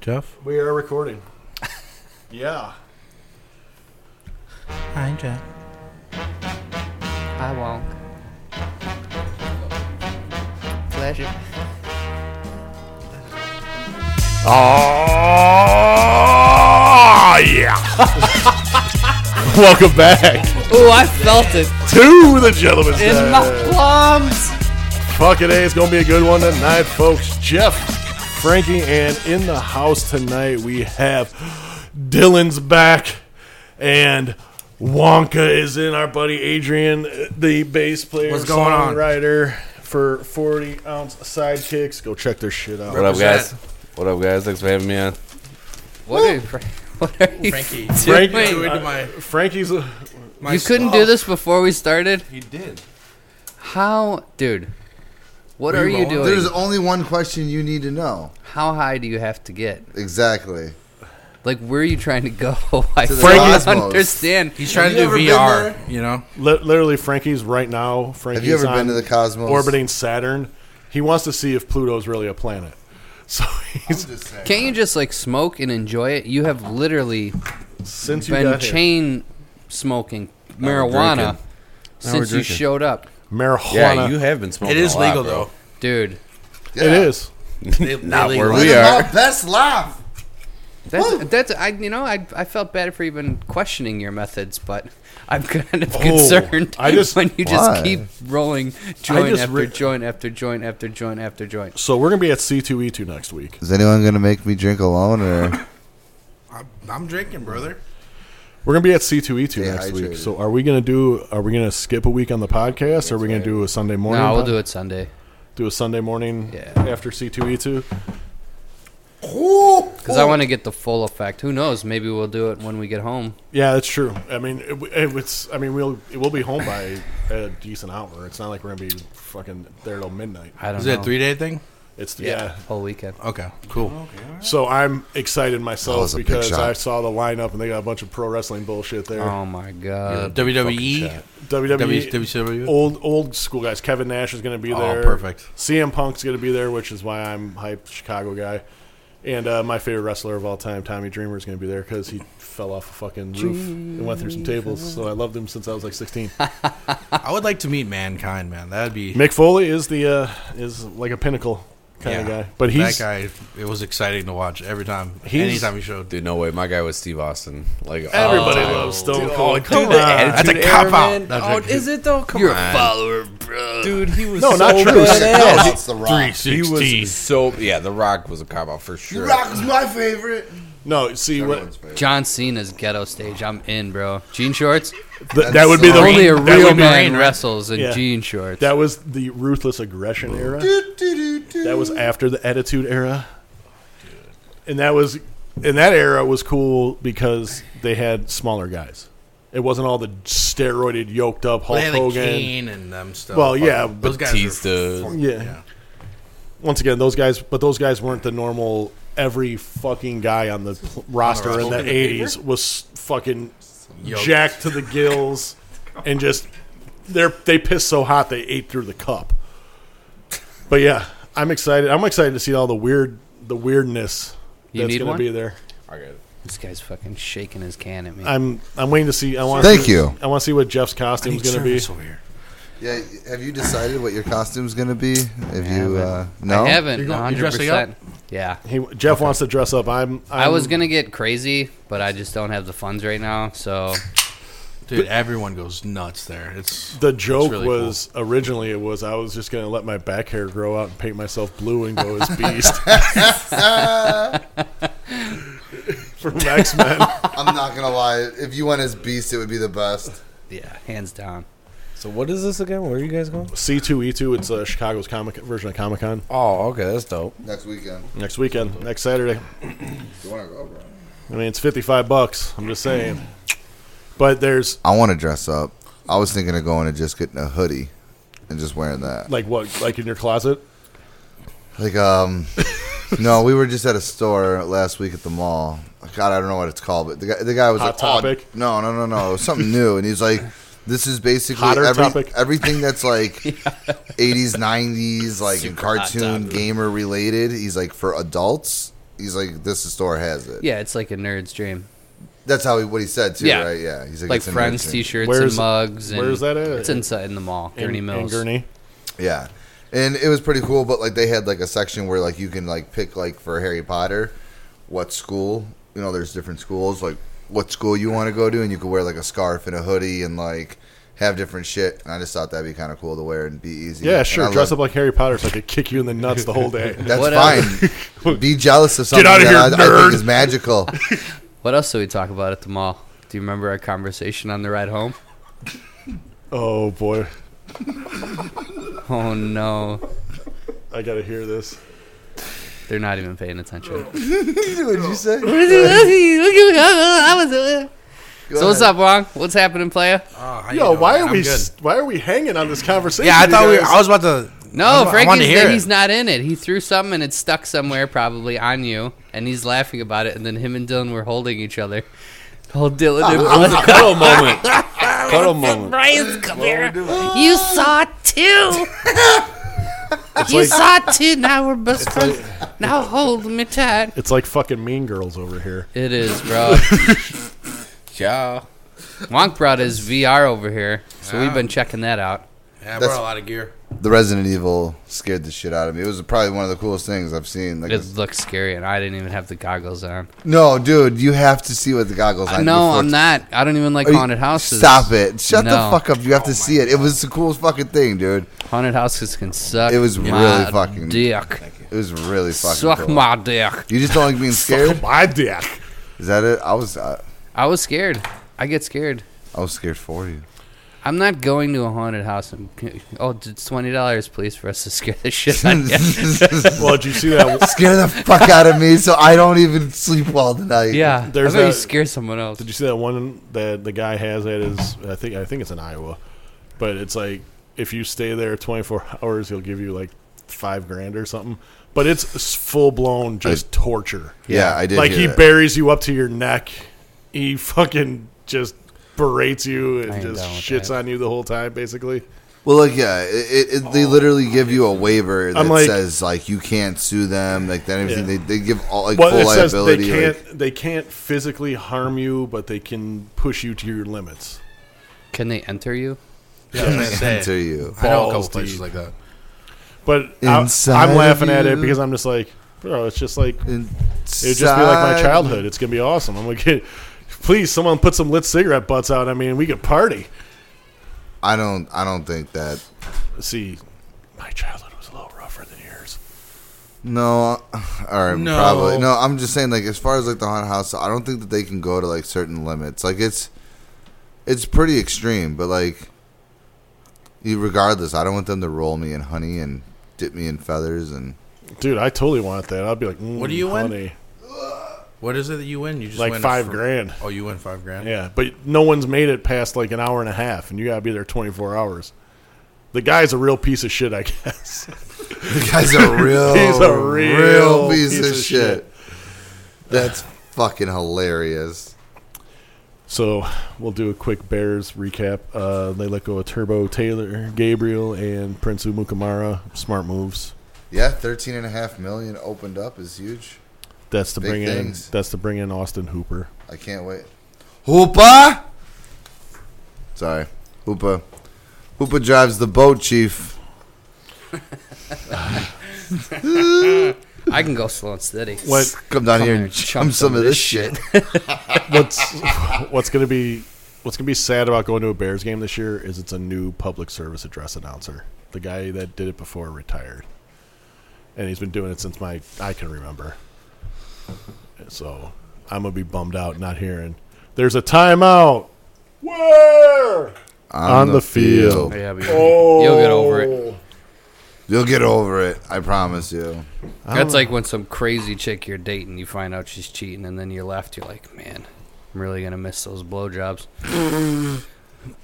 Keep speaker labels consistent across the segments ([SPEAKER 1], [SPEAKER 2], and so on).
[SPEAKER 1] Jeff?
[SPEAKER 2] We are recording. yeah.
[SPEAKER 1] Hi, Jeff.
[SPEAKER 3] I won't. Pleasure.
[SPEAKER 4] Oh yeah! Welcome back
[SPEAKER 3] Ooh, I felt it
[SPEAKER 4] to the Gentleman's
[SPEAKER 3] in
[SPEAKER 4] Den.
[SPEAKER 3] my plums.
[SPEAKER 4] Fucking A, it's gonna be a good one tonight, folks. Jeff, Frankie, and in the house tonight we have Dylan's back, and Wonka is in. Our buddy Adrian, uh, the bass player,
[SPEAKER 5] What's going on?
[SPEAKER 4] songwriter for Forty Ounce Sidekicks. Go check their shit out.
[SPEAKER 5] What up, guys?
[SPEAKER 3] Represent.
[SPEAKER 5] What up, guys? Thanks for having me on.
[SPEAKER 3] What are you, Fra- what are you
[SPEAKER 5] Frankie.
[SPEAKER 3] doing?
[SPEAKER 4] Frankie,
[SPEAKER 5] Wait.
[SPEAKER 4] uh,
[SPEAKER 5] My-
[SPEAKER 4] Frankie's. uh,
[SPEAKER 5] My
[SPEAKER 3] you couldn't do this before we started?
[SPEAKER 5] He did.
[SPEAKER 3] How? Dude, what are you doing?
[SPEAKER 6] There's only one question you need to know.
[SPEAKER 3] How high do you have to get?
[SPEAKER 6] Exactly.
[SPEAKER 3] Like, where are you trying to go? I
[SPEAKER 6] To the
[SPEAKER 3] don't
[SPEAKER 6] cosmos.
[SPEAKER 3] understand.
[SPEAKER 5] He's trying
[SPEAKER 6] Have
[SPEAKER 5] to
[SPEAKER 6] you
[SPEAKER 5] do
[SPEAKER 6] ever been
[SPEAKER 5] VR. You know.
[SPEAKER 4] Li- literally, Frankie's right now. Frankie's
[SPEAKER 6] Have you ever
[SPEAKER 4] on
[SPEAKER 6] been to the cosmos?
[SPEAKER 4] orbiting Saturn. He wants to see if Pluto's really a planet. So he's
[SPEAKER 3] Can't you just, like, smoke and enjoy it? You have literally
[SPEAKER 4] since you
[SPEAKER 3] been
[SPEAKER 4] got here,
[SPEAKER 3] chain smoking
[SPEAKER 5] we're
[SPEAKER 3] marijuana
[SPEAKER 5] drinking.
[SPEAKER 3] since
[SPEAKER 5] we're
[SPEAKER 3] you
[SPEAKER 5] drinking.
[SPEAKER 3] showed up.
[SPEAKER 4] marijuana.
[SPEAKER 5] Yeah, you have been smoking.
[SPEAKER 7] It is
[SPEAKER 5] a lot,
[SPEAKER 7] legal
[SPEAKER 5] bro.
[SPEAKER 3] Dude,
[SPEAKER 6] Yeah.
[SPEAKER 4] It is.
[SPEAKER 7] though.
[SPEAKER 5] Not
[SPEAKER 7] They-
[SPEAKER 5] where
[SPEAKER 7] they-
[SPEAKER 6] Let
[SPEAKER 5] we
[SPEAKER 6] them
[SPEAKER 5] are.
[SPEAKER 6] out, Best laugh.
[SPEAKER 3] That's, that's I you know I I felt bad for even questioning your methods, but I'm kind of
[SPEAKER 4] Oh,
[SPEAKER 3] concerned
[SPEAKER 4] I just-
[SPEAKER 3] when you just
[SPEAKER 6] Why?
[SPEAKER 3] keep rolling joint
[SPEAKER 4] just
[SPEAKER 3] after
[SPEAKER 4] re-
[SPEAKER 3] joint after joint after joint after joint.
[SPEAKER 4] So we're gonna be at C two E two next week.
[SPEAKER 6] Is anyone gonna make me drink alone or?
[SPEAKER 7] I'm, I'm drinking, brother.
[SPEAKER 4] We're gonna be at C two E two next
[SPEAKER 6] Dehydrated.
[SPEAKER 4] week. So are we gonna do? Are we gonna skip a week on the podcast? Or are we gonna do a Sunday morning?
[SPEAKER 3] No, we'll
[SPEAKER 4] pod-
[SPEAKER 3] do it Sunday.
[SPEAKER 4] Do a Sunday morning
[SPEAKER 3] Yeah.
[SPEAKER 4] after C two E two.
[SPEAKER 3] Because I want to get the full effect. Who knows? Maybe we'll do it when we get home.
[SPEAKER 4] Yeah, that's true. I mean, it, w- it, it's. I mean, we'll we'll be home by a decent hour. It's not like we're gonna be fucking there till midnight.
[SPEAKER 3] I don't
[SPEAKER 7] Is
[SPEAKER 3] know.
[SPEAKER 7] it a three day thing?
[SPEAKER 4] It's
[SPEAKER 3] Yeah,
[SPEAKER 4] yeah.
[SPEAKER 3] whole weekend.
[SPEAKER 7] Okay, cool.
[SPEAKER 4] So I'm excited
[SPEAKER 6] That
[SPEAKER 4] myself
[SPEAKER 6] was a big
[SPEAKER 4] because
[SPEAKER 6] shot.
[SPEAKER 4] I saw the lineup and they got a bunch of pro wrestling bullshit there.
[SPEAKER 3] Oh E? my
[SPEAKER 5] Uh,
[SPEAKER 3] god!
[SPEAKER 4] E?
[SPEAKER 7] WWE.
[SPEAKER 4] WWE,
[SPEAKER 3] E.
[SPEAKER 7] WCW?
[SPEAKER 4] old old school guys. Kevin Nash is going to be
[SPEAKER 7] Oh,
[SPEAKER 4] there.
[SPEAKER 7] perfect.
[SPEAKER 4] CM Punk's going to be there, which is why I'm hyped. Chicago guy, and uh, my favorite wrestler of all time, Tommy Dreamer, is going to be there because he fell off a fucking roof and went through some tables. So I loved him since I was like 16.
[SPEAKER 7] I would like to meet mankind, man. That'd be
[SPEAKER 4] Mick Foley is the uh, is like a pinnacle kind of
[SPEAKER 7] yeah.
[SPEAKER 4] guy, but he's
[SPEAKER 7] that guy. It was exciting to watch every time.
[SPEAKER 4] He's-
[SPEAKER 7] anytime he showed.
[SPEAKER 5] Dude, no way. My guy was Steve Austin. Like
[SPEAKER 4] everybody
[SPEAKER 5] oh,
[SPEAKER 4] loves Stone
[SPEAKER 5] dude,
[SPEAKER 4] Cold.
[SPEAKER 5] dude,
[SPEAKER 4] Come
[SPEAKER 5] the
[SPEAKER 4] on.
[SPEAKER 5] attitude
[SPEAKER 7] That's a
[SPEAKER 5] era,
[SPEAKER 7] cop-out.
[SPEAKER 5] man.
[SPEAKER 7] That's
[SPEAKER 5] Oh,
[SPEAKER 7] a-
[SPEAKER 5] is it though? Come on,
[SPEAKER 3] You're a follow
[SPEAKER 5] dude. He was
[SPEAKER 4] No,
[SPEAKER 5] so
[SPEAKER 4] not true.
[SPEAKER 5] badass.
[SPEAKER 6] No, it's the rock.
[SPEAKER 5] He was so yeah. The Rock was a cop out for sure.
[SPEAKER 6] Rock is my favorite.
[SPEAKER 4] no. See what
[SPEAKER 6] Everyone's favorite.
[SPEAKER 3] John Cena's ghetto stage. I'm in, bro. Jean shorts.
[SPEAKER 4] th- that would be the
[SPEAKER 3] Only a
[SPEAKER 4] that would
[SPEAKER 3] real
[SPEAKER 4] be-
[SPEAKER 3] man
[SPEAKER 7] right?
[SPEAKER 3] wrestles in
[SPEAKER 4] Yeah.
[SPEAKER 3] jean shorts.
[SPEAKER 4] That was the ruthless aggression era. That was after the attitude era. And that was and that era was cool because they had smaller guys. It wasn't all the steroided, yoked up Hulk
[SPEAKER 7] They had like
[SPEAKER 4] Hogan.
[SPEAKER 7] Kane and them stuff.
[SPEAKER 4] Well, yeah,
[SPEAKER 7] those
[SPEAKER 4] but
[SPEAKER 7] guys.
[SPEAKER 5] Batista.
[SPEAKER 7] Are,
[SPEAKER 4] Yeah. once again, those guys, but those guys weren't the normal. Every fucking guy on the pl- roster in the
[SPEAKER 7] roster.
[SPEAKER 4] '80s was fucking
[SPEAKER 7] Yoked.
[SPEAKER 4] jacked to the gills, and just they they pissed so hot they ate through the cup. But yeah, I'm excited. I'm excited to see all the weird the weirdness
[SPEAKER 3] You
[SPEAKER 4] that's
[SPEAKER 3] need
[SPEAKER 4] gonna
[SPEAKER 3] one?
[SPEAKER 4] be there.
[SPEAKER 5] I got it.
[SPEAKER 3] This guy's fucking shaking his can at me.
[SPEAKER 4] I'm I'm waiting to see. I want.
[SPEAKER 6] Thank you.
[SPEAKER 4] I want to see what Jeff's costume's gonna be.
[SPEAKER 7] over here.
[SPEAKER 6] Yeah. Have you decided what your costume's gonna be? If you uh, no.
[SPEAKER 3] I haven't. You
[SPEAKER 7] You're going-
[SPEAKER 3] 100%.
[SPEAKER 7] you're dressing up?
[SPEAKER 3] Yeah.
[SPEAKER 4] He, Jeff wants to dress up. I'm. I'm
[SPEAKER 3] i was gonna get crazy, but I just don't have the funds right now. So
[SPEAKER 7] Dude, everyone goes nuts there. It's
[SPEAKER 4] The joke
[SPEAKER 7] really
[SPEAKER 4] was originally it was I was just gonna let my back hair grow out and paint myself blue and go as Beast from X Men.
[SPEAKER 6] I'm not gonna lie. If you went as Beast, it would be the best.
[SPEAKER 3] yeah, hands down.
[SPEAKER 5] So what is this again? Where are you guys going?
[SPEAKER 4] C two E two. It's uh, Chicago's comic version of Comic Con
[SPEAKER 5] Oh, okay, that's dope.
[SPEAKER 6] Next weekend.
[SPEAKER 4] next weekend, next Saturday.
[SPEAKER 6] You wanna go, bro?
[SPEAKER 4] I mean, it's fifty five bucks. I'm just saying. But there's
[SPEAKER 6] I want to dress up. I was thinking of going and just getting a hoodie and just wearing that.
[SPEAKER 4] like what like in your closet.
[SPEAKER 6] Like um, no, we were just at a store last week at the mall. God, I don't know what it's called, but the guy, the guy was
[SPEAKER 4] Hot
[SPEAKER 6] like, "Oh,
[SPEAKER 4] Topic?
[SPEAKER 6] no, no, no, no, it was something new, and he's like, "This is basically
[SPEAKER 4] Hotter
[SPEAKER 6] every-
[SPEAKER 4] Topic?
[SPEAKER 6] everything that's like '80s, '90s, like and
[SPEAKER 3] Super Hot
[SPEAKER 6] cartoon
[SPEAKER 3] Topic.
[SPEAKER 6] gamer related." He's like for adults. he's like, this store has it.
[SPEAKER 3] Yeah, it's like a nerd's dream.
[SPEAKER 6] That's how he, what he said too,
[SPEAKER 3] Yeah.
[SPEAKER 6] right? Yeah, he's like,
[SPEAKER 3] Like
[SPEAKER 6] it's in
[SPEAKER 3] friends
[SPEAKER 6] Richmond.
[SPEAKER 3] T-shirts
[SPEAKER 4] Where's-
[SPEAKER 3] and mugs. And
[SPEAKER 4] where's that at?
[SPEAKER 3] It's inside in the mall,
[SPEAKER 4] In-
[SPEAKER 3] Gurney
[SPEAKER 4] in
[SPEAKER 3] Mills.
[SPEAKER 4] Gurney.
[SPEAKER 6] Yeah, and it was pretty cool. But like they had like a section where like you can like pick like for Harry Potter, what school? You know, there's different schools. Like what school you want to go to, and you could wear like a scarf and a hoodie and like have different shit. And I just thought that'd be kind of cool to wear and be easy.
[SPEAKER 4] Yeah,
[SPEAKER 6] And I
[SPEAKER 4] sure. Dress
[SPEAKER 6] love-
[SPEAKER 4] up like Harry Potter so I could kick you in the nuts the whole day.
[SPEAKER 6] That's
[SPEAKER 3] What
[SPEAKER 6] fine. be jealous of something
[SPEAKER 4] outta
[SPEAKER 6] that
[SPEAKER 4] here,
[SPEAKER 6] I, I
[SPEAKER 4] nerd.
[SPEAKER 6] think is magical.
[SPEAKER 3] What else did we talk about at the mall? Do you remember our conversation on the ride home?
[SPEAKER 4] oh boy,
[SPEAKER 3] Oh no,
[SPEAKER 4] I gotta hear this.
[SPEAKER 3] they're not even paying attention.
[SPEAKER 6] What'd you say?
[SPEAKER 3] uh, so what's up, Wong? What's happening, playa?
[SPEAKER 4] Yo, why are
[SPEAKER 7] I'm
[SPEAKER 4] we
[SPEAKER 7] good.
[SPEAKER 4] s- why are we hanging on this conversation?
[SPEAKER 7] Yeah, I thought we.
[SPEAKER 4] you guys?
[SPEAKER 7] I was about to.
[SPEAKER 3] No,
[SPEAKER 7] I
[SPEAKER 3] Frankie's
[SPEAKER 7] wanted to hear it.
[SPEAKER 3] he's not in it. He threw something and it's stuck somewhere, probably on you, and he's laughing about it. And then him and Dylan were holding each other. Oh, Dylan and Brian.
[SPEAKER 5] Cuddle moment. Cuddle moment.
[SPEAKER 3] Brian's come here. You saw it too. you saw it too. Now we're best friends. now hold me tight.
[SPEAKER 4] It's like fucking Mean Girls over here.
[SPEAKER 3] It is, bro.
[SPEAKER 5] Yeah.
[SPEAKER 3] Wonk brought his VR over here, so we've been checking that out.
[SPEAKER 7] Yeah, I
[SPEAKER 6] That's-
[SPEAKER 7] brought a lot of gear.
[SPEAKER 6] The Resident Evil scared the shit out of me. It was probably one of the coolest things I've seen. Like,
[SPEAKER 3] It looks scary, and I didn't even have the goggles on.
[SPEAKER 6] no, dude, you have to see what the goggles. on
[SPEAKER 3] no,
[SPEAKER 6] before-
[SPEAKER 3] I'm not. I don't even like
[SPEAKER 6] Are you-
[SPEAKER 3] haunted houses.
[SPEAKER 6] Stop it! Shut
[SPEAKER 3] No.
[SPEAKER 6] the fuck up! You have
[SPEAKER 4] Oh
[SPEAKER 6] to see it. It was the coolest fucking thing, dude.
[SPEAKER 3] Haunted houses can suck.
[SPEAKER 6] It was
[SPEAKER 3] my
[SPEAKER 6] really fucking-
[SPEAKER 3] dick.
[SPEAKER 6] It was really fucking
[SPEAKER 3] Suck
[SPEAKER 6] cool.
[SPEAKER 3] my dick.
[SPEAKER 6] you just don't like being scared.
[SPEAKER 4] My dick.
[SPEAKER 6] Is that it? I was uh,
[SPEAKER 3] I was scared. I get scared.
[SPEAKER 6] I was scared for you.
[SPEAKER 3] I'm not going to a haunted house. And, oh, it's twenty dollars, please, for us to scare the shit out of you.
[SPEAKER 4] Well, did you see that?
[SPEAKER 6] Scare the fuck out of me, so I don't even sleep well tonight.
[SPEAKER 3] Yeah,
[SPEAKER 4] There's
[SPEAKER 3] I bet you
[SPEAKER 4] a-
[SPEAKER 3] scare someone else.
[SPEAKER 4] Did you see that one that the guy has at his? I think I think it's in Iowa, but it's like if you stay there 24 hours, he'll give you like five grand or something. But it's full blown just torture.
[SPEAKER 6] yeah, I did.
[SPEAKER 4] like
[SPEAKER 6] hear
[SPEAKER 4] he
[SPEAKER 6] that.
[SPEAKER 4] buries you up to your neck. He fucking just berates you and
[SPEAKER 3] ain't
[SPEAKER 4] just
[SPEAKER 3] down with
[SPEAKER 4] shits
[SPEAKER 3] that.
[SPEAKER 4] on you the whole time, basically.
[SPEAKER 6] Well, like yeah, it, it, it, they literally give you a waiver that
[SPEAKER 4] I'm like-
[SPEAKER 6] says like you can't sue them, like that. Everything
[SPEAKER 4] Yeah.
[SPEAKER 6] they, they give all like
[SPEAKER 4] Well,
[SPEAKER 6] full
[SPEAKER 4] it says they
[SPEAKER 6] liability. like-
[SPEAKER 4] can't they can't physically harm you, but they can push you to your limits.
[SPEAKER 3] Can they enter you?
[SPEAKER 7] Yeah, I was gonna say.
[SPEAKER 6] to you.
[SPEAKER 7] I know a couple
[SPEAKER 4] Balls
[SPEAKER 7] places
[SPEAKER 4] deep.
[SPEAKER 7] like that.
[SPEAKER 4] But I,
[SPEAKER 6] Inside
[SPEAKER 4] I'm
[SPEAKER 6] of
[SPEAKER 4] laughing at it
[SPEAKER 6] you.
[SPEAKER 4] because I'm just like, bro, it's just like
[SPEAKER 6] It'd
[SPEAKER 4] it would just be like my childhood. It's gonna be awesome. I'm like, please, someone put some lit cigarette butts out. I mean, we could party.
[SPEAKER 6] I don't. I don't think that.
[SPEAKER 4] See, my childhood was a little rougher than yours.
[SPEAKER 6] No, or
[SPEAKER 7] No.
[SPEAKER 6] probably no. I'm just saying, like as far as like the haunted house, I don't think that they can go to like certain limits. Like it's, it's pretty extreme, but like, you regardless, I don't want them to roll me in honey and dip me in feathers and
[SPEAKER 4] Dude, I totally want that. I'd be like, mm,
[SPEAKER 7] What do you win?
[SPEAKER 4] honey.
[SPEAKER 7] What is it that you win? You just
[SPEAKER 4] Like
[SPEAKER 7] win a
[SPEAKER 4] five
[SPEAKER 7] fr-
[SPEAKER 4] grand.
[SPEAKER 7] Oh, you win five grand.
[SPEAKER 4] Yeah, but no one's made it past like an hour and a half, and you gotta be there 24 hours. The guy's a real piece of shit, I guess.
[SPEAKER 6] the guy's a real,
[SPEAKER 4] He's a real
[SPEAKER 6] piece, of, shit. That's fucking hilarious.
[SPEAKER 4] So we'll do a quick Bears recap. Uh, they let go of Turbo Taylor, Gabriel, and Prince Umukamara. Smart moves.
[SPEAKER 6] Yeah, thirteen and a half million opened up is huge.
[SPEAKER 4] That's to
[SPEAKER 6] Big
[SPEAKER 4] bring
[SPEAKER 6] things.
[SPEAKER 4] in. That's to bring in Austin Hooper.
[SPEAKER 6] I can't wait. Hoopa! Sorry. Hoopa. Hoopa drives the boat, Chief.
[SPEAKER 3] I can go slow and steady.
[SPEAKER 4] What
[SPEAKER 6] Come down here
[SPEAKER 3] here
[SPEAKER 6] and
[SPEAKER 3] and
[SPEAKER 6] chum
[SPEAKER 3] chunk
[SPEAKER 6] some of this shit.
[SPEAKER 4] what's what's gonna be what's gonna be sad about going to a Bears game this year is it's a new public service address announcer. The guy that did it before retired, and he's been doing it since my I can remember. So I'm gonna be bummed out not hearing. There's a timeout. Where? On the field.
[SPEAKER 3] Yeah, but
[SPEAKER 5] Oh,
[SPEAKER 3] you'll, you'll get over it.
[SPEAKER 6] You'll get over it. I promise you.
[SPEAKER 3] That's like when some crazy chick you're dating, you find out she's cheating, and then you're left. You're like, man, I'm really gonna miss those blowjobs.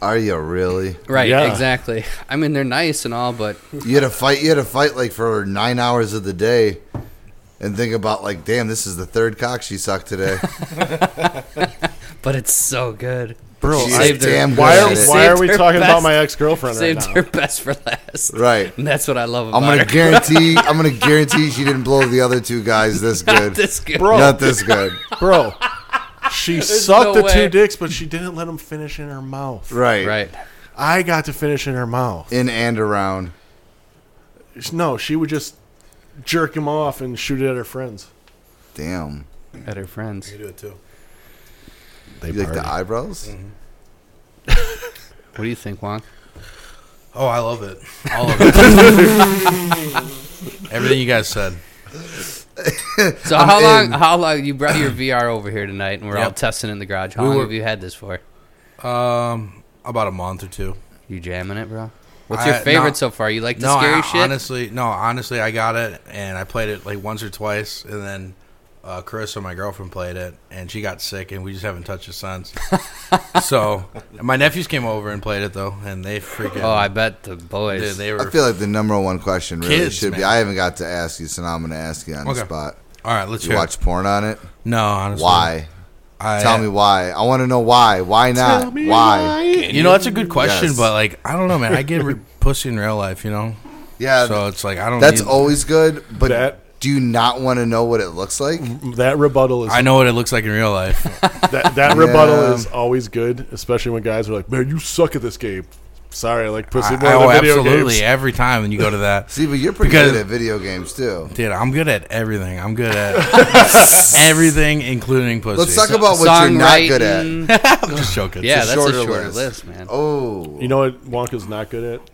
[SPEAKER 6] Are you really?
[SPEAKER 3] Right?
[SPEAKER 4] Yeah.
[SPEAKER 3] Exactly. I mean, they're nice and all, but
[SPEAKER 6] You had to fight. You had to fight like for nine hours of the day, and think about like, damn, this is the third cock she sucked today.
[SPEAKER 3] but it's so good.
[SPEAKER 4] Bro,
[SPEAKER 6] She's
[SPEAKER 4] I,
[SPEAKER 3] saved her.
[SPEAKER 6] damn good
[SPEAKER 4] why
[SPEAKER 6] at
[SPEAKER 4] are,
[SPEAKER 6] it.
[SPEAKER 4] why are we
[SPEAKER 3] Saved her
[SPEAKER 4] talking about
[SPEAKER 3] best-
[SPEAKER 4] my ex girlfriend right
[SPEAKER 3] Saved
[SPEAKER 4] now?
[SPEAKER 3] her best for last.
[SPEAKER 6] Right.
[SPEAKER 3] And that's what I love about
[SPEAKER 6] I'm gonna
[SPEAKER 3] her.
[SPEAKER 6] guarantee. I'm gonna guarantee she didn't blow the other two guys this good.
[SPEAKER 3] This good.
[SPEAKER 4] Bro.
[SPEAKER 6] Not this good.
[SPEAKER 4] Bro, she sucked the
[SPEAKER 3] no
[SPEAKER 4] two
[SPEAKER 3] way.
[SPEAKER 4] dicks, but she didn't let them finish in her mouth.
[SPEAKER 6] Right.
[SPEAKER 3] Right.
[SPEAKER 4] I got to finish in her mouth.
[SPEAKER 6] In and around.
[SPEAKER 4] No, she would just jerk him off and shoot it at her friends.
[SPEAKER 6] Damn.
[SPEAKER 3] At her friends.
[SPEAKER 2] do it too.
[SPEAKER 4] They
[SPEAKER 6] You like the eyebrows?
[SPEAKER 3] What do you think, Juan?
[SPEAKER 7] Oh, I love it. All of it. Everything you guys said.
[SPEAKER 3] So how long?
[SPEAKER 6] in.
[SPEAKER 3] How long you brought your VR over here tonight, and we're all
[SPEAKER 7] Yep.
[SPEAKER 3] testing in the garage? How
[SPEAKER 7] We
[SPEAKER 3] long
[SPEAKER 7] were-
[SPEAKER 3] have you had this for?
[SPEAKER 7] Um, about a month or two.
[SPEAKER 3] You jamming it, bro? What's
[SPEAKER 7] I-
[SPEAKER 3] your favorite
[SPEAKER 7] no.
[SPEAKER 3] so far? You like the
[SPEAKER 7] no,
[SPEAKER 3] scary
[SPEAKER 7] I,
[SPEAKER 3] shit?
[SPEAKER 7] honestly, no, honestly, I got it and I played it like once or twice, and then uh, Carissa, my girlfriend, played it and she got sick, and we just haven't touched it since. so my nephews came over and played it though, and they freaking
[SPEAKER 3] oh, I bet the
[SPEAKER 7] they,
[SPEAKER 3] boys.
[SPEAKER 7] they
[SPEAKER 6] I
[SPEAKER 7] were
[SPEAKER 6] feel like the number one question really
[SPEAKER 7] Kids,
[SPEAKER 6] should be.
[SPEAKER 7] man.
[SPEAKER 6] I haven't got to ask you, so now I'm gonna ask you on the
[SPEAKER 7] Okay.
[SPEAKER 6] spot.
[SPEAKER 7] all right. Let's
[SPEAKER 6] You
[SPEAKER 7] hear it.
[SPEAKER 6] watch porn on it?
[SPEAKER 7] No, honestly,
[SPEAKER 6] Why?
[SPEAKER 7] I,
[SPEAKER 6] Tell me why. I want to know why. Why not? why?
[SPEAKER 7] You know that's a good question,
[SPEAKER 6] Yes.
[SPEAKER 7] but like I don't know, man. I get re- pussy in real life, you know.
[SPEAKER 6] Yeah,
[SPEAKER 7] so it's like I don't.
[SPEAKER 6] that's
[SPEAKER 7] need-
[SPEAKER 6] always good. But
[SPEAKER 4] That-
[SPEAKER 6] do you not want to know what it looks like?
[SPEAKER 7] Mm-hmm.
[SPEAKER 4] That rebuttal is
[SPEAKER 7] I know what it looks like in real life.
[SPEAKER 4] that, that rebuttal
[SPEAKER 6] Yeah.
[SPEAKER 4] is always good, especially when guys are like, "Man, you suck at this game." Sorry, I like pussy
[SPEAKER 7] I,
[SPEAKER 4] more
[SPEAKER 7] I- oh,
[SPEAKER 4] than video
[SPEAKER 7] absolutely.
[SPEAKER 4] games.
[SPEAKER 7] Every time when you go to that,
[SPEAKER 6] See, but you're pretty
[SPEAKER 7] Because-
[SPEAKER 6] good at video games too.
[SPEAKER 7] dude, I'm good at everything. I'm good at everything, including pussy.
[SPEAKER 6] Let's talk about what you're not good at.
[SPEAKER 3] Songwriting.
[SPEAKER 7] I'm just joking.
[SPEAKER 3] yeah, that's
[SPEAKER 6] shorter
[SPEAKER 3] a shorter list,
[SPEAKER 6] list.
[SPEAKER 3] man.
[SPEAKER 6] Oh,
[SPEAKER 4] You know what Wonka's not good at?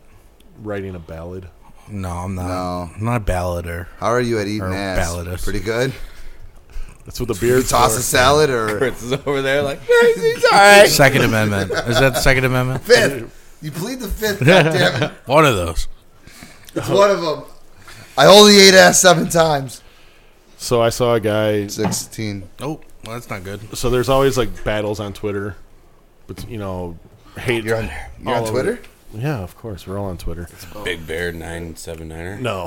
[SPEAKER 4] Writing a ballad.
[SPEAKER 7] No, I'm not.
[SPEAKER 6] No.
[SPEAKER 7] I'm not a ballader.
[SPEAKER 6] how are you at eating
[SPEAKER 7] Or
[SPEAKER 6] ass?
[SPEAKER 7] balladist.
[SPEAKER 6] Pretty good.
[SPEAKER 4] That's what the beard's
[SPEAKER 6] Toss
[SPEAKER 4] for.
[SPEAKER 6] a salad or
[SPEAKER 5] Prince is over there like,
[SPEAKER 7] Second Amendment. Is that the Second Amendment?
[SPEAKER 6] fifth. You plead the fifth. God damn it.
[SPEAKER 7] One of those.
[SPEAKER 6] It's one of them. I only ate ass seven times.
[SPEAKER 4] So I saw a guy.
[SPEAKER 6] Sixteen.
[SPEAKER 7] Oh, well, that's not good.
[SPEAKER 4] So there's always like battles on Twitter, but you know, hate.
[SPEAKER 6] You're on, you're
[SPEAKER 4] all
[SPEAKER 6] on
[SPEAKER 4] over
[SPEAKER 6] Twitter.
[SPEAKER 4] it. Yeah, of course, we're all on Twitter.
[SPEAKER 5] Big Bear 979er.
[SPEAKER 4] No,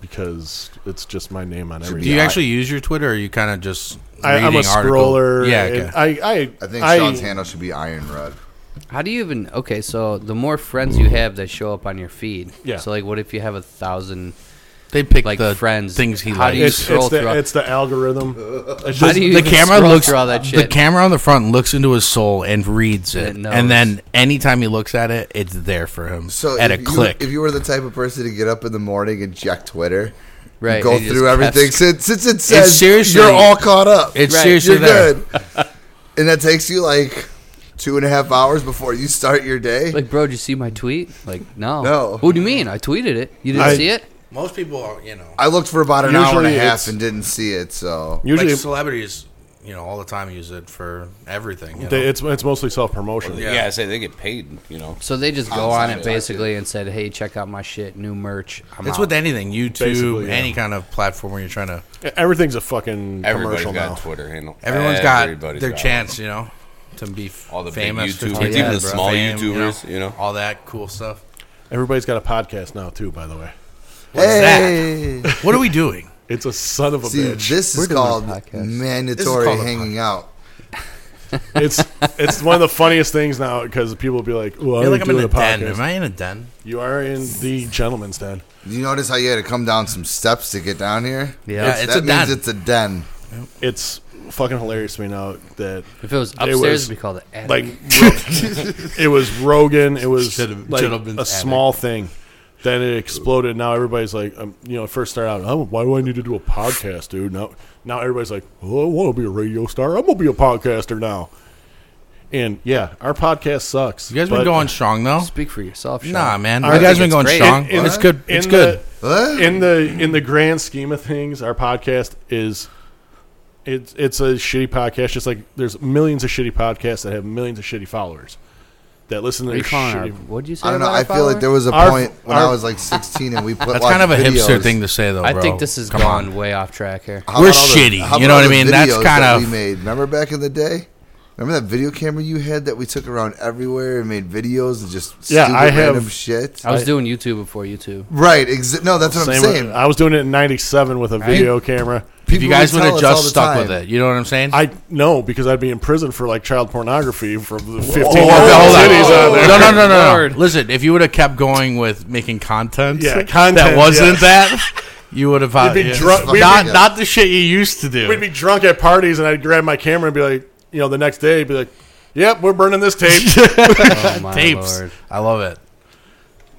[SPEAKER 4] because it's just my name on
[SPEAKER 6] Should
[SPEAKER 4] everything.
[SPEAKER 7] Do you
[SPEAKER 6] Yeah, I-
[SPEAKER 7] actually use your Twitter, or are you kind of just?
[SPEAKER 4] I, I'm a
[SPEAKER 7] reading article?
[SPEAKER 4] scroller.
[SPEAKER 7] Yeah,
[SPEAKER 4] and
[SPEAKER 7] okay.
[SPEAKER 4] I, I,
[SPEAKER 6] I think
[SPEAKER 4] I,
[SPEAKER 6] Sean's handle should be Iron Rod.
[SPEAKER 3] How do you even? Okay, so the more friends you have that show up on your feed.
[SPEAKER 4] Yeah.
[SPEAKER 3] So like, what if you have a thousand?
[SPEAKER 7] they pick
[SPEAKER 3] like,
[SPEAKER 7] the
[SPEAKER 3] friends.
[SPEAKER 7] things he
[SPEAKER 3] How do you
[SPEAKER 7] likes.
[SPEAKER 4] It's,
[SPEAKER 3] scroll
[SPEAKER 4] it's, the,
[SPEAKER 3] through-
[SPEAKER 4] it's the algorithm. It's
[SPEAKER 3] How
[SPEAKER 4] just-
[SPEAKER 3] do you
[SPEAKER 7] the
[SPEAKER 3] even
[SPEAKER 7] camera
[SPEAKER 3] scroll
[SPEAKER 7] looks
[SPEAKER 3] through all that
[SPEAKER 7] the
[SPEAKER 3] shit?
[SPEAKER 7] camera on the front looks into his soul and reads it,
[SPEAKER 3] And it knows.
[SPEAKER 7] and then anytime he looks at it, it's there for him
[SPEAKER 6] So
[SPEAKER 7] at a
[SPEAKER 6] if you,
[SPEAKER 7] click.
[SPEAKER 6] If you were the type of person to get up in the morning and check Twitter,
[SPEAKER 3] Right,
[SPEAKER 6] go
[SPEAKER 3] and you just
[SPEAKER 6] through
[SPEAKER 3] kept
[SPEAKER 6] everything since since it says
[SPEAKER 7] seriously-
[SPEAKER 6] you're all caught up.
[SPEAKER 7] it's
[SPEAKER 3] Right.
[SPEAKER 7] seriously
[SPEAKER 6] you're
[SPEAKER 7] there.
[SPEAKER 6] good, and that takes you like two and a half hours before you start your day.
[SPEAKER 3] Like, bro, did you see my tweet? Like, no.
[SPEAKER 6] No.
[SPEAKER 3] What do you mean? I tweeted it. You didn't
[SPEAKER 4] I-
[SPEAKER 3] see it?
[SPEAKER 7] Most people are, you know,
[SPEAKER 6] I looked for about an hour and a
[SPEAKER 4] Usually
[SPEAKER 6] half
[SPEAKER 4] it's-
[SPEAKER 6] and didn't see it. So
[SPEAKER 4] usually
[SPEAKER 7] like celebrities, you know, all the time use it for everything. you
[SPEAKER 4] They,
[SPEAKER 7] know.
[SPEAKER 4] it's it's mostly self promotion.
[SPEAKER 5] Yeah.
[SPEAKER 7] Yeah.
[SPEAKER 5] I say they get paid, you know.
[SPEAKER 3] So they just go on it
[SPEAKER 6] sorry, I
[SPEAKER 3] basically and said, "Hey, check out my shit, new merch." I'm
[SPEAKER 7] It's
[SPEAKER 3] out.
[SPEAKER 7] with anything, YouTube,
[SPEAKER 4] Basically, yeah.
[SPEAKER 7] any kind of platform where you're trying to.
[SPEAKER 4] E, Everything's a fucking
[SPEAKER 5] Everybody's
[SPEAKER 4] commercial
[SPEAKER 5] got
[SPEAKER 4] now.
[SPEAKER 5] a Twitter handle.
[SPEAKER 7] Everyone's got
[SPEAKER 5] Everybody's
[SPEAKER 7] their
[SPEAKER 5] got one.
[SPEAKER 7] chance, you know, to be f-
[SPEAKER 5] All the big
[SPEAKER 7] famous, to
[SPEAKER 5] YouTubers,
[SPEAKER 7] take
[SPEAKER 3] even the
[SPEAKER 7] that
[SPEAKER 5] small
[SPEAKER 7] fame, you know,
[SPEAKER 5] YouTubers, you know.
[SPEAKER 7] all that cool stuff.
[SPEAKER 4] Everybody's got a podcast now too. By the way,
[SPEAKER 6] hey,
[SPEAKER 7] What are we doing?
[SPEAKER 4] it's a son of a
[SPEAKER 6] see,
[SPEAKER 4] bitch.
[SPEAKER 6] this
[SPEAKER 3] We're
[SPEAKER 6] is
[SPEAKER 3] doing a
[SPEAKER 6] called
[SPEAKER 3] podcast.
[SPEAKER 6] mandatory
[SPEAKER 7] called a
[SPEAKER 6] hanging out.
[SPEAKER 4] It's it's one of the funniest things now because people will be like, "Oh,
[SPEAKER 7] I feel
[SPEAKER 4] I'm
[SPEAKER 7] like I'm in
[SPEAKER 4] doing
[SPEAKER 7] a
[SPEAKER 4] a
[SPEAKER 7] den.
[SPEAKER 4] podcast."
[SPEAKER 7] Am I in a den?
[SPEAKER 4] You are in the gentleman's den.
[SPEAKER 6] You notice how you had to come down some steps to get down here?
[SPEAKER 3] Yeah,
[SPEAKER 7] it's
[SPEAKER 6] that
[SPEAKER 7] a
[SPEAKER 6] means
[SPEAKER 7] den.
[SPEAKER 6] it's a den.
[SPEAKER 4] It's fucking hilarious to me now that
[SPEAKER 3] If it was upstairs,
[SPEAKER 4] was,
[SPEAKER 3] we call it attic.
[SPEAKER 4] like Ro- it was Rogan. It was
[SPEAKER 7] Gentlemen-
[SPEAKER 4] like
[SPEAKER 7] gentleman's
[SPEAKER 4] a
[SPEAKER 7] attic.
[SPEAKER 4] small thing. Then it exploded. Now everybody's like, um, you know, first start out, oh, why do I need to do a podcast, dude? Now, now everybody's like, oh, I want to be a radio star. I'm gonna be a podcaster now. And yeah, our podcast sucks.
[SPEAKER 7] You guys been
[SPEAKER 4] but
[SPEAKER 7] going strong though.
[SPEAKER 3] speak for yourself. Sean.
[SPEAKER 7] Nah, man.
[SPEAKER 4] I
[SPEAKER 7] You guys
[SPEAKER 4] think
[SPEAKER 3] it's
[SPEAKER 7] been going
[SPEAKER 3] great.
[SPEAKER 7] strong.
[SPEAKER 4] In- in-
[SPEAKER 7] it's good. It's
[SPEAKER 4] in
[SPEAKER 7] good.
[SPEAKER 4] The, in the in the grand scheme of things, our podcast is it's it's a shitty podcast. Just like there's millions of shitty podcasts that have millions of shitty followers that listen to
[SPEAKER 3] What are you
[SPEAKER 4] their
[SPEAKER 3] calling our,
[SPEAKER 4] shitty.
[SPEAKER 3] what'd you say?
[SPEAKER 6] I don't know.
[SPEAKER 3] about our
[SPEAKER 6] I feel like
[SPEAKER 3] follower?
[SPEAKER 6] there was a
[SPEAKER 4] Our-
[SPEAKER 6] point when
[SPEAKER 4] our-
[SPEAKER 6] I was like 16 and we put
[SPEAKER 7] That's kind of a
[SPEAKER 6] videos.
[SPEAKER 7] hipster thing to say, though.
[SPEAKER 3] I
[SPEAKER 7] bro.
[SPEAKER 3] think this is
[SPEAKER 7] Come
[SPEAKER 3] gone
[SPEAKER 7] on.
[SPEAKER 3] way off track here.
[SPEAKER 6] How
[SPEAKER 7] We're
[SPEAKER 6] about all the-
[SPEAKER 7] shitty, you
[SPEAKER 6] how about
[SPEAKER 7] know
[SPEAKER 6] all
[SPEAKER 7] what I
[SPEAKER 6] the
[SPEAKER 7] mean? That's
[SPEAKER 6] videos
[SPEAKER 7] kind
[SPEAKER 6] that
[SPEAKER 7] of-
[SPEAKER 6] we made. Remember back in the day? Remember that video camera you had that we took around everywhere and made videos and just
[SPEAKER 4] Yeah,
[SPEAKER 6] stupid
[SPEAKER 4] I have-
[SPEAKER 6] random shit.
[SPEAKER 4] I-
[SPEAKER 3] I was doing YouTube before YouTube.
[SPEAKER 6] right? Exa- no, that's what
[SPEAKER 4] Same
[SPEAKER 6] I'm
[SPEAKER 4] with- uh,
[SPEAKER 6] saying.
[SPEAKER 4] I was doing it in '97 with a video camera.
[SPEAKER 7] If you guys would have just stuck with it, you know what I'm saying?
[SPEAKER 4] I no, because I'd be in prison for like child pornography from the 15 year old
[SPEAKER 7] Oh, hold on.
[SPEAKER 4] cities on there.
[SPEAKER 7] No, no, no, no,
[SPEAKER 3] Lord.
[SPEAKER 7] no. Listen, if you would have kept going with making content,
[SPEAKER 4] Yeah, content,
[SPEAKER 7] that
[SPEAKER 4] yes.
[SPEAKER 7] wasn't that, you would have
[SPEAKER 4] We'd be
[SPEAKER 7] yeah.
[SPEAKER 4] drunk- we'd be-
[SPEAKER 7] not not the shit you used to do.
[SPEAKER 4] We'd be drunk at parties, and I'd grab my camera and be like, you know, the next day, be like, "Yep, we're burning this tape."
[SPEAKER 3] Oh my
[SPEAKER 7] tapes.
[SPEAKER 3] lord!
[SPEAKER 7] Ah, I love it.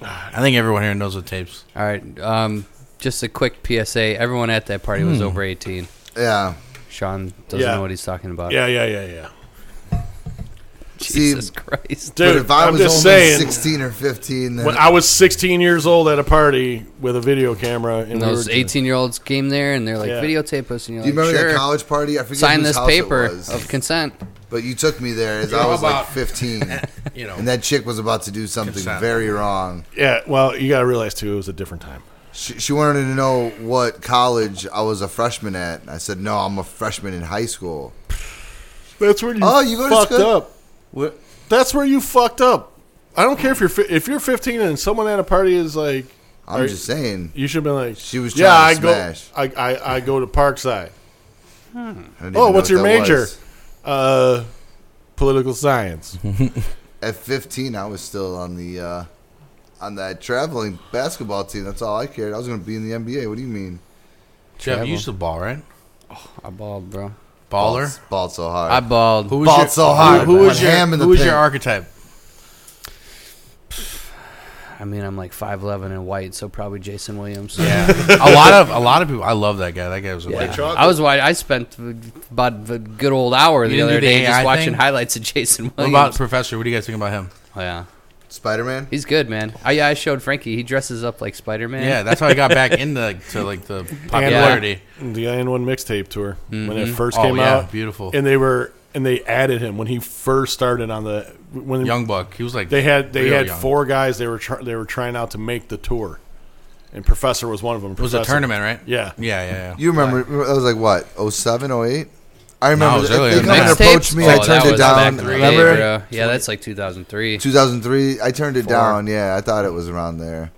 [SPEAKER 4] Ah.
[SPEAKER 7] I think everyone here knows what tapes.
[SPEAKER 3] All right, um, just a quick PSA. Everyone at that party
[SPEAKER 6] Hmm.
[SPEAKER 3] was over eighteen.
[SPEAKER 6] Yeah.
[SPEAKER 3] Sean doesn't
[SPEAKER 4] Yeah.
[SPEAKER 3] know what he's talking about.
[SPEAKER 4] yeah, yeah, yeah, yeah.
[SPEAKER 3] Jesus
[SPEAKER 6] See-
[SPEAKER 3] Christ!
[SPEAKER 4] Dude,
[SPEAKER 6] but if I
[SPEAKER 4] I'm
[SPEAKER 6] was
[SPEAKER 4] just
[SPEAKER 6] only
[SPEAKER 4] saying.
[SPEAKER 6] 16 or 15, then
[SPEAKER 4] When I was 16 years old at a party with a video camera, and
[SPEAKER 3] And
[SPEAKER 4] we
[SPEAKER 3] those
[SPEAKER 4] were-
[SPEAKER 3] eighteen-year-olds came there and they're like,
[SPEAKER 4] Yeah.
[SPEAKER 3] "Videotape us," and you're
[SPEAKER 6] do you
[SPEAKER 3] like,
[SPEAKER 6] remember
[SPEAKER 3] "Sure."
[SPEAKER 6] that college party? I forget
[SPEAKER 3] Sign
[SPEAKER 6] whose
[SPEAKER 3] this
[SPEAKER 6] house it
[SPEAKER 3] paper
[SPEAKER 6] was.
[SPEAKER 3] of consent.
[SPEAKER 6] But you took me there as
[SPEAKER 7] Yeah,
[SPEAKER 6] I
[SPEAKER 7] how
[SPEAKER 6] was like
[SPEAKER 7] about-
[SPEAKER 6] 15,
[SPEAKER 7] You know,
[SPEAKER 6] and that chick was about to do something
[SPEAKER 7] Consent.
[SPEAKER 6] very wrong.
[SPEAKER 4] yeah. Well, you gotta realize too, it was a different time.
[SPEAKER 6] She, she wanted to know what college I was a freshman at. and I said, "No, I'm a freshman in high school."
[SPEAKER 4] That's where you,
[SPEAKER 6] Oh, you go to
[SPEAKER 4] fucked
[SPEAKER 6] school-
[SPEAKER 4] up. That's where you fucked up. I don't care if you're fi- if you're 15 and someone at a party is like,
[SPEAKER 6] I'm
[SPEAKER 4] Are-
[SPEAKER 6] just saying.
[SPEAKER 4] you should be like,
[SPEAKER 6] She was
[SPEAKER 4] yeah, I
[SPEAKER 6] trying to
[SPEAKER 4] go,
[SPEAKER 6] smash.
[SPEAKER 4] I, I I go to Parkside.
[SPEAKER 6] I didn't even
[SPEAKER 4] Oh,
[SPEAKER 6] know
[SPEAKER 4] what's
[SPEAKER 6] what
[SPEAKER 4] your
[SPEAKER 6] that
[SPEAKER 4] major?
[SPEAKER 6] was.
[SPEAKER 4] Uh, political science.
[SPEAKER 6] At 15, I was still on the uh, on that traveling basketball team. That's all I cared. I was going to be in the NBA. What do you mean?
[SPEAKER 7] Jeff
[SPEAKER 3] Travel.
[SPEAKER 7] used the ball, right?
[SPEAKER 3] I balled, bro.
[SPEAKER 7] Baller.
[SPEAKER 6] Balled- Balled so hard.
[SPEAKER 3] I balled.
[SPEAKER 7] Who was
[SPEAKER 6] Balled
[SPEAKER 7] your,
[SPEAKER 6] so hard,
[SPEAKER 7] Who, who
[SPEAKER 6] man.
[SPEAKER 7] was your
[SPEAKER 6] Ham in the
[SPEAKER 7] Who was
[SPEAKER 6] paint.
[SPEAKER 7] your archetype?
[SPEAKER 3] I mean, I'm like five eleven and white, so probably Jason Williams.
[SPEAKER 7] Yeah, a lot of a lot of people. I love that guy. That guy was a
[SPEAKER 3] Yeah.
[SPEAKER 7] legend.
[SPEAKER 3] I was wide. I spent about a good old hour the
[SPEAKER 7] didn't
[SPEAKER 3] other
[SPEAKER 7] do the
[SPEAKER 3] day just
[SPEAKER 7] AI
[SPEAKER 3] watching
[SPEAKER 7] thing?
[SPEAKER 3] highlights of Jason
[SPEAKER 7] What
[SPEAKER 3] Williams.
[SPEAKER 7] about Professor? What do you guys think about him?
[SPEAKER 3] Oh, yeah,
[SPEAKER 6] Spider Man.
[SPEAKER 3] he's good, man. I, yeah, I showed Frankie. He dresses up like Spider Man.
[SPEAKER 7] Yeah, that's how I got back into to like the
[SPEAKER 4] uh,
[SPEAKER 7] popularity.
[SPEAKER 4] The Iron One mixtape tour when it first
[SPEAKER 7] Mm-hmm. Oh,
[SPEAKER 4] came
[SPEAKER 7] yeah,
[SPEAKER 4] out,
[SPEAKER 7] beautiful.
[SPEAKER 4] and they were and they added him when he first started on the when
[SPEAKER 7] Young Buck. He was like
[SPEAKER 4] They had they
[SPEAKER 7] real
[SPEAKER 4] had
[SPEAKER 7] young.
[SPEAKER 4] four guys they were try, they were trying out to make the tour, and Professor was one of them.
[SPEAKER 7] It was a
[SPEAKER 4] Professor.
[SPEAKER 7] tournament, right?
[SPEAKER 4] Yeah.
[SPEAKER 7] yeah, yeah. yeah.
[SPEAKER 6] You remember? That was like what? 07, 08? I
[SPEAKER 7] No, it
[SPEAKER 6] remember.
[SPEAKER 7] was
[SPEAKER 6] that-
[SPEAKER 7] earlier
[SPEAKER 6] they
[SPEAKER 7] than
[SPEAKER 6] come and
[SPEAKER 7] that.
[SPEAKER 6] approached me.
[SPEAKER 3] Oh,
[SPEAKER 6] I
[SPEAKER 3] that
[SPEAKER 6] turned it
[SPEAKER 3] was back
[SPEAKER 6] down.
[SPEAKER 3] in the day,
[SPEAKER 6] Remember?
[SPEAKER 3] bro. Yeah, that's like 2003.
[SPEAKER 6] 2003. I turned it down. Yeah, I thought it was around there.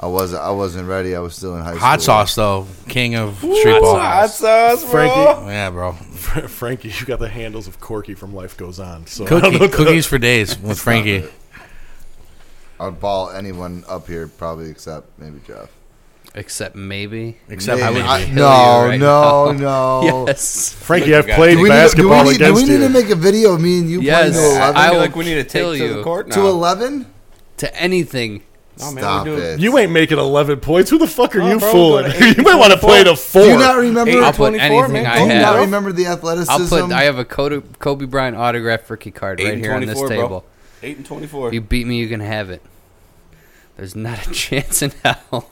[SPEAKER 6] I was I wasn't ready. I was still in high school.
[SPEAKER 7] Hot sauce though, king of street ball.
[SPEAKER 5] sauce,
[SPEAKER 4] Frankie,
[SPEAKER 7] Yeah, bro.
[SPEAKER 4] Frankie, you got the handles of Corky from Life Goes On. So I don't know
[SPEAKER 7] Cookie,
[SPEAKER 4] what the-
[SPEAKER 7] cookies for days with Frankie.
[SPEAKER 6] I'd ball anyone up here probably except maybe Jeff.
[SPEAKER 3] Except maybe.
[SPEAKER 7] Except
[SPEAKER 6] Maybe.
[SPEAKER 7] Maybe.
[SPEAKER 6] I-
[SPEAKER 3] kill
[SPEAKER 6] no,
[SPEAKER 3] you right
[SPEAKER 6] no, no.
[SPEAKER 3] Yes.
[SPEAKER 4] Frankie, I've
[SPEAKER 5] Look, you
[SPEAKER 4] played
[SPEAKER 5] got-
[SPEAKER 6] Do we, need, do, we
[SPEAKER 4] basketball
[SPEAKER 6] need, do we
[SPEAKER 4] against
[SPEAKER 6] need to
[SPEAKER 4] you.
[SPEAKER 6] make a video of me and you
[SPEAKER 3] Yes,
[SPEAKER 6] playing to
[SPEAKER 3] I-
[SPEAKER 6] 11?
[SPEAKER 5] I, feel
[SPEAKER 3] will
[SPEAKER 5] like we need to take
[SPEAKER 3] kill
[SPEAKER 5] to
[SPEAKER 3] you.
[SPEAKER 5] the court now.
[SPEAKER 6] to 11?
[SPEAKER 3] To anything.
[SPEAKER 5] No, man, we
[SPEAKER 6] Stop
[SPEAKER 5] do-
[SPEAKER 6] it.
[SPEAKER 4] You ain't making eleven points. Who the fuck are
[SPEAKER 5] Oh,
[SPEAKER 4] you
[SPEAKER 5] bro,
[SPEAKER 4] fooling?
[SPEAKER 5] go to eight
[SPEAKER 4] you might want to play to four.
[SPEAKER 6] do you not remember?
[SPEAKER 5] Eight
[SPEAKER 3] I'll put
[SPEAKER 5] 24,
[SPEAKER 3] anything
[SPEAKER 5] man.
[SPEAKER 3] I
[SPEAKER 6] do you
[SPEAKER 3] have.
[SPEAKER 6] not remember the athleticism?
[SPEAKER 3] I'll put. I have a Kobe, Kobe Bryant autographed rookie card
[SPEAKER 5] Eight
[SPEAKER 3] right
[SPEAKER 5] and
[SPEAKER 3] here on this
[SPEAKER 5] 24, bro.
[SPEAKER 3] table.
[SPEAKER 5] Eight and twenty-four.
[SPEAKER 3] You beat me, you can have it. There's not a chance in hell.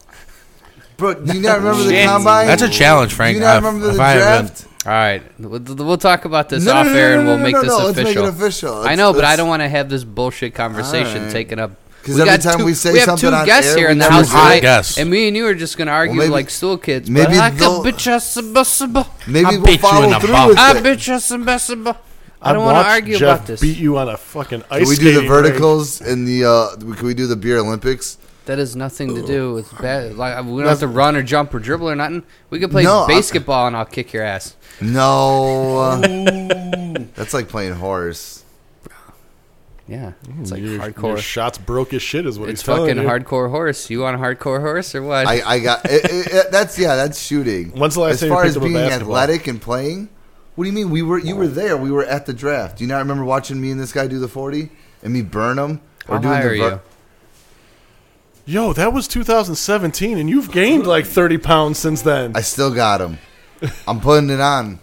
[SPEAKER 6] Bro, do you not remember the
[SPEAKER 5] Shit.
[SPEAKER 6] combine?
[SPEAKER 7] That's a challenge, Frank.
[SPEAKER 6] Do you not
[SPEAKER 7] I've-
[SPEAKER 6] remember
[SPEAKER 7] if
[SPEAKER 6] the
[SPEAKER 7] I haven't-
[SPEAKER 6] draft?
[SPEAKER 3] All right, we'll, we'll talk about this
[SPEAKER 6] No, no,
[SPEAKER 3] off
[SPEAKER 6] no,
[SPEAKER 3] air,
[SPEAKER 6] no,
[SPEAKER 3] and
[SPEAKER 6] no,
[SPEAKER 3] we'll
[SPEAKER 6] no,
[SPEAKER 3] make
[SPEAKER 6] no,
[SPEAKER 3] this
[SPEAKER 6] no, let's make
[SPEAKER 3] official.
[SPEAKER 6] it official.
[SPEAKER 3] I
[SPEAKER 6] Let's-
[SPEAKER 3] know, but I
[SPEAKER 6] let's-
[SPEAKER 3] don't want to have this bullshit conversation
[SPEAKER 6] All right.
[SPEAKER 3] taken up.
[SPEAKER 6] 'Cause
[SPEAKER 3] We
[SPEAKER 6] every
[SPEAKER 3] got
[SPEAKER 6] time
[SPEAKER 3] two-
[SPEAKER 6] we say
[SPEAKER 3] have
[SPEAKER 6] something
[SPEAKER 3] two
[SPEAKER 6] on
[SPEAKER 3] guests
[SPEAKER 6] air,
[SPEAKER 3] here
[SPEAKER 6] we
[SPEAKER 3] in the
[SPEAKER 6] never
[SPEAKER 3] house
[SPEAKER 6] do it.
[SPEAKER 3] tonight,
[SPEAKER 7] Guests.
[SPEAKER 3] and me and you are just going to argue
[SPEAKER 6] maybe-
[SPEAKER 3] like stool kids.
[SPEAKER 6] maybe
[SPEAKER 3] but I could
[SPEAKER 6] they'll-
[SPEAKER 3] bitch us some basketball.
[SPEAKER 6] Maybe
[SPEAKER 7] I
[SPEAKER 6] we'll
[SPEAKER 7] bet you
[SPEAKER 6] follow
[SPEAKER 7] in a
[SPEAKER 6] through
[SPEAKER 7] ball.
[SPEAKER 6] with
[SPEAKER 3] I
[SPEAKER 6] it.
[SPEAKER 3] bitch us some basketball. I
[SPEAKER 4] I've
[SPEAKER 3] don't want to
[SPEAKER 4] watched
[SPEAKER 3] argue
[SPEAKER 4] Jeff
[SPEAKER 3] about this.
[SPEAKER 4] Beat you on a fucking ice.
[SPEAKER 6] Can we do the
[SPEAKER 4] skating rink.
[SPEAKER 6] verticals and the? Uh, can we do the beer Olympics?
[SPEAKER 3] That has nothing to do with bad. Like we don't have to run or jump or dribble or nothing. We could play
[SPEAKER 6] No, I-
[SPEAKER 3] basketball, and I'll kick your ass.
[SPEAKER 6] No, that's like playing horse.
[SPEAKER 3] Yeah, it's like
[SPEAKER 4] Your- Your
[SPEAKER 3] hardcore.
[SPEAKER 4] shots broke as shit, is what
[SPEAKER 3] It's
[SPEAKER 4] he's telling
[SPEAKER 3] fucking
[SPEAKER 4] you.
[SPEAKER 3] hardcore horse. You want a hardcore horse or what?
[SPEAKER 6] I, I got it, it, it- that's yeah, that's shooting.
[SPEAKER 4] When's the last
[SPEAKER 6] as
[SPEAKER 4] time you
[SPEAKER 6] far
[SPEAKER 4] picked
[SPEAKER 6] as
[SPEAKER 4] up a
[SPEAKER 6] being
[SPEAKER 4] basketball?
[SPEAKER 6] athletic and playing? What do you mean? We were you were there. We were at the draft. Do you not remember watching me and this guy do the forty and me burn him
[SPEAKER 3] How high are you?
[SPEAKER 4] Yo, that was 2017, and you've gained like 30 pounds since then.
[SPEAKER 6] I still got him. I'm putting it on.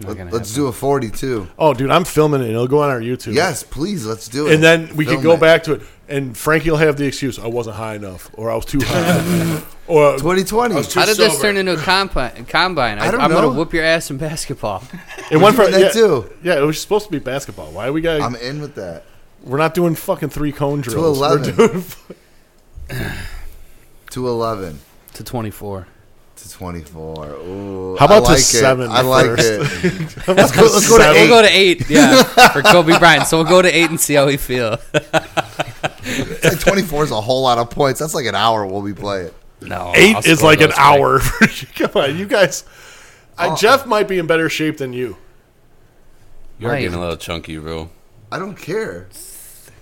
[SPEAKER 3] Not gonna
[SPEAKER 6] Let, us
[SPEAKER 3] happen.
[SPEAKER 6] do a forty too.
[SPEAKER 4] Oh, dude, I'm filming it. and It'll go on our YouTube.
[SPEAKER 6] Yes, please. Let's do it.
[SPEAKER 4] And then we
[SPEAKER 6] Film
[SPEAKER 4] can go
[SPEAKER 6] it.
[SPEAKER 4] back to it, and Frankie will have the excuse I wasn't high enough, or I was too high. or
[SPEAKER 6] 2020.
[SPEAKER 3] How did this turn into a compi- combine? I,
[SPEAKER 6] I don't
[SPEAKER 3] am gonna
[SPEAKER 6] know.
[SPEAKER 3] whoop your ass in basketball.
[SPEAKER 4] it went
[SPEAKER 6] We're
[SPEAKER 4] from
[SPEAKER 6] doing
[SPEAKER 4] yeah,
[SPEAKER 6] that too.
[SPEAKER 4] Yeah, it was supposed to be basketball. Why we got?
[SPEAKER 6] I'm in with that.
[SPEAKER 4] we're not doing fucking three cone drills. We're
[SPEAKER 6] 11.
[SPEAKER 4] doing
[SPEAKER 6] To 11.
[SPEAKER 3] To 24.
[SPEAKER 6] To to 24. Ooh,
[SPEAKER 4] How about to
[SPEAKER 6] I like it.
[SPEAKER 4] seven
[SPEAKER 6] I like
[SPEAKER 4] first?
[SPEAKER 6] it. let's go, let's go to
[SPEAKER 4] Seven.
[SPEAKER 6] eight.
[SPEAKER 3] We'll go to eight, yeah, for Kobe Bryant. So we'll go to eight and see how we feel.
[SPEAKER 6] It's like 24 is a whole lot of points. That's like an hour we'll be playing.
[SPEAKER 3] No, I'll
[SPEAKER 4] Eight is
[SPEAKER 3] score
[SPEAKER 4] like an
[SPEAKER 3] those back.
[SPEAKER 4] hour. Come on, you guys.
[SPEAKER 6] Oh.
[SPEAKER 4] I, Jeff might be in better shape than you.
[SPEAKER 3] Right.
[SPEAKER 1] You're getting a little chunky, bro.
[SPEAKER 6] I don't care.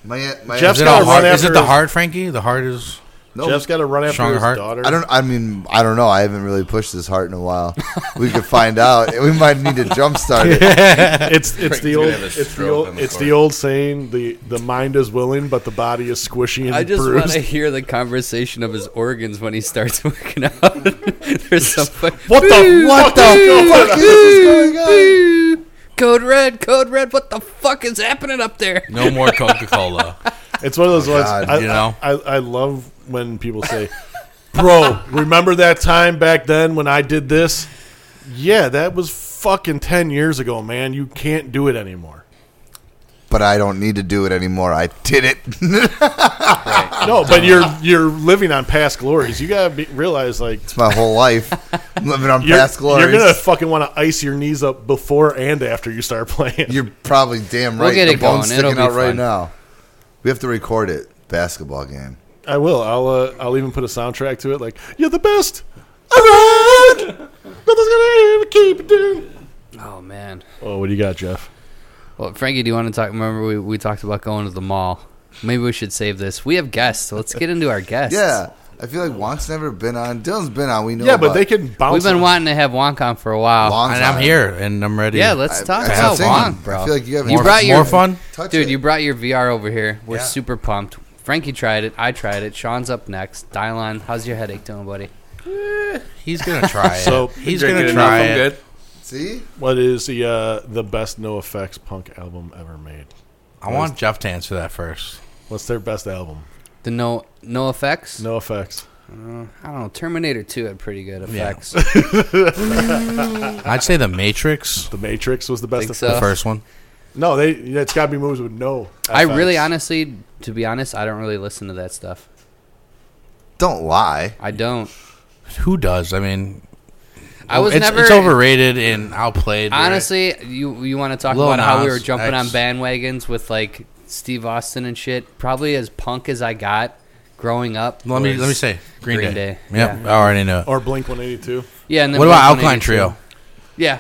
[SPEAKER 6] My, my
[SPEAKER 4] Jeff's
[SPEAKER 7] Is it,
[SPEAKER 4] gotta
[SPEAKER 7] a
[SPEAKER 4] run
[SPEAKER 7] hard, is it
[SPEAKER 4] after
[SPEAKER 7] the
[SPEAKER 4] his-
[SPEAKER 7] heart, Frankie? The heart is.
[SPEAKER 6] no,
[SPEAKER 4] Jeff's got to run after
[SPEAKER 7] Stronger
[SPEAKER 4] his
[SPEAKER 7] heart.
[SPEAKER 4] daughter.
[SPEAKER 6] Oh. I don't. I mean, I don't know. I haven't really pushed this hard in a while. We could find out. We might need to jumpstart it.
[SPEAKER 4] It's it's the
[SPEAKER 1] gonna
[SPEAKER 4] old
[SPEAKER 1] have a
[SPEAKER 4] it's the
[SPEAKER 1] stroke
[SPEAKER 4] old
[SPEAKER 1] on the
[SPEAKER 4] it's
[SPEAKER 1] court.
[SPEAKER 4] the old saying the the mind is willing but the body is squishy and
[SPEAKER 3] I just
[SPEAKER 4] bruised.
[SPEAKER 3] want to hear the conversation of his organs when he starts working out. There's some fu-
[SPEAKER 4] What the what the fuck?
[SPEAKER 3] code red, code red. What the fuck is happening up there?
[SPEAKER 7] No more Coca Cola.
[SPEAKER 4] It's one of those ones.
[SPEAKER 6] God,
[SPEAKER 4] I,
[SPEAKER 7] you know?
[SPEAKER 4] I, I, I love when people say, "Bro, remember that time back then when I did this?" Yeah, that was fucking ten years ago, man. You can't do it anymore.
[SPEAKER 6] But I don't need to do it anymore. I did it.
[SPEAKER 4] No, but you're you're living on past glories. You gotta be, realize like
[SPEAKER 6] it's my whole life. I'm living on
[SPEAKER 4] you're,
[SPEAKER 6] past glories.
[SPEAKER 4] you're gonna fucking want to ice your knees up before and after you start playing.
[SPEAKER 6] You're probably damn right.
[SPEAKER 3] We'll get
[SPEAKER 6] the
[SPEAKER 3] it
[SPEAKER 6] bone's
[SPEAKER 3] going. It'll
[SPEAKER 6] sticking
[SPEAKER 3] be
[SPEAKER 6] out right
[SPEAKER 3] fun.
[SPEAKER 6] now. We have to record it. Basketball game.
[SPEAKER 4] I will. I'll uh, I'll even put a soundtrack to it. Like you're the best. around. Nothing's gonna keep doing.
[SPEAKER 3] Oh man.
[SPEAKER 4] Oh, what do you got, Jeff?
[SPEAKER 3] Well, Frankie, do you want to talk? Remember we we talked about going to the mall. Maybe we should save this. We have guests, so let's get into our guests.
[SPEAKER 6] Yeah, I feel like Juan's never been on. Dylan's been on. We know.
[SPEAKER 4] Yeah, but
[SPEAKER 6] about
[SPEAKER 4] they can bounce.
[SPEAKER 3] We've been
[SPEAKER 4] it.
[SPEAKER 3] wanting to have Wonk on for a while.
[SPEAKER 6] Long
[SPEAKER 7] and I'm
[SPEAKER 6] time.
[SPEAKER 7] here and I'm ready.
[SPEAKER 3] Yeah, let's talk
[SPEAKER 6] I- I
[SPEAKER 3] about
[SPEAKER 6] think-
[SPEAKER 3] Wonk, bro.
[SPEAKER 6] I feel like you haven't
[SPEAKER 7] More,
[SPEAKER 3] brought your
[SPEAKER 7] more fun.
[SPEAKER 6] Touch
[SPEAKER 3] Dude,
[SPEAKER 6] it.
[SPEAKER 3] you brought your VR over here. We're
[SPEAKER 7] Yeah.
[SPEAKER 3] super pumped. Frankie tried it. I tried it. Sean's up next. Dylan, how's your headache doing, buddy?
[SPEAKER 7] He's gonna try it.
[SPEAKER 4] So-
[SPEAKER 7] he's
[SPEAKER 1] Drinking
[SPEAKER 7] gonna
[SPEAKER 1] enough,
[SPEAKER 7] try
[SPEAKER 1] I'm
[SPEAKER 7] it.
[SPEAKER 1] good.
[SPEAKER 6] see.
[SPEAKER 4] What is the uh, the best No Effects punk album ever made?
[SPEAKER 7] I want Jeff to answer that first.
[SPEAKER 4] What's their best album?
[SPEAKER 3] The no no effects?
[SPEAKER 4] No Effects.
[SPEAKER 3] I don't know. Terminator 2 had pretty good effects.
[SPEAKER 7] I'd say the Matrix,
[SPEAKER 4] The Matrix was the best.
[SPEAKER 3] Think
[SPEAKER 4] effects.
[SPEAKER 7] the
[SPEAKER 3] so.
[SPEAKER 7] first one.
[SPEAKER 4] No, they. It's got to be movies with no.
[SPEAKER 3] I really,
[SPEAKER 4] effects.
[SPEAKER 3] honestly, to be honest, I don't really listen to that stuff.
[SPEAKER 6] Don't lie.
[SPEAKER 3] I don't.
[SPEAKER 7] Who does? I mean,
[SPEAKER 3] I was
[SPEAKER 7] it's,
[SPEAKER 3] never.
[SPEAKER 7] it's overrated and outplayed. right?
[SPEAKER 3] Honestly, you you want to talk
[SPEAKER 7] Lil
[SPEAKER 3] about how we
[SPEAKER 7] Nas
[SPEAKER 3] were jumping on
[SPEAKER 7] X.
[SPEAKER 3] bandwagons with like Steve Austin and shit? Probably as punk as I got growing up.
[SPEAKER 7] Let me
[SPEAKER 3] was-
[SPEAKER 7] let me say Green,
[SPEAKER 3] Green
[SPEAKER 7] Day.
[SPEAKER 3] Day,
[SPEAKER 7] Yep, Oh,
[SPEAKER 3] yeah.
[SPEAKER 7] I already know. it.
[SPEAKER 4] Or Blink One Eighty Two.
[SPEAKER 3] Yeah, and then
[SPEAKER 7] What
[SPEAKER 3] Blink-182.
[SPEAKER 7] about Alkaline Trio?
[SPEAKER 3] Yeah,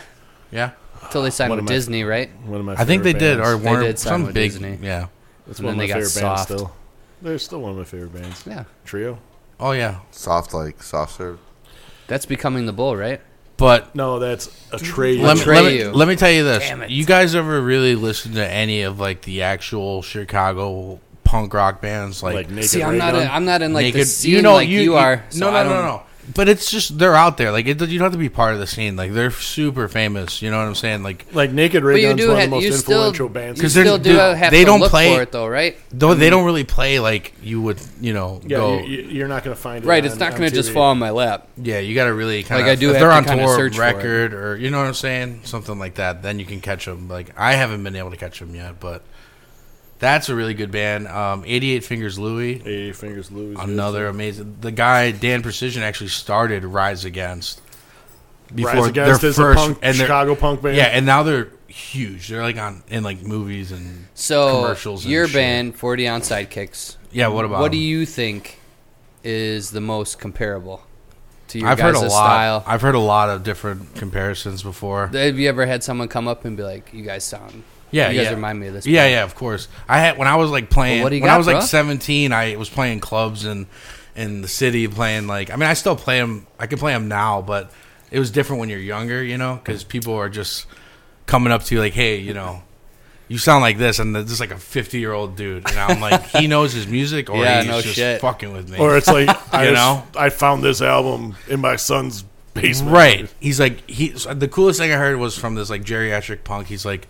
[SPEAKER 7] Yeah,
[SPEAKER 3] until they signed
[SPEAKER 4] What
[SPEAKER 3] with
[SPEAKER 4] am I-
[SPEAKER 3] Disney, right?
[SPEAKER 4] One of my.
[SPEAKER 7] I think they
[SPEAKER 4] favorite
[SPEAKER 7] did.
[SPEAKER 4] bands.
[SPEAKER 7] Or
[SPEAKER 3] They
[SPEAKER 7] Warner,
[SPEAKER 3] did sign
[SPEAKER 7] some
[SPEAKER 3] with
[SPEAKER 7] big.
[SPEAKER 3] Disney.
[SPEAKER 7] Yeah.
[SPEAKER 4] it's
[SPEAKER 3] and
[SPEAKER 4] one of
[SPEAKER 3] then
[SPEAKER 4] my
[SPEAKER 3] they got
[SPEAKER 4] favorite bands
[SPEAKER 3] soft.
[SPEAKER 4] still. They're still one of my favorite bands.
[SPEAKER 3] Yeah,
[SPEAKER 4] Trio.
[SPEAKER 7] Oh yeah.
[SPEAKER 6] Soft like soft serve.
[SPEAKER 3] that's becoming the bull, right?
[SPEAKER 7] But
[SPEAKER 4] No, that's a Trey.
[SPEAKER 7] let me, let, me,
[SPEAKER 3] Atreyu.
[SPEAKER 7] let me tell you
[SPEAKER 3] Damn it.
[SPEAKER 7] this: you guys ever really listen to any of like the actual Chicago punk rock bands? Like,
[SPEAKER 4] like naked.
[SPEAKER 3] See, I'm not
[SPEAKER 4] Raygun.
[SPEAKER 3] in, I'm not in like the
[SPEAKER 7] naked-
[SPEAKER 3] scene like you, are. so
[SPEAKER 7] no,
[SPEAKER 3] I
[SPEAKER 7] no, no,
[SPEAKER 3] don't-
[SPEAKER 7] no. But it's just they're out there. Like it, you don't have to be part of the scene. Like they're super famous. You know what I'm saying? Like
[SPEAKER 4] like Naked
[SPEAKER 3] But
[SPEAKER 4] Ray
[SPEAKER 3] you
[SPEAKER 4] Gun's
[SPEAKER 3] do
[SPEAKER 4] one of the
[SPEAKER 3] have
[SPEAKER 4] most
[SPEAKER 3] you
[SPEAKER 4] influential
[SPEAKER 3] still
[SPEAKER 4] bands.
[SPEAKER 3] you
[SPEAKER 7] 'Cause they're-
[SPEAKER 3] still do
[SPEAKER 7] dude,
[SPEAKER 3] have
[SPEAKER 7] they
[SPEAKER 3] to
[SPEAKER 7] don't
[SPEAKER 3] look
[SPEAKER 7] play-
[SPEAKER 3] for it though, right?
[SPEAKER 7] though they don't really play like you would. You know,
[SPEAKER 4] Yeah,
[SPEAKER 7] go.
[SPEAKER 4] you, you- you're not going to find it.
[SPEAKER 3] Right, it's
[SPEAKER 4] on-
[SPEAKER 3] not
[SPEAKER 4] on
[SPEAKER 3] going to just
[SPEAKER 4] TV.
[SPEAKER 3] fall on my lap.
[SPEAKER 7] yeah, you got to really kind of.
[SPEAKER 3] Like, I do
[SPEAKER 7] If
[SPEAKER 3] have
[SPEAKER 7] they're
[SPEAKER 3] to
[SPEAKER 7] on
[SPEAKER 3] kinda
[SPEAKER 7] tour,
[SPEAKER 3] search for it.
[SPEAKER 7] record, or you know what I'm saying, something like that. Then you can catch them. Like I haven't been able to catch them yet, but that's a really good band. Um, 88 Fingers Louie.
[SPEAKER 4] Eighty Fingers Louis.
[SPEAKER 7] Another amazing. The guy Dan Precision actually started Rise Against
[SPEAKER 4] Rise Against is a punk,
[SPEAKER 7] and they're-
[SPEAKER 4] Chicago punk band.
[SPEAKER 7] yeah, and now they're huge. They're like on in like movies and
[SPEAKER 3] So
[SPEAKER 7] commercials. And
[SPEAKER 3] your
[SPEAKER 7] shit.
[SPEAKER 3] band, Forty Ounce Sidekicks.
[SPEAKER 7] yeah. What about?
[SPEAKER 3] What do
[SPEAKER 7] them?
[SPEAKER 3] you think is the most comparable to your
[SPEAKER 7] I've
[SPEAKER 3] guys'
[SPEAKER 7] heard a lot.
[SPEAKER 3] style?
[SPEAKER 7] I've heard a lot of different comparisons before.
[SPEAKER 3] Have you ever had someone come up and be like, "You guys sound,
[SPEAKER 7] Yeah,
[SPEAKER 3] you guys
[SPEAKER 7] yeah.
[SPEAKER 3] remind me of this"?
[SPEAKER 7] Yeah, yeah, of course. I had when I was like playing.
[SPEAKER 3] Well, what do you
[SPEAKER 7] when
[SPEAKER 3] got,
[SPEAKER 7] I was
[SPEAKER 3] bro?
[SPEAKER 7] like seventeen, I was playing clubs and in the city playing like. I mean, I still play them. I can play them now, but it was different when you're younger, you know, because people are just coming up to you like, "Hey, you know." You sound like this, and this is like a fifty-year-old dude, and I'm like, he knows his music, or
[SPEAKER 3] Yeah,
[SPEAKER 7] he's
[SPEAKER 3] no
[SPEAKER 7] just
[SPEAKER 3] shit.
[SPEAKER 7] fucking with me.
[SPEAKER 4] Or it's like I
[SPEAKER 7] You
[SPEAKER 4] just-
[SPEAKER 7] know?
[SPEAKER 4] I found this album in my son's basement.
[SPEAKER 7] Right. He's like he. so The coolest thing I heard was from this like geriatric punk. He's like,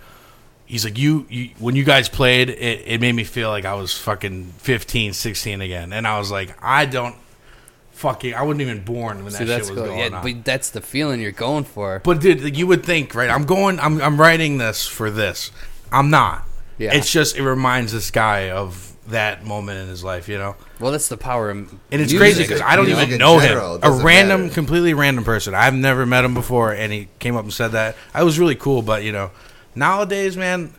[SPEAKER 7] he's like you. you when you guys played, it, it made me feel like I was fucking 15, 16 again, and I was like, I don't fucking. I wasn't even born when
[SPEAKER 3] See,
[SPEAKER 7] that shit
[SPEAKER 3] that's
[SPEAKER 7] was
[SPEAKER 3] cool.
[SPEAKER 7] going
[SPEAKER 3] Yeah,
[SPEAKER 7] on.
[SPEAKER 3] but that's the feeling you're going for.
[SPEAKER 7] But dude, like, you would think, right? I'm going. I'm I'm writing this for this. I'm not.
[SPEAKER 3] Yeah.
[SPEAKER 7] It's just it reminds this guy of that moment in his life, you know.
[SPEAKER 3] Well, that's the power. Of
[SPEAKER 7] And it's
[SPEAKER 3] music.
[SPEAKER 7] crazy because I don't
[SPEAKER 6] Music
[SPEAKER 7] even
[SPEAKER 6] in
[SPEAKER 7] know
[SPEAKER 6] general, it
[SPEAKER 7] him. A
[SPEAKER 6] doesn't
[SPEAKER 7] random,
[SPEAKER 6] matter.
[SPEAKER 7] completely random person. I've never met him before, and he came up and said that. I was really cool, but you know, nowadays, man,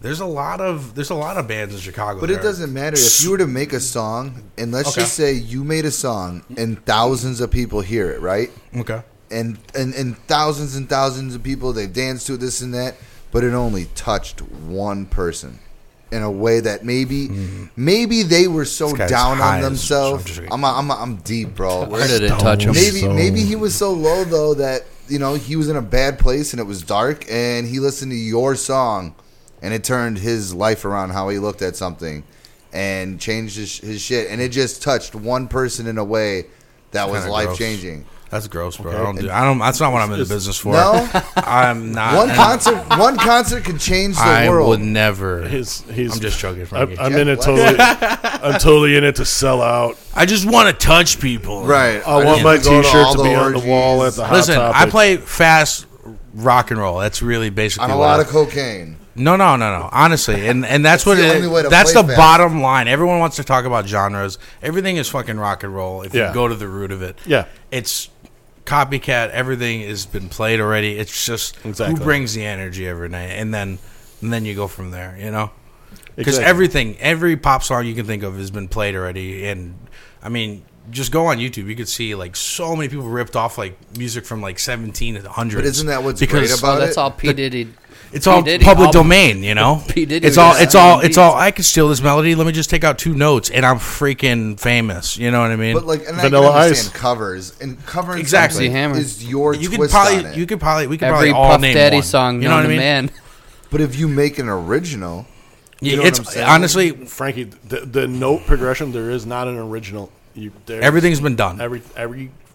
[SPEAKER 7] there's a lot of there's a lot of bands in Chicago.
[SPEAKER 6] But
[SPEAKER 7] that
[SPEAKER 6] it
[SPEAKER 7] are-
[SPEAKER 6] doesn't matter if you were to make a song, and let's
[SPEAKER 7] Okay.
[SPEAKER 6] just say you made a song, and thousands of people hear it, right?
[SPEAKER 7] Okay.
[SPEAKER 6] And and and thousands and thousands of people they've danced to it, this and that, but it only touched one person in a way that maybe maybe they were so
[SPEAKER 7] guy's
[SPEAKER 6] down
[SPEAKER 7] high
[SPEAKER 6] on
[SPEAKER 7] as-
[SPEAKER 6] themselves.
[SPEAKER 7] I'm just-
[SPEAKER 6] I'm I'm I'm deep, bro.
[SPEAKER 1] Where did it touch him?
[SPEAKER 6] maybe maybe he was so low though that you know he was in a bad place and it was dark and he listened to your song and it turned his life around how he looked at something and changed his, his shit and it just touched one person in a way that was
[SPEAKER 7] Kinda
[SPEAKER 6] life
[SPEAKER 7] gross.
[SPEAKER 6] changing
[SPEAKER 7] That's gross, bro. I don't do. I don't. That's not what I'm in the business for.
[SPEAKER 6] No?
[SPEAKER 7] I'm not.
[SPEAKER 6] one
[SPEAKER 7] and
[SPEAKER 6] concert one concert could change the
[SPEAKER 7] I
[SPEAKER 6] world
[SPEAKER 7] would never.
[SPEAKER 4] His, his,
[SPEAKER 7] I'm just joking,
[SPEAKER 4] I,
[SPEAKER 7] Frankie.
[SPEAKER 4] I'm in it totally. I'm totally in it to sell out.
[SPEAKER 7] I just want to touch people.
[SPEAKER 6] right
[SPEAKER 4] I want
[SPEAKER 6] just
[SPEAKER 4] my
[SPEAKER 6] wanna go
[SPEAKER 4] T-shirt
[SPEAKER 6] all
[SPEAKER 4] to, be on the
[SPEAKER 6] orgies.
[SPEAKER 4] wall at the Hot
[SPEAKER 7] Listen, I
[SPEAKER 4] Topic.
[SPEAKER 7] play fast rock and roll. That's really basically
[SPEAKER 6] on a
[SPEAKER 7] what I-
[SPEAKER 6] lot of cocaine
[SPEAKER 7] No, no, no, no. Honestly, and and that's what
[SPEAKER 6] the
[SPEAKER 7] it,
[SPEAKER 6] only way to
[SPEAKER 7] that's
[SPEAKER 6] play
[SPEAKER 7] the
[SPEAKER 6] fast.
[SPEAKER 7] bottom line. Everyone wants to talk about genres. Everything is fucking rock and roll. If
[SPEAKER 4] Yeah.
[SPEAKER 7] you go to the root of it,
[SPEAKER 4] Yeah.
[SPEAKER 7] it's copycat. Everything has been played already. It's just
[SPEAKER 4] Exactly.
[SPEAKER 7] who brings the energy every night, and then and then you go from there. You know, because
[SPEAKER 4] Exactly.
[SPEAKER 7] everything, every pop song you can think of has been played already, and I mean. Just go on YouTube. You could see like so many people ripped off like music from like seventeen to hundred.
[SPEAKER 6] but isn't that what's great about
[SPEAKER 3] Oh, that's
[SPEAKER 6] it
[SPEAKER 3] all P Diddy.
[SPEAKER 7] It's all
[SPEAKER 3] Diddy
[SPEAKER 7] public
[SPEAKER 3] album.
[SPEAKER 7] domain, you know.
[SPEAKER 3] P. Diddy was
[SPEAKER 7] it's all,
[SPEAKER 3] just
[SPEAKER 7] it's all,
[SPEAKER 3] saying
[SPEAKER 7] it's all. I can steal this melody. Let me just take out two notes, and I'm freaking famous. You know what I mean?
[SPEAKER 6] but like and
[SPEAKER 4] Vanilla
[SPEAKER 6] I can understand
[SPEAKER 4] Ice.
[SPEAKER 6] covers and covering
[SPEAKER 7] Exactly.
[SPEAKER 6] something
[SPEAKER 3] Hammer.
[SPEAKER 6] is your
[SPEAKER 7] you could
[SPEAKER 6] twist on
[SPEAKER 7] probably,
[SPEAKER 6] it.
[SPEAKER 7] you could probably, we could
[SPEAKER 3] Every
[SPEAKER 7] probably all
[SPEAKER 3] Puff
[SPEAKER 7] name
[SPEAKER 3] Daddy
[SPEAKER 7] one.
[SPEAKER 3] song
[SPEAKER 7] You know
[SPEAKER 3] known
[SPEAKER 7] what I
[SPEAKER 3] to
[SPEAKER 7] mean?
[SPEAKER 3] man.
[SPEAKER 6] but if you make an original
[SPEAKER 7] Yeah,
[SPEAKER 6] You know what I'm
[SPEAKER 7] it's
[SPEAKER 6] saying?
[SPEAKER 7] honestly
[SPEAKER 4] Frankie, the, the note progression there is not an original. You, there's-
[SPEAKER 7] everything's been done.
[SPEAKER 4] every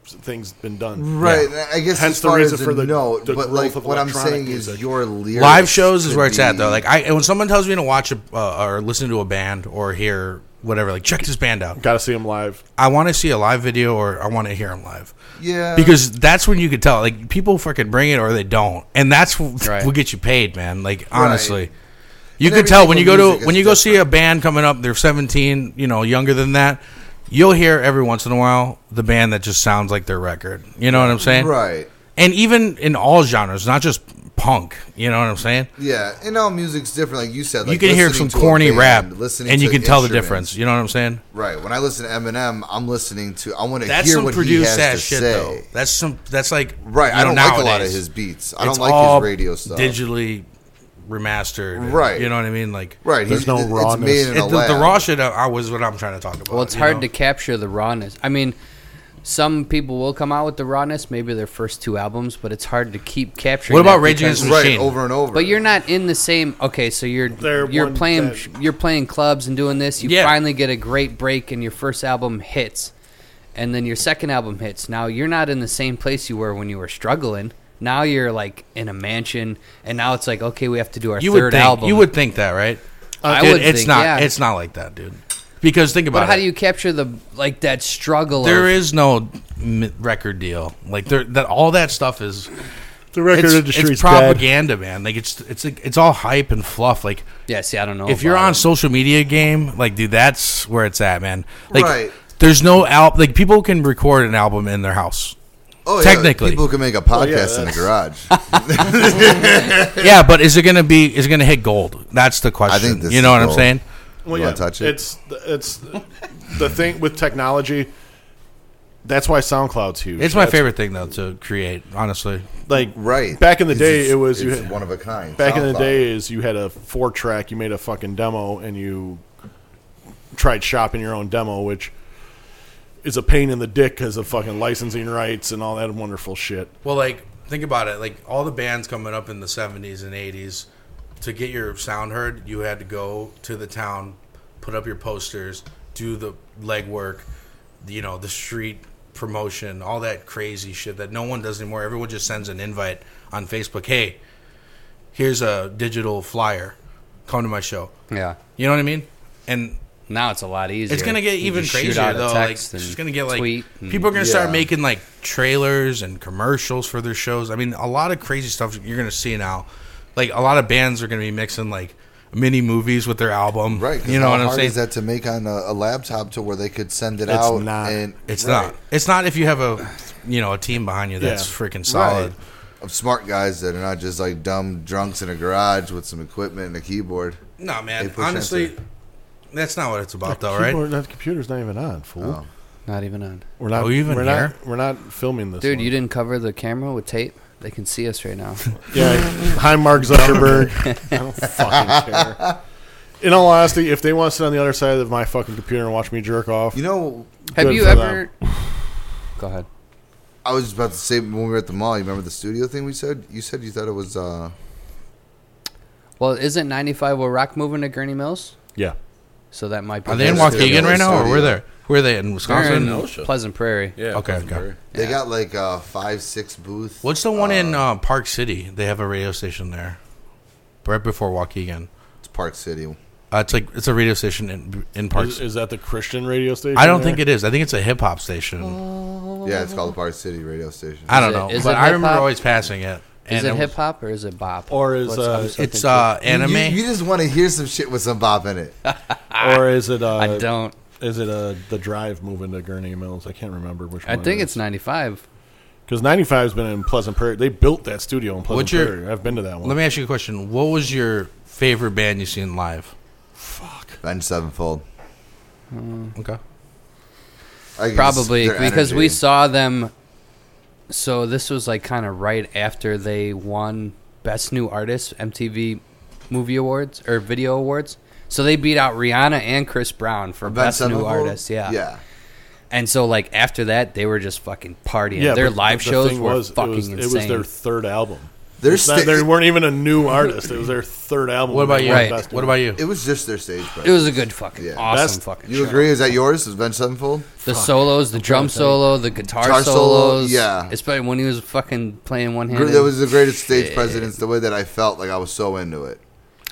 [SPEAKER 4] everything's been done.
[SPEAKER 6] Right. and I guess
[SPEAKER 4] Hence
[SPEAKER 6] as
[SPEAKER 4] the
[SPEAKER 6] far
[SPEAKER 4] reason
[SPEAKER 6] as
[SPEAKER 4] for
[SPEAKER 6] for
[SPEAKER 4] the-
[SPEAKER 6] the note,
[SPEAKER 4] the
[SPEAKER 6] but
[SPEAKER 4] growth
[SPEAKER 6] like
[SPEAKER 4] of
[SPEAKER 6] what I'm
[SPEAKER 4] electronic
[SPEAKER 6] saying
[SPEAKER 4] music.
[SPEAKER 6] is your lyrics.
[SPEAKER 7] Live shows is
[SPEAKER 6] could
[SPEAKER 7] where it's at though.
[SPEAKER 6] be-
[SPEAKER 7] Like I, when someone tells me to watch a, uh, or listen to a band or hear whatever, like check this band out.
[SPEAKER 4] Got to see him live.
[SPEAKER 7] I want to see a live video or I want to hear them live.
[SPEAKER 6] yeah,
[SPEAKER 7] because that's when you could tell like people fucking bring it or they don't and that's what
[SPEAKER 3] Right.
[SPEAKER 7] will get you paid man like honestly you
[SPEAKER 6] And
[SPEAKER 7] could
[SPEAKER 6] every
[SPEAKER 7] tell when you
[SPEAKER 6] type
[SPEAKER 7] go
[SPEAKER 6] of
[SPEAKER 7] to
[SPEAKER 6] music
[SPEAKER 7] when
[SPEAKER 6] is
[SPEAKER 7] you go see a band coming up they're 17 you know younger than that you'll hear every once in a while the band that just sounds like their record you know what i'm saying
[SPEAKER 6] right.
[SPEAKER 7] and even in all genres not just punk you know what i'm saying
[SPEAKER 6] Yeah, and all music's different. Like you said, like
[SPEAKER 7] you can hear
[SPEAKER 6] listening
[SPEAKER 7] some
[SPEAKER 6] to a
[SPEAKER 7] corny
[SPEAKER 6] band,
[SPEAKER 7] rap
[SPEAKER 6] listening
[SPEAKER 7] and you
[SPEAKER 6] to
[SPEAKER 7] can tell the
[SPEAKER 6] instruments.
[SPEAKER 7] difference you know what i'm saying
[SPEAKER 6] Right. When I listen to Eminem, I'm listening to. I want to
[SPEAKER 7] that's
[SPEAKER 6] hear
[SPEAKER 7] some
[SPEAKER 6] what he
[SPEAKER 7] produced
[SPEAKER 6] has
[SPEAKER 7] ass
[SPEAKER 6] to
[SPEAKER 7] shit
[SPEAKER 6] say.
[SPEAKER 7] though that's some that's like
[SPEAKER 6] Right.
[SPEAKER 7] you
[SPEAKER 6] I
[SPEAKER 7] know,
[SPEAKER 6] don't like a lot of
[SPEAKER 7] nowadays.
[SPEAKER 6] his beats. I don't
[SPEAKER 7] It's
[SPEAKER 6] like
[SPEAKER 7] all
[SPEAKER 6] his radio stuff.
[SPEAKER 7] Digitally remastered. and-
[SPEAKER 6] Right.
[SPEAKER 7] You know what I mean? Like
[SPEAKER 6] Right.
[SPEAKER 4] There's
[SPEAKER 6] he's-
[SPEAKER 4] no
[SPEAKER 6] it's made
[SPEAKER 4] rawness.
[SPEAKER 6] in
[SPEAKER 7] it,
[SPEAKER 6] a
[SPEAKER 7] the, the
[SPEAKER 6] lab.
[SPEAKER 7] raw shit uh, I, I was what I'm trying to talk about.
[SPEAKER 3] Well, it's
[SPEAKER 7] you
[SPEAKER 3] hard
[SPEAKER 7] know?
[SPEAKER 3] to capture the rawness. I mean, some people will come out with the rawness, maybe their first two albums, but it's hard to keep capturing.
[SPEAKER 7] What about
[SPEAKER 3] that
[SPEAKER 7] Rage
[SPEAKER 3] because-
[SPEAKER 7] Against the
[SPEAKER 6] Right.
[SPEAKER 7] machine.
[SPEAKER 6] Over and over.
[SPEAKER 3] But you're not in the same. Okay, so you're
[SPEAKER 4] They're
[SPEAKER 3] you're
[SPEAKER 4] one
[SPEAKER 3] playing
[SPEAKER 4] that-
[SPEAKER 3] you're playing clubs and doing this. You
[SPEAKER 7] Yeah.
[SPEAKER 3] finally get a great break, and your first album hits, and then your second album hits. Now you're not in the same place you were when you were struggling. Now you're like in a mansion, and now it's like okay, we have to do our
[SPEAKER 7] You
[SPEAKER 3] third
[SPEAKER 7] would think.
[SPEAKER 3] album.
[SPEAKER 7] You would think that, right?
[SPEAKER 3] I
[SPEAKER 7] Dude,
[SPEAKER 3] would
[SPEAKER 7] It's
[SPEAKER 3] think,
[SPEAKER 7] not.
[SPEAKER 3] yeah.
[SPEAKER 7] It's not like that, dude. Because think about
[SPEAKER 3] but how
[SPEAKER 7] it.
[SPEAKER 3] do you capture the like that struggle?
[SPEAKER 7] there
[SPEAKER 3] of,
[SPEAKER 7] is no m- record deal. Like there, that all that stuff is.
[SPEAKER 4] The record
[SPEAKER 7] it's,
[SPEAKER 4] industry's
[SPEAKER 7] it's propaganda, man. Like it's it's like, it's all hype and fluff. Like
[SPEAKER 3] yeah. See, I don't know
[SPEAKER 7] if you're
[SPEAKER 3] about
[SPEAKER 7] on
[SPEAKER 3] it.
[SPEAKER 7] social media game, like dude, that's where it's at, man. Like
[SPEAKER 6] Right.
[SPEAKER 7] there's no album. Like people can record an album in their house.
[SPEAKER 6] Oh, yeah,
[SPEAKER 7] technically.
[SPEAKER 6] people can make a
[SPEAKER 4] Oh, yeah,
[SPEAKER 6] podcast in the garage.
[SPEAKER 7] yeah, but is it gonna be? Is it gonna hit gold? That's the question.
[SPEAKER 6] think this
[SPEAKER 7] you know
[SPEAKER 6] is
[SPEAKER 7] what I'm
[SPEAKER 6] gold.
[SPEAKER 7] saying.
[SPEAKER 4] Well,
[SPEAKER 6] You wanna touch it?
[SPEAKER 4] It's it's the thing with technology. That's why SoundCloud's huge.
[SPEAKER 7] It's my
[SPEAKER 4] That's-
[SPEAKER 7] favorite thing though to create. Honestly,
[SPEAKER 4] Like
[SPEAKER 6] Right.
[SPEAKER 4] back in the
[SPEAKER 6] It's-
[SPEAKER 4] day,
[SPEAKER 6] it's-
[SPEAKER 4] it was you
[SPEAKER 6] it's
[SPEAKER 4] had-
[SPEAKER 6] one of a kind.
[SPEAKER 4] back in the
[SPEAKER 6] SoundCloud.
[SPEAKER 4] days you had a four track you made a fucking demo and you tried shopping your own demo which is a pain in the dick because of fucking licensing rights and all that wonderful shit
[SPEAKER 7] well, like think about it. Like all the bands coming up in the '70s and '80s, to get your sound heard, you had to go to the town, put up your posters, do the legwork, you know, the street promotion, all that crazy shit that no one does anymore. Everyone just sends an invite on Facebook. Hey, here's a digital flyer. Come to my show.
[SPEAKER 3] yeah.
[SPEAKER 7] You know what I mean? And
[SPEAKER 3] Now it's a lot easier.
[SPEAKER 7] It's gonna get
[SPEAKER 3] You
[SPEAKER 7] even
[SPEAKER 3] just shoot
[SPEAKER 7] crazier
[SPEAKER 3] out a
[SPEAKER 7] though. Like it's
[SPEAKER 3] text and
[SPEAKER 7] just gonna get like
[SPEAKER 3] tweet and-
[SPEAKER 7] people are gonna start
[SPEAKER 6] Yeah.
[SPEAKER 7] making like trailers and commercials for their shows. I mean, a lot of crazy stuff you're gonna see now. Like a lot of bands are gonna be mixing like mini movies with their album.
[SPEAKER 6] Right. 'cause
[SPEAKER 7] You know
[SPEAKER 6] how
[SPEAKER 7] what I'm
[SPEAKER 6] hard
[SPEAKER 7] saying?
[SPEAKER 6] Is that to make on a, a laptop to where they could send it
[SPEAKER 4] It's
[SPEAKER 6] out?
[SPEAKER 4] not.
[SPEAKER 6] And
[SPEAKER 7] it's
[SPEAKER 6] Right.
[SPEAKER 7] not. It's not if you have a you know a team behind you that's
[SPEAKER 4] Yeah.
[SPEAKER 7] freaking solid.
[SPEAKER 6] Right. Of smart guys that are not just like dumb drunks in a garage with some equipment and a keyboard.
[SPEAKER 7] No,
[SPEAKER 6] They
[SPEAKER 7] man.
[SPEAKER 6] push
[SPEAKER 7] Honestly,
[SPEAKER 6] into
[SPEAKER 7] that's not what it's about, though,
[SPEAKER 4] Keyboard-
[SPEAKER 7] right?
[SPEAKER 4] That computer's not even on, fool.
[SPEAKER 6] Oh.
[SPEAKER 3] Not even on.
[SPEAKER 4] We're not
[SPEAKER 7] Are we even
[SPEAKER 4] are
[SPEAKER 7] here?
[SPEAKER 4] Not, we're not filming this,
[SPEAKER 3] Dude,
[SPEAKER 4] one.
[SPEAKER 3] you didn't cover the camera with tape. They can see us right now.
[SPEAKER 4] Yeah. Hi, Mark Zuckerberg. I don't fucking care. In all honesty, if they want to sit on the other side of my fucking computer and watch me jerk off,
[SPEAKER 6] You know,
[SPEAKER 3] Have
[SPEAKER 4] Good
[SPEAKER 3] you
[SPEAKER 4] for
[SPEAKER 3] ever? Go ahead.
[SPEAKER 6] I was just about to say when we were at the mall. You remember the studio thing we said? You said you thought it was. uh
[SPEAKER 3] Well, isn't 95 Will Rock moving to Gurney Mills?
[SPEAKER 4] yeah,
[SPEAKER 3] So that might be.
[SPEAKER 7] Are they in
[SPEAKER 6] Yeah,
[SPEAKER 7] Waukegan
[SPEAKER 6] studio.
[SPEAKER 7] right now, or
[SPEAKER 6] Studio.
[SPEAKER 7] where they? Where they in
[SPEAKER 3] They're in
[SPEAKER 7] Wisconsin?
[SPEAKER 1] Kenosha.
[SPEAKER 3] Pleasant Prairie.
[SPEAKER 1] Yeah.
[SPEAKER 7] Okay,
[SPEAKER 1] Pleasant
[SPEAKER 7] okay.
[SPEAKER 1] Prairie.
[SPEAKER 6] They got like uh five, six booths.
[SPEAKER 7] What's the one in uh, Park City? They have a radio station there, right before Waukegan.
[SPEAKER 6] It's Park City.
[SPEAKER 7] Uh, it's like it's a radio station in in Park.
[SPEAKER 4] is, is that the Christian radio station?
[SPEAKER 7] I don't think it is. I think it's a hip hop station.
[SPEAKER 6] Yeah, it's called the Park City radio station.
[SPEAKER 7] I don't
[SPEAKER 3] Oh. Is it-
[SPEAKER 7] know,
[SPEAKER 3] is
[SPEAKER 7] but
[SPEAKER 3] it
[SPEAKER 7] I remember
[SPEAKER 3] hip-hop?
[SPEAKER 7] always passing it.
[SPEAKER 3] Is it
[SPEAKER 7] was-
[SPEAKER 3] hip hop or is it bop?
[SPEAKER 2] Or is,
[SPEAKER 3] What's- I'm
[SPEAKER 2] uh,
[SPEAKER 3] so
[SPEAKER 7] It's
[SPEAKER 3] confused.
[SPEAKER 7] uh
[SPEAKER 6] You-
[SPEAKER 7] anime.
[SPEAKER 6] You, you just want to hear some shit with some bop in it.
[SPEAKER 2] or is it? Uh,
[SPEAKER 3] I don't.
[SPEAKER 2] Is it uh, the drive moving to Gurney Mills? I can't remember which.
[SPEAKER 3] I
[SPEAKER 2] one
[SPEAKER 3] think
[SPEAKER 2] it
[SPEAKER 3] it's 95.
[SPEAKER 4] because ninety five has been in Pleasant Prairie. They built that studio in Pleasant
[SPEAKER 7] What's your-
[SPEAKER 4] Prairie. I've been to that one.
[SPEAKER 7] Let me ask you a question. What was your favorite band you seen live?
[SPEAKER 6] Avenged Sevenfold.
[SPEAKER 7] Okay.
[SPEAKER 6] I guess
[SPEAKER 3] Probably
[SPEAKER 6] their
[SPEAKER 3] because we
[SPEAKER 6] energy.
[SPEAKER 3] saw them. So this was like kind of right after they won Best New Artist MTV Movie Awards or Video Awards. So they beat out Rihanna and Chris Brown for
[SPEAKER 6] Avenged
[SPEAKER 3] Best New
[SPEAKER 6] Sevenfold?
[SPEAKER 3] Artist. Yeah.
[SPEAKER 6] Yeah.
[SPEAKER 3] And so like after that, they were just fucking partying.
[SPEAKER 4] yeah,
[SPEAKER 3] their
[SPEAKER 4] but
[SPEAKER 3] live
[SPEAKER 4] the
[SPEAKER 3] shows
[SPEAKER 4] thing
[SPEAKER 3] were
[SPEAKER 4] was,
[SPEAKER 3] fucking
[SPEAKER 4] it was,
[SPEAKER 3] insane.
[SPEAKER 4] It was their third album.
[SPEAKER 6] Their
[SPEAKER 4] It's not-
[SPEAKER 6] sta-
[SPEAKER 4] they weren't even a new artist. It was their third album.
[SPEAKER 7] What about you?
[SPEAKER 3] Right.
[SPEAKER 4] Best-
[SPEAKER 7] What about you?
[SPEAKER 6] It was just their stage presence.
[SPEAKER 3] It was a good fucking,
[SPEAKER 6] Yeah.
[SPEAKER 3] awesome
[SPEAKER 4] Best-
[SPEAKER 3] fucking.
[SPEAKER 6] You
[SPEAKER 3] show.
[SPEAKER 6] agree? Is that yours? Is Avenged Sevenfold?
[SPEAKER 3] The solos, the drum solo, the guitar,
[SPEAKER 6] Guitar solo,
[SPEAKER 3] solos.
[SPEAKER 6] yeah.
[SPEAKER 3] especially when he was fucking playing one
[SPEAKER 6] Gr-
[SPEAKER 3] handed.
[SPEAKER 6] That was the greatest stage presence. The way that I felt like I was so into it.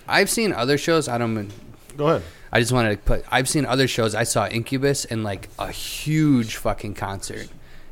[SPEAKER 3] I've seen other shows. I don't.
[SPEAKER 4] Go ahead.
[SPEAKER 3] I just wanted to put. I've seen other shows. I saw Incubus in like a huge fucking concert,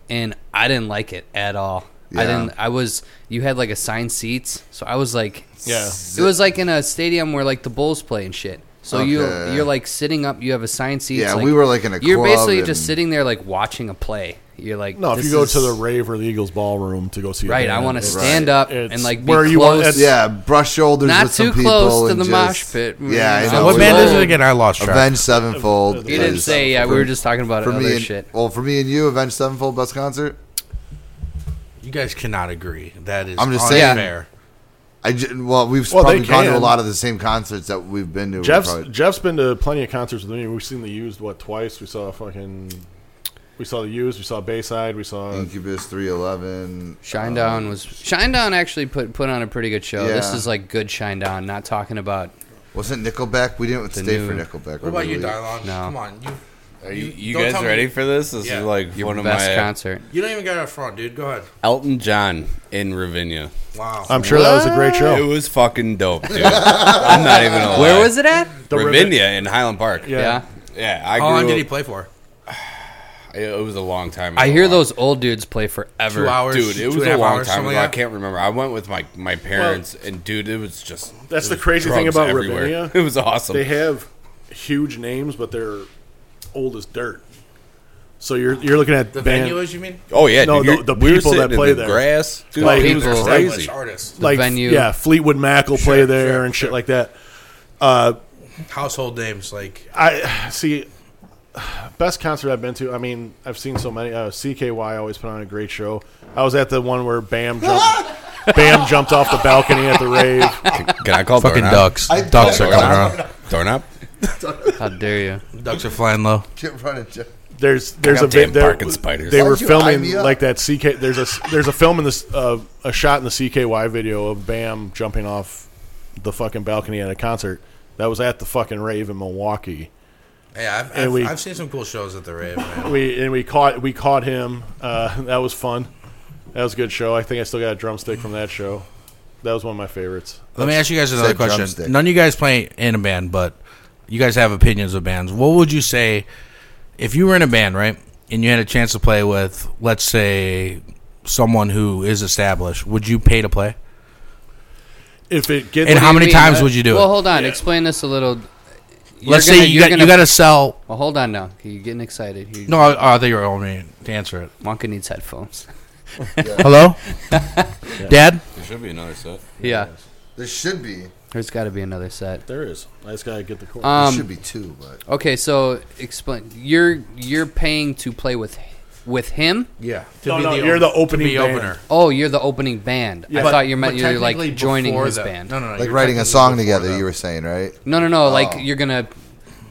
[SPEAKER 3] and I didn't like it at all. I
[SPEAKER 6] Yeah.
[SPEAKER 3] didn't. I was. You had like assigned seats, so I was like,
[SPEAKER 4] Yeah.
[SPEAKER 3] It was like in a stadium where like the Bulls play and shit. So you
[SPEAKER 6] Okay.
[SPEAKER 3] you're like sitting up. You have assigned seats.
[SPEAKER 6] Yeah,
[SPEAKER 3] like-
[SPEAKER 6] we were, like, in a
[SPEAKER 3] You're
[SPEAKER 6] club
[SPEAKER 3] basically just
[SPEAKER 6] and-
[SPEAKER 3] sitting there like watching a play. You're like
[SPEAKER 4] No, if
[SPEAKER 3] this
[SPEAKER 4] you go
[SPEAKER 3] is-
[SPEAKER 4] to the rave or the Eagles ballroom to go see, a
[SPEAKER 3] right, I
[SPEAKER 4] band,
[SPEAKER 3] want to
[SPEAKER 4] it's-
[SPEAKER 3] stand up
[SPEAKER 4] It's
[SPEAKER 3] and like be
[SPEAKER 4] where
[SPEAKER 3] close.
[SPEAKER 4] you want- it's-
[SPEAKER 6] Yeah, brush shoulders
[SPEAKER 3] Not
[SPEAKER 6] with some
[SPEAKER 3] too
[SPEAKER 6] people.
[SPEAKER 3] close to
[SPEAKER 6] and
[SPEAKER 3] the
[SPEAKER 6] just,
[SPEAKER 3] mosh pit.
[SPEAKER 6] Yeah, I
[SPEAKER 3] So
[SPEAKER 6] know.
[SPEAKER 7] what
[SPEAKER 6] We
[SPEAKER 7] band
[SPEAKER 6] all-
[SPEAKER 7] is it again? I lost track.
[SPEAKER 6] Avenged Sevenfold.
[SPEAKER 3] He didn't
[SPEAKER 6] is-
[SPEAKER 3] say. Yeah, we
[SPEAKER 6] for-
[SPEAKER 3] were just talking about
[SPEAKER 6] for
[SPEAKER 3] other
[SPEAKER 6] me and,
[SPEAKER 3] shit.
[SPEAKER 6] Well, for me and you, Avenged Sevenfold best concert.
[SPEAKER 7] You guys cannot agree. That is
[SPEAKER 6] I'm just saying-
[SPEAKER 7] unfair.
[SPEAKER 6] I ju- well, we've
[SPEAKER 4] Well, they
[SPEAKER 6] probably gone to a
[SPEAKER 4] can.
[SPEAKER 6] lot of the same concerts that we've been to.
[SPEAKER 4] Jeff's
[SPEAKER 6] Probably-
[SPEAKER 4] Jeff's been to plenty of concerts with me. We've seen the used what twice. We saw fucking, we saw the used. We saw Bayside. We saw
[SPEAKER 3] Mm.
[SPEAKER 6] Incubus, Three Eleven,
[SPEAKER 3] Shinedown was Shinedown actually put put on a pretty good show. This
[SPEAKER 6] Yeah.
[SPEAKER 3] is like good Shinedown. Not talking about
[SPEAKER 6] Wasn't Nickelback? We didn't stay for
[SPEAKER 3] new-
[SPEAKER 6] Nickelback.
[SPEAKER 7] What about you, Dylon?
[SPEAKER 3] No.
[SPEAKER 7] Come on. You,
[SPEAKER 1] Are you, you
[SPEAKER 7] Don't
[SPEAKER 1] guys
[SPEAKER 7] tell me-
[SPEAKER 1] ready for this? This
[SPEAKER 7] Yeah.
[SPEAKER 1] is like
[SPEAKER 3] your
[SPEAKER 1] one of
[SPEAKER 3] best
[SPEAKER 1] my
[SPEAKER 7] uh,
[SPEAKER 3] concert.
[SPEAKER 7] you don't even got it up front, dude. Go ahead.
[SPEAKER 1] Elton John in Ravinia.
[SPEAKER 7] Wow.
[SPEAKER 4] I'm sure that was a great
[SPEAKER 1] It
[SPEAKER 4] show.
[SPEAKER 1] was fucking dope, dude. I'm not even. Gonna
[SPEAKER 7] uh,
[SPEAKER 3] Where
[SPEAKER 1] lie.
[SPEAKER 3] was it at?
[SPEAKER 1] Ravinia in Highland Park.
[SPEAKER 4] Yeah.
[SPEAKER 3] Yeah.
[SPEAKER 1] Yeah, I grew
[SPEAKER 7] How long did he
[SPEAKER 1] up-
[SPEAKER 7] play for?
[SPEAKER 1] It was a long time. ago.
[SPEAKER 3] I hear
[SPEAKER 1] Wow.
[SPEAKER 3] those old dudes play forever.
[SPEAKER 7] Two hours.
[SPEAKER 1] Dude,
[SPEAKER 7] two
[SPEAKER 1] it was
[SPEAKER 7] and
[SPEAKER 1] a
[SPEAKER 7] half
[SPEAKER 1] long
[SPEAKER 7] hours,
[SPEAKER 1] time
[SPEAKER 7] something
[SPEAKER 1] ago.
[SPEAKER 7] like
[SPEAKER 1] I
[SPEAKER 7] that?
[SPEAKER 1] can't remember. I went with my my parents, and dude, it was just
[SPEAKER 4] That's
[SPEAKER 1] there
[SPEAKER 4] the
[SPEAKER 1] was
[SPEAKER 4] crazy thing
[SPEAKER 1] drugs
[SPEAKER 4] about
[SPEAKER 1] everywhere.
[SPEAKER 4] Ravinia.
[SPEAKER 1] It was awesome.
[SPEAKER 4] They have huge names, but they're old as dirt. So you're you're looking at
[SPEAKER 7] The
[SPEAKER 4] band,
[SPEAKER 7] venue is, you mean?
[SPEAKER 1] oh yeah,
[SPEAKER 4] No,
[SPEAKER 1] dude, you're-
[SPEAKER 4] the- the
[SPEAKER 1] we were
[SPEAKER 4] people
[SPEAKER 1] sitting
[SPEAKER 4] that play
[SPEAKER 1] in the
[SPEAKER 4] there.
[SPEAKER 1] grass, dude,
[SPEAKER 4] Like,
[SPEAKER 1] it was
[SPEAKER 3] people-
[SPEAKER 1] crazy.
[SPEAKER 7] Established artist.
[SPEAKER 4] like
[SPEAKER 3] venue.
[SPEAKER 4] yeah, Fleetwood Mac will play there
[SPEAKER 7] sure,
[SPEAKER 4] and shit
[SPEAKER 7] sure.
[SPEAKER 4] like that.
[SPEAKER 7] Household names. Like,
[SPEAKER 4] I see. Best concert I've been to. I mean, I've seen so many. Uh, CKY always put on a great show. I was at the one where Bam jumped, Bam jumped off the balcony at the rave.
[SPEAKER 1] Can I call
[SPEAKER 7] fucking
[SPEAKER 1] doorknob?
[SPEAKER 7] ducks. ducks are coming around.
[SPEAKER 1] Doorknob.
[SPEAKER 3] How dare you?
[SPEAKER 7] Ducks are flying low.
[SPEAKER 6] Get running, Jeff.
[SPEAKER 4] There's there's a
[SPEAKER 1] Goddamn
[SPEAKER 4] bit there.
[SPEAKER 1] barking spiders.
[SPEAKER 4] They
[SPEAKER 6] Why'd
[SPEAKER 4] were
[SPEAKER 6] you eye
[SPEAKER 4] filming
[SPEAKER 6] me up?
[SPEAKER 4] like that CK. There's a there's a film in this uh, a shot in the CKY video of Bam jumping off the fucking balcony at a concert that was at the fucking rave in Milwaukee.
[SPEAKER 7] Yeah, I've,
[SPEAKER 4] And
[SPEAKER 7] I've,
[SPEAKER 4] we-
[SPEAKER 7] I've seen some cool shows at the rave, man.
[SPEAKER 4] We and we caught we caught him. Uh, that was fun. That was a good show. I think I still got a drumstick from that show. That was one of my favorites.
[SPEAKER 7] Let me ask you guys another
[SPEAKER 6] Said
[SPEAKER 7] question.
[SPEAKER 6] drumstick.
[SPEAKER 7] None of you guys play in a band, but you guys have opinions of bands. What would you say if you were in a band, right, and you had a chance to play with, let's say, someone who is established? Would you pay to play?
[SPEAKER 4] if it gets
[SPEAKER 7] And how
[SPEAKER 3] What do mean?
[SPEAKER 7] many times
[SPEAKER 3] Uh,
[SPEAKER 7] would you do
[SPEAKER 3] Well,
[SPEAKER 7] it?
[SPEAKER 3] hold on. Explain this a little. You're
[SPEAKER 7] Let's
[SPEAKER 3] gonna-
[SPEAKER 7] say you
[SPEAKER 3] you're
[SPEAKER 7] got
[SPEAKER 3] gonna-
[SPEAKER 7] you got to sell.
[SPEAKER 3] Well, hold on now. You're getting excited. You,
[SPEAKER 7] No, I, I think you're only to answer it.
[SPEAKER 3] Wonka needs headphones.
[SPEAKER 7] Hello, Dad.
[SPEAKER 1] There should be another set.
[SPEAKER 3] Yeah.
[SPEAKER 6] There should be. There
[SPEAKER 3] There's got to be another set.
[SPEAKER 2] There is. I just gotta get the
[SPEAKER 7] Uh,
[SPEAKER 2] cord.
[SPEAKER 3] Um,
[SPEAKER 6] should be two, but
[SPEAKER 3] okay, so explain. You're you're paying to play with with him.
[SPEAKER 7] Yeah.
[SPEAKER 4] No, no, you're the opening
[SPEAKER 7] to be
[SPEAKER 4] band.
[SPEAKER 7] opener.
[SPEAKER 3] Oh, you're the opening band. I
[SPEAKER 7] But-
[SPEAKER 3] thought you meant
[SPEAKER 7] but
[SPEAKER 3] you're like
[SPEAKER 7] technically
[SPEAKER 3] joining
[SPEAKER 7] before
[SPEAKER 3] his
[SPEAKER 7] that-
[SPEAKER 3] band.
[SPEAKER 7] No, no, no.
[SPEAKER 6] like
[SPEAKER 7] you're
[SPEAKER 6] writing a
[SPEAKER 7] technically
[SPEAKER 6] song
[SPEAKER 7] before
[SPEAKER 6] together.
[SPEAKER 7] that.
[SPEAKER 6] You were saying, right?
[SPEAKER 3] No, no, no. Like
[SPEAKER 6] Oh.
[SPEAKER 3] you're gonna,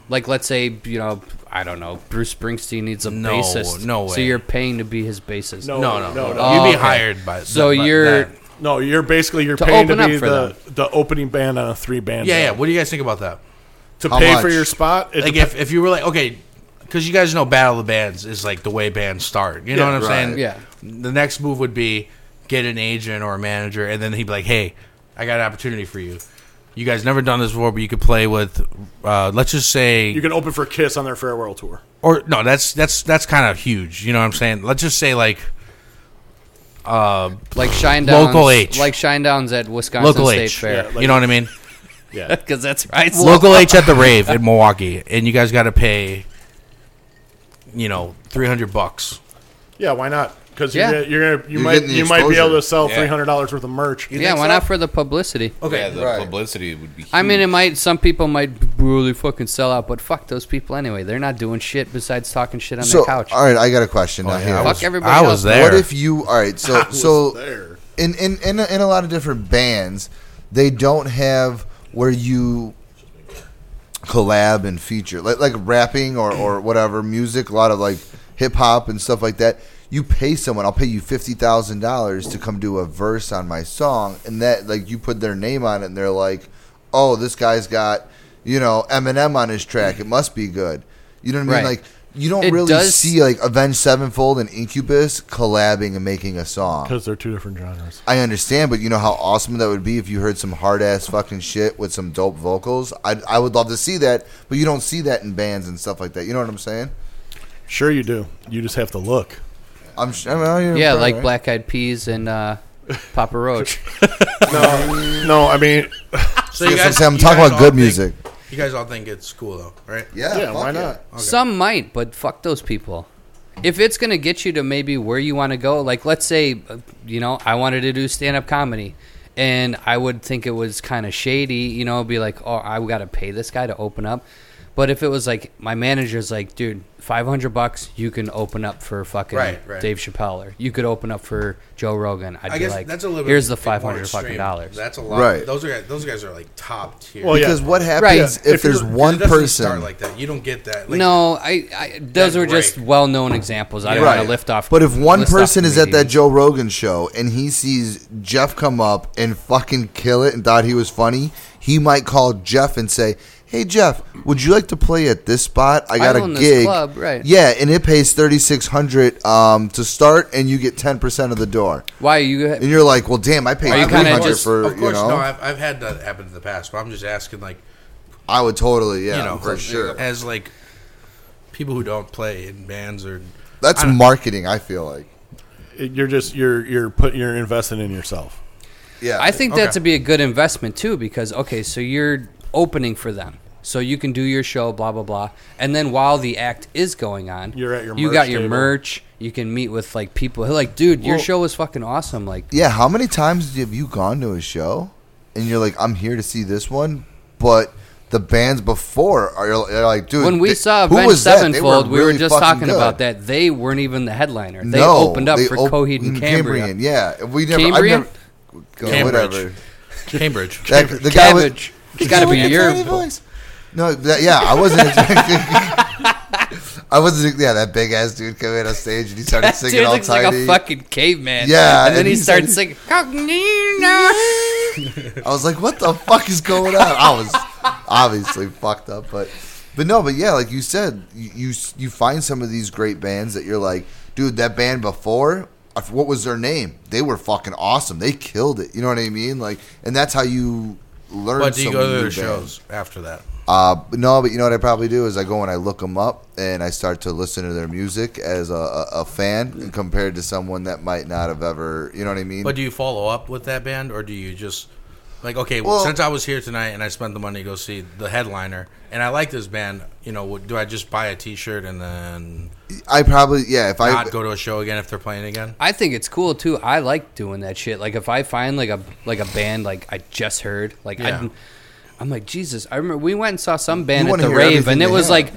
[SPEAKER 3] like let's say you know I don't know Bruce Springsteen needs a
[SPEAKER 7] No,
[SPEAKER 3] bassist.
[SPEAKER 7] no
[SPEAKER 3] So
[SPEAKER 7] way.
[SPEAKER 3] you're paying to be his bassist.
[SPEAKER 4] No,
[SPEAKER 7] no,
[SPEAKER 4] no,
[SPEAKER 7] no, no.
[SPEAKER 4] no.
[SPEAKER 7] You'd be
[SPEAKER 3] Oh, Okay.
[SPEAKER 7] hired by.
[SPEAKER 3] So
[SPEAKER 7] by
[SPEAKER 3] you're
[SPEAKER 7] that.
[SPEAKER 4] No, you're basically you're
[SPEAKER 3] To
[SPEAKER 4] paying to
[SPEAKER 3] open up
[SPEAKER 4] be
[SPEAKER 3] for
[SPEAKER 4] the the opening band on a three band.
[SPEAKER 7] Yeah, yeah.
[SPEAKER 4] bill.
[SPEAKER 7] What do you guys think about that?
[SPEAKER 4] To
[SPEAKER 6] How
[SPEAKER 4] pay
[SPEAKER 6] much?
[SPEAKER 4] for your spot, it
[SPEAKER 7] Like,
[SPEAKER 4] dep-
[SPEAKER 7] if, if you were like, okay, because you guys know Battle of the Bands is like the way bands start. You know
[SPEAKER 4] Yeah,
[SPEAKER 7] what I'm
[SPEAKER 6] right.
[SPEAKER 7] saying?
[SPEAKER 3] Yeah.
[SPEAKER 7] The next move would be get an agent or a manager, and then he'd be like, hey, I got an opportunity for you. You guys never done this before, but you could play with, uh, let's just say,
[SPEAKER 4] you can open for Kiss on their farewell tour.
[SPEAKER 7] or no, that's that's that's kind of huge. You know what I'm saying? Let's just say like
[SPEAKER 3] like Shinedown.
[SPEAKER 7] Local H.
[SPEAKER 3] Like Shinedown's at Wisconsin
[SPEAKER 7] local
[SPEAKER 3] State
[SPEAKER 7] H.
[SPEAKER 3] Fair.
[SPEAKER 4] Yeah, like-
[SPEAKER 7] you know what I mean?
[SPEAKER 3] Because that's right.
[SPEAKER 7] local H at the rave in Milwaukee, and you guys got to pay, you know, three hundred bucks.
[SPEAKER 4] Yeah, why not? Because you're,
[SPEAKER 3] Yeah.
[SPEAKER 4] gonna- you're gonna you
[SPEAKER 6] You're
[SPEAKER 4] might
[SPEAKER 6] getting the
[SPEAKER 4] you might be
[SPEAKER 6] exposure.
[SPEAKER 4] able to sell
[SPEAKER 1] Yeah.
[SPEAKER 4] three hundred dollars worth of merch.
[SPEAKER 3] yeah, why not for the publicity?
[SPEAKER 1] Okay, yeah, the
[SPEAKER 6] right.
[SPEAKER 1] publicity would be. Huge.
[SPEAKER 3] I mean, it might. Some people might really fucking sell out, but fuck those people anyway. They're not doing shit besides talking shit on
[SPEAKER 6] So,
[SPEAKER 3] their couch. Oh,
[SPEAKER 6] all right, I got a question now. here.
[SPEAKER 3] Fuck everybody.
[SPEAKER 7] I
[SPEAKER 3] else.
[SPEAKER 7] was there.
[SPEAKER 6] What if you? All right, so so
[SPEAKER 4] there.
[SPEAKER 6] in in in a, in a lot of different bands, they don't have where you collab and feature like like rapping or or whatever music. A lot of like hip hop and stuff like that. You pay someone. I'll pay you fifty thousand dollars to come do a verse on my song, and that like you put their name on it, and they're like, oh, this guy's got you know Eminem on his track. It must be good. You know what I mean?
[SPEAKER 3] Right.
[SPEAKER 6] Like you don't
[SPEAKER 3] It
[SPEAKER 6] really
[SPEAKER 3] does-
[SPEAKER 6] see like Avenged Sevenfold and Incubus collabing and making a song.
[SPEAKER 4] Because they're two different genres.
[SPEAKER 6] I understand, but you know how awesome that would be if you heard some hard ass fucking shit with some dope vocals. I I would love to see that, but you don't see that in bands and stuff like that. You know what I'm saying?
[SPEAKER 4] Sure, you do. You just have to look.
[SPEAKER 6] I'm sh- I mean, I don't even
[SPEAKER 3] Yeah,
[SPEAKER 6] know,
[SPEAKER 3] like
[SPEAKER 6] right?
[SPEAKER 3] Black Eyed Peas and uh, Papa Roach.
[SPEAKER 4] No, I mean,
[SPEAKER 7] So
[SPEAKER 6] That's
[SPEAKER 7] you
[SPEAKER 6] what I'm
[SPEAKER 7] guys,
[SPEAKER 6] saying. I'm
[SPEAKER 7] you
[SPEAKER 6] talking
[SPEAKER 7] guys
[SPEAKER 6] about
[SPEAKER 7] all
[SPEAKER 6] good
[SPEAKER 7] think-
[SPEAKER 6] music.
[SPEAKER 7] You guys all think it's cool though, right?
[SPEAKER 6] Yeah,
[SPEAKER 4] Yeah,
[SPEAKER 6] fuck
[SPEAKER 4] why not?
[SPEAKER 3] Some might, but fuck those people. If it's going to get you to maybe where you want to go, like let's say, uh, you know, I wanted to do stand up comedy and I would think it was kind of shady, you know, be like, oh, I got to pay this guy to open up. But if it was like, my manager's like, dude, 500 bucks, you can open up for fucking
[SPEAKER 7] Right, right.
[SPEAKER 3] Dave Chappelle or you could open up for Joe Rogan. I'd
[SPEAKER 7] I
[SPEAKER 3] be
[SPEAKER 7] guess
[SPEAKER 3] like,
[SPEAKER 7] that's a little.
[SPEAKER 3] here's
[SPEAKER 7] bit
[SPEAKER 3] the
[SPEAKER 7] more
[SPEAKER 3] 500
[SPEAKER 7] extreme.
[SPEAKER 3] fucking dollars.
[SPEAKER 7] That's a lot.
[SPEAKER 6] Right.
[SPEAKER 7] Those are those guys are like top tier.
[SPEAKER 4] Well, yeah.
[SPEAKER 6] Because what happens
[SPEAKER 3] Right.
[SPEAKER 6] if,
[SPEAKER 4] If
[SPEAKER 6] there's
[SPEAKER 4] you're-
[SPEAKER 6] one
[SPEAKER 7] It doesn't
[SPEAKER 6] person?
[SPEAKER 7] start like that. You don't get that. Like,
[SPEAKER 3] no, I, I those
[SPEAKER 7] That
[SPEAKER 3] were just
[SPEAKER 7] break.
[SPEAKER 3] well-known examples. I don't
[SPEAKER 6] Right.
[SPEAKER 3] want to lift off.
[SPEAKER 6] But if one
[SPEAKER 3] list off
[SPEAKER 6] person is at that
[SPEAKER 3] comedians.
[SPEAKER 6] Joe Rogan show and he sees Jeff come up and fucking kill it and thought he was funny, he might call Jeff and say, "Hey Jeff, would you like to play at this spot? I got
[SPEAKER 3] own
[SPEAKER 6] a
[SPEAKER 3] this
[SPEAKER 6] gig."
[SPEAKER 3] club, right.
[SPEAKER 6] Yeah, and it pays thirty six hundred um, to start, and you get ten percent of the door.
[SPEAKER 3] why are you
[SPEAKER 6] And you're like, "Well, damn, I
[SPEAKER 3] Are
[SPEAKER 6] paid
[SPEAKER 3] you
[SPEAKER 6] three
[SPEAKER 3] kinda
[SPEAKER 6] hundred
[SPEAKER 3] just-
[SPEAKER 6] for
[SPEAKER 7] of course,
[SPEAKER 6] you know."
[SPEAKER 7] no. I've, I've had that happen in the past, but I'm just asking, like,
[SPEAKER 6] I would totally, yeah,
[SPEAKER 7] you know,
[SPEAKER 6] for sure.
[SPEAKER 7] as like people who don't play in bands or
[SPEAKER 6] That's marketing. I feel like,
[SPEAKER 4] you're just you're you're put you're investing in yourself.
[SPEAKER 6] yeah,
[SPEAKER 3] I think
[SPEAKER 7] Okay.
[SPEAKER 3] that to be a good investment too, because okay, so you're opening for them, so you can do your show, blah blah blah, and then while the act is going on,
[SPEAKER 4] You're at your
[SPEAKER 3] you
[SPEAKER 4] merch
[SPEAKER 3] got your
[SPEAKER 4] table.
[SPEAKER 3] merch, you can meet with like people. who are Like, dude, your show was fucking awesome. Like,
[SPEAKER 6] Yeah, how many times have you gone to a show and you're like, I'm here to see this one, but the bands before are are like, dude,
[SPEAKER 3] when we
[SPEAKER 6] they-
[SPEAKER 3] saw
[SPEAKER 6] who
[SPEAKER 3] Avenged
[SPEAKER 6] was that? They
[SPEAKER 3] Sevenfold, we were
[SPEAKER 6] really
[SPEAKER 3] just
[SPEAKER 6] fucking
[SPEAKER 3] talking
[SPEAKER 6] good.
[SPEAKER 3] about that. They weren't even the headliner. They
[SPEAKER 6] No,
[SPEAKER 3] opened up
[SPEAKER 6] they
[SPEAKER 3] for
[SPEAKER 6] op- mm,
[SPEAKER 3] Coheed and Cambria.
[SPEAKER 6] Cambrian, yeah, we never, I've
[SPEAKER 3] Cambrian?
[SPEAKER 6] never, go,
[SPEAKER 7] Cambridge.
[SPEAKER 6] whatever.
[SPEAKER 7] Cambridge.
[SPEAKER 6] That, the guy was,
[SPEAKER 3] Cabbage. It's got to be your
[SPEAKER 6] no, that, yeah, I wasn't expecting. I wasn't, yeah, that big ass dude came in on stage and he started
[SPEAKER 3] That
[SPEAKER 6] singing
[SPEAKER 3] dude
[SPEAKER 6] all
[SPEAKER 3] looks
[SPEAKER 6] tiny.
[SPEAKER 3] like a fucking caveman.
[SPEAKER 6] Yeah,
[SPEAKER 3] and then
[SPEAKER 6] and
[SPEAKER 3] he
[SPEAKER 6] he
[SPEAKER 3] starts
[SPEAKER 6] said-
[SPEAKER 3] singing. "Cognito."
[SPEAKER 6] I was like, what the fuck is going on? I was obviously fucked up, but but no, but yeah, like you said, you you, you find some of these great bands that you're like, dude, that band before. I f- What was their name? They were fucking awesome. They killed it. You know what I mean? Like, and that's how you learn.
[SPEAKER 7] But do you
[SPEAKER 6] some
[SPEAKER 7] go to
[SPEAKER 6] new
[SPEAKER 7] their
[SPEAKER 6] bands.
[SPEAKER 7] shows after that?
[SPEAKER 6] Uh, but no, but you know what I probably do is I go and I look them up and I start to listen to their music as a, a, a fan compared to someone that might not have ever. You know what I mean?
[SPEAKER 7] But do you follow up with that band, or do you just Like, okay,
[SPEAKER 6] Well-
[SPEAKER 7] since I was here tonight and I spent the money to go see the headliner, and I like this band, you know, do I just buy a T-shirt and then
[SPEAKER 6] I probably yeah. If I
[SPEAKER 7] not go to a show again if they're playing again?
[SPEAKER 3] I think it's cool too. I like doing that shit. Like if I find like a like a band like I just heard, like
[SPEAKER 7] Yeah.
[SPEAKER 3] I, I'm like Jesus. I remember we went and saw some band
[SPEAKER 6] You
[SPEAKER 3] at
[SPEAKER 6] wanna
[SPEAKER 3] the
[SPEAKER 6] hear
[SPEAKER 3] rave,
[SPEAKER 6] everything
[SPEAKER 3] and it
[SPEAKER 6] they
[SPEAKER 3] was
[SPEAKER 6] have.
[SPEAKER 3] like,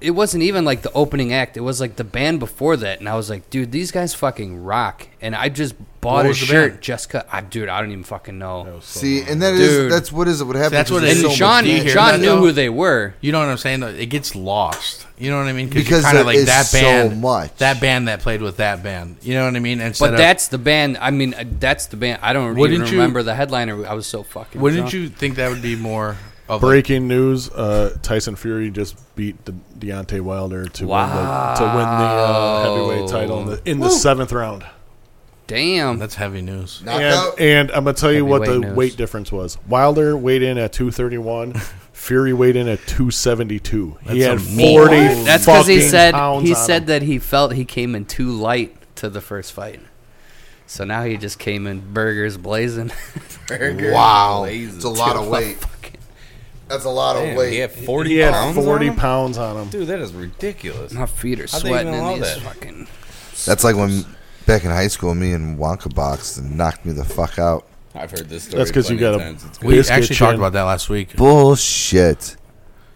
[SPEAKER 3] it wasn't even like the opening act. It was like the band before that, and I was like, dude, these guys fucking rock. And I just bought
[SPEAKER 7] What
[SPEAKER 3] a
[SPEAKER 7] was the
[SPEAKER 3] shirt
[SPEAKER 7] band?
[SPEAKER 3] just cause. I, dude, I don't even fucking know.
[SPEAKER 6] see, and that is
[SPEAKER 3] Dude.
[SPEAKER 6] that's what is what happens.
[SPEAKER 7] That's what it
[SPEAKER 3] And
[SPEAKER 6] is
[SPEAKER 7] is. so much
[SPEAKER 3] Sean,
[SPEAKER 7] D here.
[SPEAKER 3] Sean knew
[SPEAKER 7] Though-
[SPEAKER 3] who they were.
[SPEAKER 7] You know what I'm saying? though? It gets lost. You know what I mean?
[SPEAKER 6] Because
[SPEAKER 7] you're kinda
[SPEAKER 6] there is so much.
[SPEAKER 7] that band that played with that band. You know what I mean? Instead
[SPEAKER 3] But
[SPEAKER 7] of-
[SPEAKER 3] that's the band. I mean, uh, that's the band. I don't even
[SPEAKER 7] Wouldn't you-
[SPEAKER 3] remember the headliner. I was so fucking.
[SPEAKER 7] wouldn't
[SPEAKER 3] drunk.
[SPEAKER 7] you think that would be more of like,
[SPEAKER 2] Breaking news: uh, Tyson Fury just beat De- Deontay Wilder to win the, to win the uh, heavyweight title in the, in the seventh round.
[SPEAKER 3] Damn.
[SPEAKER 7] that's heavy news?
[SPEAKER 6] knockout.
[SPEAKER 2] And, and I'm gonna tell you what the
[SPEAKER 3] Heavyweight news.
[SPEAKER 2] weight difference was. Wilder weighed in at 231. Fury weighed in at 272. he had
[SPEAKER 7] That's a mean-
[SPEAKER 2] 40.
[SPEAKER 3] That's because he
[SPEAKER 2] fucking
[SPEAKER 3] said
[SPEAKER 2] pounds
[SPEAKER 3] he
[SPEAKER 2] on
[SPEAKER 3] said
[SPEAKER 2] him.
[SPEAKER 3] that he felt he came in too light to the first fight. So now he just came in burgers blazing.
[SPEAKER 6] Wow, it's a lot of weight.
[SPEAKER 3] Fucking-
[SPEAKER 6] That's a lot of
[SPEAKER 1] Damn,
[SPEAKER 6] weight.
[SPEAKER 1] he had 40
[SPEAKER 2] He had
[SPEAKER 1] pounds
[SPEAKER 2] 40
[SPEAKER 1] on him?
[SPEAKER 2] pounds on him.
[SPEAKER 1] Dude, that is ridiculous.
[SPEAKER 3] My feet are
[SPEAKER 1] How'd they even
[SPEAKER 3] sweating
[SPEAKER 1] allow
[SPEAKER 3] in these
[SPEAKER 1] that?
[SPEAKER 3] fucking.
[SPEAKER 6] That's like when back in high school, me and Wonka boxed and knocked me the fuck out.
[SPEAKER 1] I've heard this story.
[SPEAKER 2] That's because you
[SPEAKER 1] plenty
[SPEAKER 2] got
[SPEAKER 1] of
[SPEAKER 2] a
[SPEAKER 1] times. It's
[SPEAKER 7] We
[SPEAKER 2] biscuit
[SPEAKER 7] actually
[SPEAKER 2] chin.
[SPEAKER 7] talked about that last week.
[SPEAKER 6] Bullshit.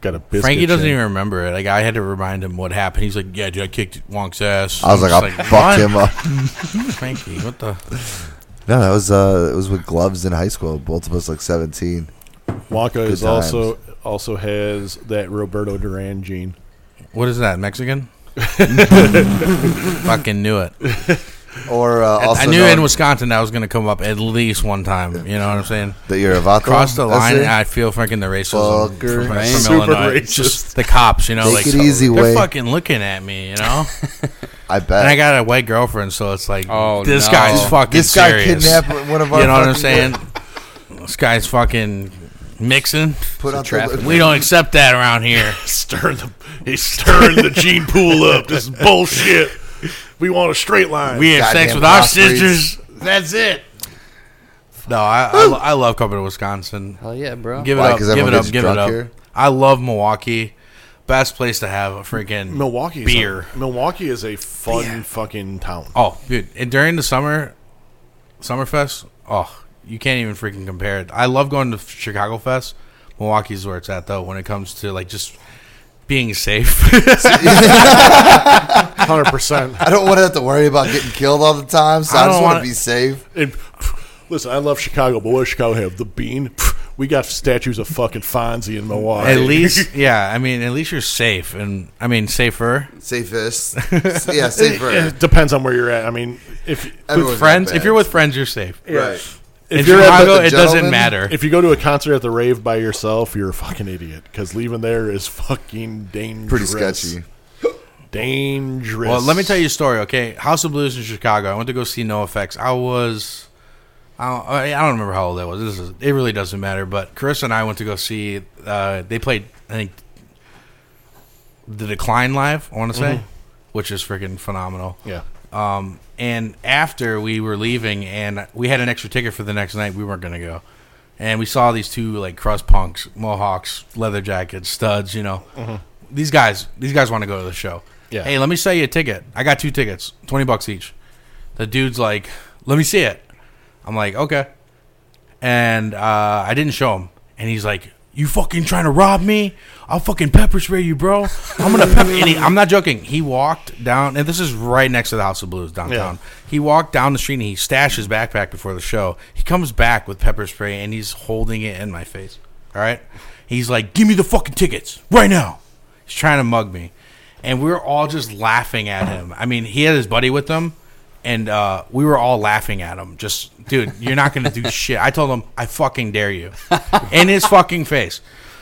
[SPEAKER 2] Got a biscuit
[SPEAKER 7] Frankie doesn't
[SPEAKER 2] chin.
[SPEAKER 7] even remember it. Like I had to remind him what happened. He's like, "Yeah, dude, I kicked Wonk's ass."
[SPEAKER 6] I was like,
[SPEAKER 7] I'm
[SPEAKER 6] I'll
[SPEAKER 7] just
[SPEAKER 6] fuck
[SPEAKER 7] "What?
[SPEAKER 6] him up.
[SPEAKER 7] Frankie, what the?
[SPEAKER 6] No, that was uh, it was with gloves in high school. Both of us like seventeen.
[SPEAKER 2] Waka is
[SPEAKER 6] times.
[SPEAKER 2] also also has that Roberto Duran gene.
[SPEAKER 7] What is that? Mexican? Fucking knew it.
[SPEAKER 6] Or uh, also
[SPEAKER 7] I knew
[SPEAKER 6] known
[SPEAKER 7] in Wisconsin that was going to come up at least one time. You know what I'm saying?
[SPEAKER 6] that you're a vato.
[SPEAKER 7] Cross the
[SPEAKER 6] That's
[SPEAKER 7] line,
[SPEAKER 6] it?
[SPEAKER 7] and I feel freaking the racism
[SPEAKER 6] Fucker.
[SPEAKER 7] from, from
[SPEAKER 3] Right?
[SPEAKER 2] Super
[SPEAKER 7] Illinois.
[SPEAKER 2] racist.
[SPEAKER 7] Just the cops, you know,
[SPEAKER 6] Take
[SPEAKER 7] like
[SPEAKER 6] it easy,
[SPEAKER 7] they're
[SPEAKER 6] Wade.
[SPEAKER 7] fucking looking at me, you know.
[SPEAKER 6] I bet.
[SPEAKER 7] and I got a white girlfriend, so it's like,
[SPEAKER 3] Oh,
[SPEAKER 7] this
[SPEAKER 3] no.
[SPEAKER 7] guy's fucking
[SPEAKER 6] this guy
[SPEAKER 7] serious.
[SPEAKER 6] kidnapped one of our.
[SPEAKER 7] you know what I'm
[SPEAKER 6] fucking-
[SPEAKER 7] saying? this guy's fucking mixing.
[SPEAKER 6] Put out
[SPEAKER 3] traffic.
[SPEAKER 6] the,
[SPEAKER 7] We don't accept that around here.
[SPEAKER 2] Stirring the he's stirring the gene pool up. This is bullshit. We want a straight line.
[SPEAKER 7] We have sex
[SPEAKER 6] Goddamn
[SPEAKER 7] with our
[SPEAKER 6] crossbreeds.
[SPEAKER 7] sisters. That's it. No, I I, lo- I love coming to Wisconsin.
[SPEAKER 3] Hell yeah, bro.
[SPEAKER 7] Give it
[SPEAKER 6] Why?
[SPEAKER 7] up.
[SPEAKER 6] 'Cause
[SPEAKER 7] Give
[SPEAKER 6] everyone
[SPEAKER 7] it up.
[SPEAKER 6] gets
[SPEAKER 7] Give it
[SPEAKER 6] drunk
[SPEAKER 7] up.
[SPEAKER 6] here?
[SPEAKER 7] I love Milwaukee. Best place to have a freaking
[SPEAKER 2] Milwaukee is
[SPEAKER 7] beer.
[SPEAKER 2] A, Milwaukee is a fun fucking town.
[SPEAKER 7] oh, dude! And during the summer, Summerfest. Oh, you can't even freaking compare it. I love going to Chicago Fest. Milwaukee's where it's at though. When it comes to like just being safe.
[SPEAKER 2] Hundred percent.
[SPEAKER 6] I don't want to have to worry about getting killed all the time, so
[SPEAKER 7] I
[SPEAKER 6] I, just
[SPEAKER 7] don't
[SPEAKER 6] want to
[SPEAKER 7] wanna-
[SPEAKER 6] be safe.
[SPEAKER 2] And pff, listen, I love Chicago, but what does Chicago have? The bean. Pff, we got statues of fucking Fonzie in Milwaukee.
[SPEAKER 7] at least, yeah. I mean, at least you're safe, and I mean safer.
[SPEAKER 6] Safest. yeah, safer.
[SPEAKER 2] It depends on where you're at. I mean, if
[SPEAKER 6] Everyone's not
[SPEAKER 7] Friends, if
[SPEAKER 6] bad.
[SPEAKER 7] you're with friends, you're safe.
[SPEAKER 6] right.
[SPEAKER 7] In
[SPEAKER 2] if you're at
[SPEAKER 7] Chicago,
[SPEAKER 6] with the
[SPEAKER 7] it doesn't
[SPEAKER 6] gentlemen,
[SPEAKER 7] matter.
[SPEAKER 2] If you go to a concert at the rave by yourself, you're a fucking idiot because leaving there is fucking dangerous.
[SPEAKER 6] Pretty sketchy.
[SPEAKER 2] Dangerous.
[SPEAKER 7] Well, let me tell you a story, okay? House of Blues in Chicago. I went to go see No Effects. I was. I don't, I I don't remember how old I was. This is, it really doesn't matter. But Chris and I went to go see. Uh, they played, I think, The Decline Live, I want to say, which is freaking phenomenal.
[SPEAKER 2] Yeah.
[SPEAKER 7] Um, and after we were leaving, and we had an extra ticket for the next night, we weren't gonna go. And we saw these two like crust punks, mohawks, leather jackets, studs. You know, these guys. These guys want to go to the show.
[SPEAKER 2] Yeah.
[SPEAKER 7] Hey, let me sell you a ticket. I got two tickets, twenty bucks each. The dude's like, "Let me see it." I'm like, "Okay." And uh, I didn't show him, and he's like. You fucking trying to rob me? I'll fucking pepper spray you, bro. I'm gonna pepper. And he, I'm not joking. He walked down, and this is right next to the House of Blues downtown. He walked down the street and he stashed his backpack before the show. He comes back with pepper spray and he's holding it in my face. All right, he's like, "Give me the fucking tickets right now." He's trying to mug me, and we were all just laughing at him. I mean, he had his buddy with him, and uh, we were all laughing at him. Just, dude, you're not gonna do shit. I told him, "I fucking dare you," in his fucking face.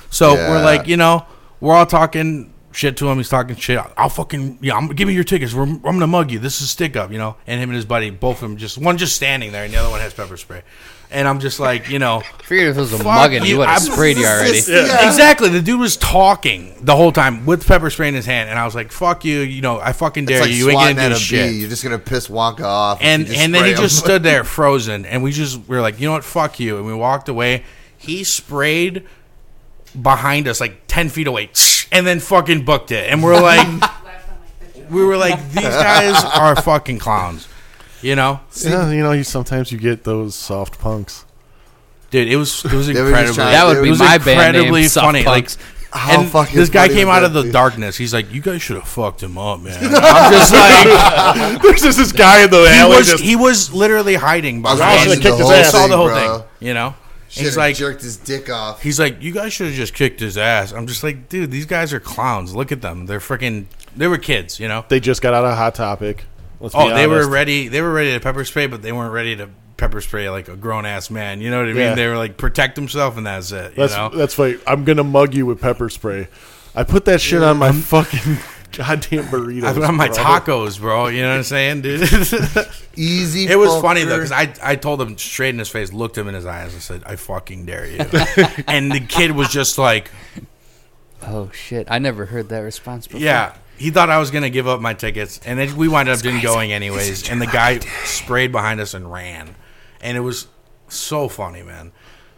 [SPEAKER 7] So we're
[SPEAKER 6] Yeah.
[SPEAKER 7] like, you know, we're all talking shit to him. He's talking shit. I'll fucking yeah. I'm give me your tickets. We're, I'm gonna mug you. This is stick up, you know. And him and his buddy, both of them, just one just standing there, and the other one has pepper spray. and I'm just like, you know,
[SPEAKER 3] Figured if it was a
[SPEAKER 7] Fuck
[SPEAKER 3] mugging, he
[SPEAKER 7] you,
[SPEAKER 3] would have
[SPEAKER 7] I'm-
[SPEAKER 3] sprayed you already.
[SPEAKER 6] Yeah.
[SPEAKER 7] exactly. The dude was talking the whole time with pepper spray in his hand, and I was like, "Fuck you!" You know, I fucking dare
[SPEAKER 6] It's like
[SPEAKER 7] you. You ain't
[SPEAKER 6] swatting
[SPEAKER 7] gonna
[SPEAKER 6] at
[SPEAKER 7] do
[SPEAKER 6] a
[SPEAKER 7] shit.
[SPEAKER 6] bee. You're just gonna piss Wonka off. if
[SPEAKER 7] and
[SPEAKER 6] you just
[SPEAKER 7] and then
[SPEAKER 6] spray
[SPEAKER 7] he just
[SPEAKER 6] him.
[SPEAKER 7] stood there frozen and we just we were like you know what fuck you and we walked away he sprayed behind us like 10 feet away and then fucking booked it and we're like we were like these guys are fucking clowns you know
[SPEAKER 4] Yeah, you know, you sometimes you get those soft punks.
[SPEAKER 7] dude it was it was
[SPEAKER 6] were just
[SPEAKER 7] incredible
[SPEAKER 6] trying-
[SPEAKER 3] That would
[SPEAKER 6] It
[SPEAKER 3] be
[SPEAKER 6] was
[SPEAKER 3] my band name. Soft Punks.
[SPEAKER 6] How
[SPEAKER 7] and
[SPEAKER 6] fucking
[SPEAKER 7] this guy
[SPEAKER 6] funny
[SPEAKER 7] came
[SPEAKER 6] would
[SPEAKER 7] out
[SPEAKER 6] that
[SPEAKER 7] of the
[SPEAKER 6] be?
[SPEAKER 7] darkness. He's like, "You guys should have fucked him up, man." I'm just like,
[SPEAKER 4] There's just this guy in the
[SPEAKER 7] he
[SPEAKER 4] alley.
[SPEAKER 7] was
[SPEAKER 4] just,
[SPEAKER 7] he was literally hiding behind.
[SPEAKER 4] I should've
[SPEAKER 7] us.
[SPEAKER 4] kicked his
[SPEAKER 7] I
[SPEAKER 4] ass.
[SPEAKER 7] saw the whole
[SPEAKER 6] Bro.
[SPEAKER 7] thing, you know.
[SPEAKER 6] Should've
[SPEAKER 7] He's like,
[SPEAKER 6] jerked his dick off.
[SPEAKER 7] He's like, you guys should have just kicked his ass. I'm just like, dude, these guys are clowns. Look at them. They're freaking. They were kids, you know.
[SPEAKER 4] they just got out of Hot Topic. Let's be
[SPEAKER 7] Oh, they were
[SPEAKER 4] honest.
[SPEAKER 7] ready. They were ready to pepper spray, but they weren't ready to pepper spray like a grown ass man. You know what I mean?
[SPEAKER 4] Yeah.
[SPEAKER 7] They were like protect himself, and that's it. You
[SPEAKER 4] That's
[SPEAKER 7] know.
[SPEAKER 4] that's right. I'm gonna mug you with pepper spray. I put that shit on my fucking goddamn burrito.
[SPEAKER 7] I put on my tacos, bro. You know what I'm saying, dude? it
[SPEAKER 6] Easy.
[SPEAKER 7] was funny though
[SPEAKER 6] fucker.
[SPEAKER 7] because I, I told him straight in his face, looked him in his eyes, and said, "I fucking dare you." and the kid was just like,
[SPEAKER 3] Oh shit! I never heard that response before.
[SPEAKER 7] Yeah, he thought I was gonna give up my tickets, and then we wound up didn't going anyways. And the guy sprayed behind us and ran, and it was so funny, man.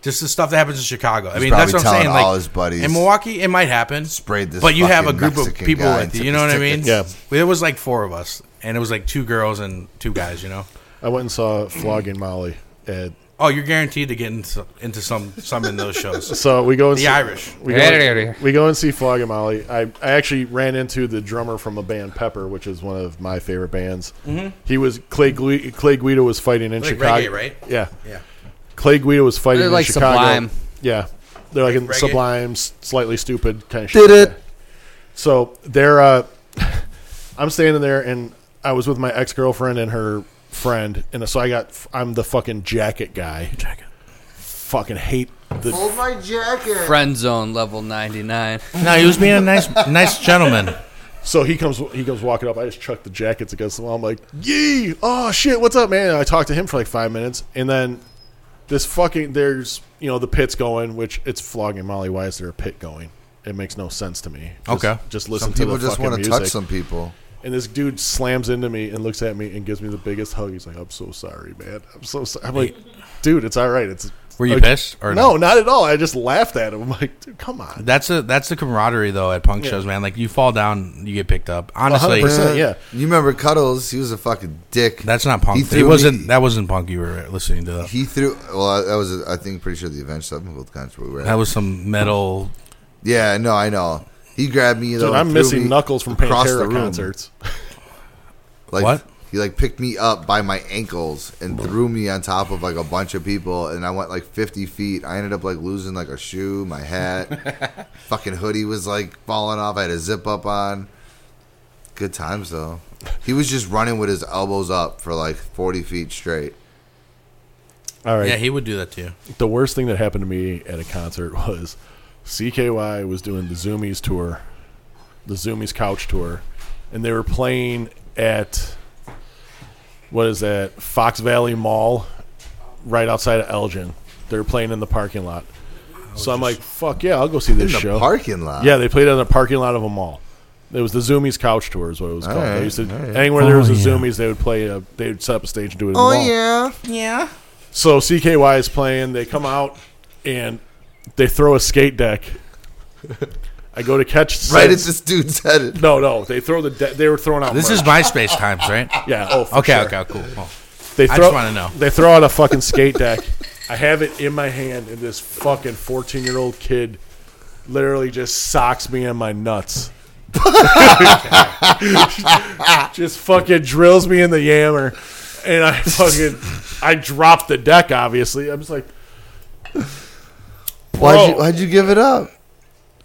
[SPEAKER 7] Just the stuff that happens in Chicago. I mean, that's
[SPEAKER 6] probably
[SPEAKER 7] what I'm
[SPEAKER 6] telling
[SPEAKER 7] saying. Like
[SPEAKER 6] all his buddies,
[SPEAKER 7] in Milwaukee, it might happen.
[SPEAKER 6] "Sprayed this
[SPEAKER 7] but you have a
[SPEAKER 6] fucking
[SPEAKER 7] group
[SPEAKER 6] Mexican
[SPEAKER 7] of people
[SPEAKER 6] guy
[SPEAKER 7] with
[SPEAKER 6] and
[SPEAKER 7] you.
[SPEAKER 6] took
[SPEAKER 7] You know
[SPEAKER 6] his
[SPEAKER 7] what I mean?
[SPEAKER 6] tickets.
[SPEAKER 4] Yeah.
[SPEAKER 7] There was like four of us, and it was like two girls and two guys. You know.
[SPEAKER 4] I went and saw Flogging Molly. At,
[SPEAKER 7] Oh, you're guaranteed to get into, into some some in those shows.
[SPEAKER 4] so we go and
[SPEAKER 7] The
[SPEAKER 4] see,
[SPEAKER 7] Irish.
[SPEAKER 4] We go, we go and see Flogging Molly. I, I actually ran into the drummer from the band Pepper, which is one of my favorite bands. Mm-hmm. He was Clay Gui- Clay Guido was fighting in
[SPEAKER 7] Like
[SPEAKER 4] Chicago.
[SPEAKER 7] reggae, right?
[SPEAKER 4] Yeah.
[SPEAKER 7] Yeah.
[SPEAKER 4] Clay Guido was fighting
[SPEAKER 3] They're
[SPEAKER 4] in
[SPEAKER 3] like
[SPEAKER 4] Chicago.
[SPEAKER 3] Sublime.
[SPEAKER 4] Yeah. They're like in
[SPEAKER 7] Reggae?
[SPEAKER 4] Sublime, s- slightly stupid kind of shit. Did it. So they're uh I'm standing there and I was with my ex girlfriend and her friend and so I got I'm the fucking jacket guy. Jacket. Fucking hate the
[SPEAKER 6] Hold my jacket.
[SPEAKER 3] Friend zone level ninety nine.
[SPEAKER 7] No, he was being a nice nice gentleman.
[SPEAKER 4] so he comes he comes walking up. I just chuck the jackets against the wall. I'm like, yee, oh shit, what's up, man? And I talked to him for like five minutes, and then this fucking there's you know the pit's going, which it's flogging Molly. Why is there a pit going? It makes no sense to me. Just-
[SPEAKER 7] Okay.
[SPEAKER 4] just listen
[SPEAKER 6] Some
[SPEAKER 4] to
[SPEAKER 6] people
[SPEAKER 4] the
[SPEAKER 6] just
[SPEAKER 4] fucking
[SPEAKER 6] want to
[SPEAKER 4] music.
[SPEAKER 6] touch some people.
[SPEAKER 4] And this dude slams into me and looks at me and gives me the biggest hug. He's like, "I'm so sorry, man. I'm so sorry." I'm like, "Dude, it's all right. It's."
[SPEAKER 7] Were you
[SPEAKER 4] like-
[SPEAKER 7] pissed or
[SPEAKER 4] no, not at all. I just laughed at him. I'm like, "Dude, come on."
[SPEAKER 7] That's a that's the camaraderie though at punk shows, man. Like you fall down, you get picked up. Honestly,
[SPEAKER 4] 100%. Yeah.
[SPEAKER 6] You remember Cuddles? He was a fucking dick.
[SPEAKER 7] that's not punk.
[SPEAKER 6] He
[SPEAKER 7] it
[SPEAKER 6] threw
[SPEAKER 7] wasn't
[SPEAKER 6] me-
[SPEAKER 7] that wasn't punk. You were listening to that.
[SPEAKER 6] He threw. Well, that was. I think pretty sure the Avenged Sevenfold concert we were at.
[SPEAKER 7] That was some metal.
[SPEAKER 6] yeah, no, I know. He grabbed me.
[SPEAKER 4] Dude,
[SPEAKER 6] though,
[SPEAKER 4] I'm
[SPEAKER 6] and threw
[SPEAKER 4] missing
[SPEAKER 6] me
[SPEAKER 4] knuckles from
[SPEAKER 6] across the
[SPEAKER 4] Pantera
[SPEAKER 6] room.
[SPEAKER 4] concerts.
[SPEAKER 6] Like
[SPEAKER 7] What?
[SPEAKER 6] he like picked me up by my ankles and threw me on top of like a bunch of people, and I went like 50 feet. I ended up like losing like a shoe, my hat, fucking hoodie was like falling off. I had a zip up on. Good times though. He was just running with his elbows up for like 40 feet straight.
[SPEAKER 4] All right.
[SPEAKER 7] Yeah, he would do that to you.
[SPEAKER 4] the worst thing that happened to me at a concert was CKY was doing the Zoomies tour, the Zoomies couch tour, and they were playing at what is that Fox Valley Mall, right outside of Elgin. They were playing in the parking lot, so I'm like, "Fuck yeah, I'll go see
[SPEAKER 6] In
[SPEAKER 4] this
[SPEAKER 6] the
[SPEAKER 4] show."
[SPEAKER 6] parking lot.
[SPEAKER 4] Yeah, they played in the parking lot of a mall. It was the Zoomies couch tour, is what it was called.
[SPEAKER 6] right,
[SPEAKER 4] They used to,
[SPEAKER 6] all right.
[SPEAKER 4] Anywhere there was a Zoomies, they would play. A, they would set up a stage and do it. In the
[SPEAKER 6] Oh
[SPEAKER 4] mall.
[SPEAKER 6] yeah.
[SPEAKER 4] So CKY is playing. They come out and they throw a skate deck. I go to catch.
[SPEAKER 6] Right as
[SPEAKER 4] said-
[SPEAKER 6] this dude said it.
[SPEAKER 4] no, no. They throw the. De- they were throwing out.
[SPEAKER 7] This is
[SPEAKER 4] merch.
[SPEAKER 7] MySpace times, right?
[SPEAKER 4] yeah. Oh, for
[SPEAKER 7] Okay,
[SPEAKER 4] sure.
[SPEAKER 7] okay, cool. cool.
[SPEAKER 4] They
[SPEAKER 7] I
[SPEAKER 4] throw,
[SPEAKER 7] just wanna know.
[SPEAKER 4] They throw out a fucking skate deck. I have it in my hand, and this fucking fourteen-year-old kid literally just socks me in my nuts. just fucking drills me in the yammer, and I fucking I drop the deck. Obviously, I'm just like.
[SPEAKER 6] Why'd you,
[SPEAKER 4] Bro.
[SPEAKER 6] why'd you give it up?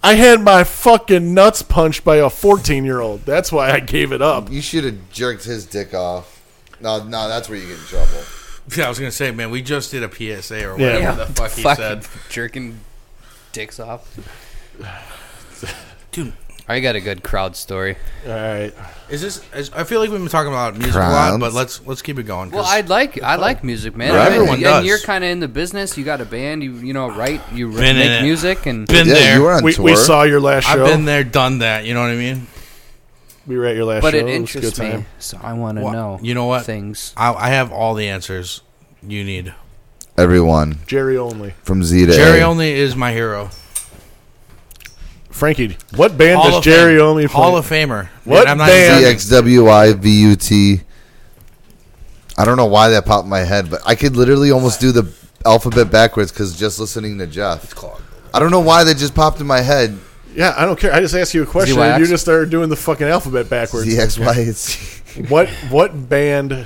[SPEAKER 4] I had my fucking nuts punched by a 14 year old. That's why I gave it up.
[SPEAKER 6] You should have jerked his dick off. No, no, that's where you get in trouble.
[SPEAKER 7] Yeah, I was gonna say, man, we just did a PSA or
[SPEAKER 4] Yeah.
[SPEAKER 7] whatever the fuck he
[SPEAKER 3] Fucking
[SPEAKER 7] said.
[SPEAKER 3] jerking dicks off.
[SPEAKER 7] Dude,
[SPEAKER 3] I got a good crowd story.
[SPEAKER 2] All right.
[SPEAKER 7] Is this? Is, I feel like we've been talking about music a lot,
[SPEAKER 6] Crowns.
[SPEAKER 7] but let's let's keep it going. 'cause
[SPEAKER 3] Well, I like I like music, man.
[SPEAKER 6] Yeah,
[SPEAKER 3] I mean,
[SPEAKER 6] everyone
[SPEAKER 3] and
[SPEAKER 7] does.
[SPEAKER 3] you're kind of in the business. You got a band. You you know, write. You re-
[SPEAKER 7] Been in
[SPEAKER 3] make
[SPEAKER 7] it.
[SPEAKER 3] music, and
[SPEAKER 7] been
[SPEAKER 6] yeah,
[SPEAKER 7] there.
[SPEAKER 6] you were on
[SPEAKER 2] We,
[SPEAKER 6] tour.
[SPEAKER 2] we saw your last
[SPEAKER 7] I've
[SPEAKER 2] show.
[SPEAKER 7] been there, done that. You know what I mean?
[SPEAKER 2] We were at your last
[SPEAKER 3] but
[SPEAKER 2] show.
[SPEAKER 3] it
[SPEAKER 2] was a good
[SPEAKER 3] interests me.
[SPEAKER 2] time.
[SPEAKER 3] So I want to
[SPEAKER 7] Wha-
[SPEAKER 3] know.
[SPEAKER 7] you know what?
[SPEAKER 3] things?
[SPEAKER 7] I, I have all the answers you need.
[SPEAKER 6] everyone
[SPEAKER 2] Jerry only.
[SPEAKER 6] from Z to
[SPEAKER 7] Jerry
[SPEAKER 6] A.
[SPEAKER 7] only is my hero.
[SPEAKER 2] Frankie, what band
[SPEAKER 7] Hall
[SPEAKER 2] does
[SPEAKER 7] of
[SPEAKER 2] Jerry
[SPEAKER 7] Fame.
[SPEAKER 2] only play?
[SPEAKER 7] Hall of Famer.
[SPEAKER 2] What
[SPEAKER 7] And I'm not
[SPEAKER 2] band-
[SPEAKER 7] even-
[SPEAKER 6] DXWIVUT. I don't know why that popped in my head, but I could literally almost do the alphabet backwards because just listening to Jeff. I don't know why that just popped in my head.
[SPEAKER 2] yeah, I don't care. I just asked you a question,
[SPEAKER 3] ZYX?
[SPEAKER 2] and you just started doing the fucking alphabet backwards.
[SPEAKER 6] DXY.
[SPEAKER 2] What what band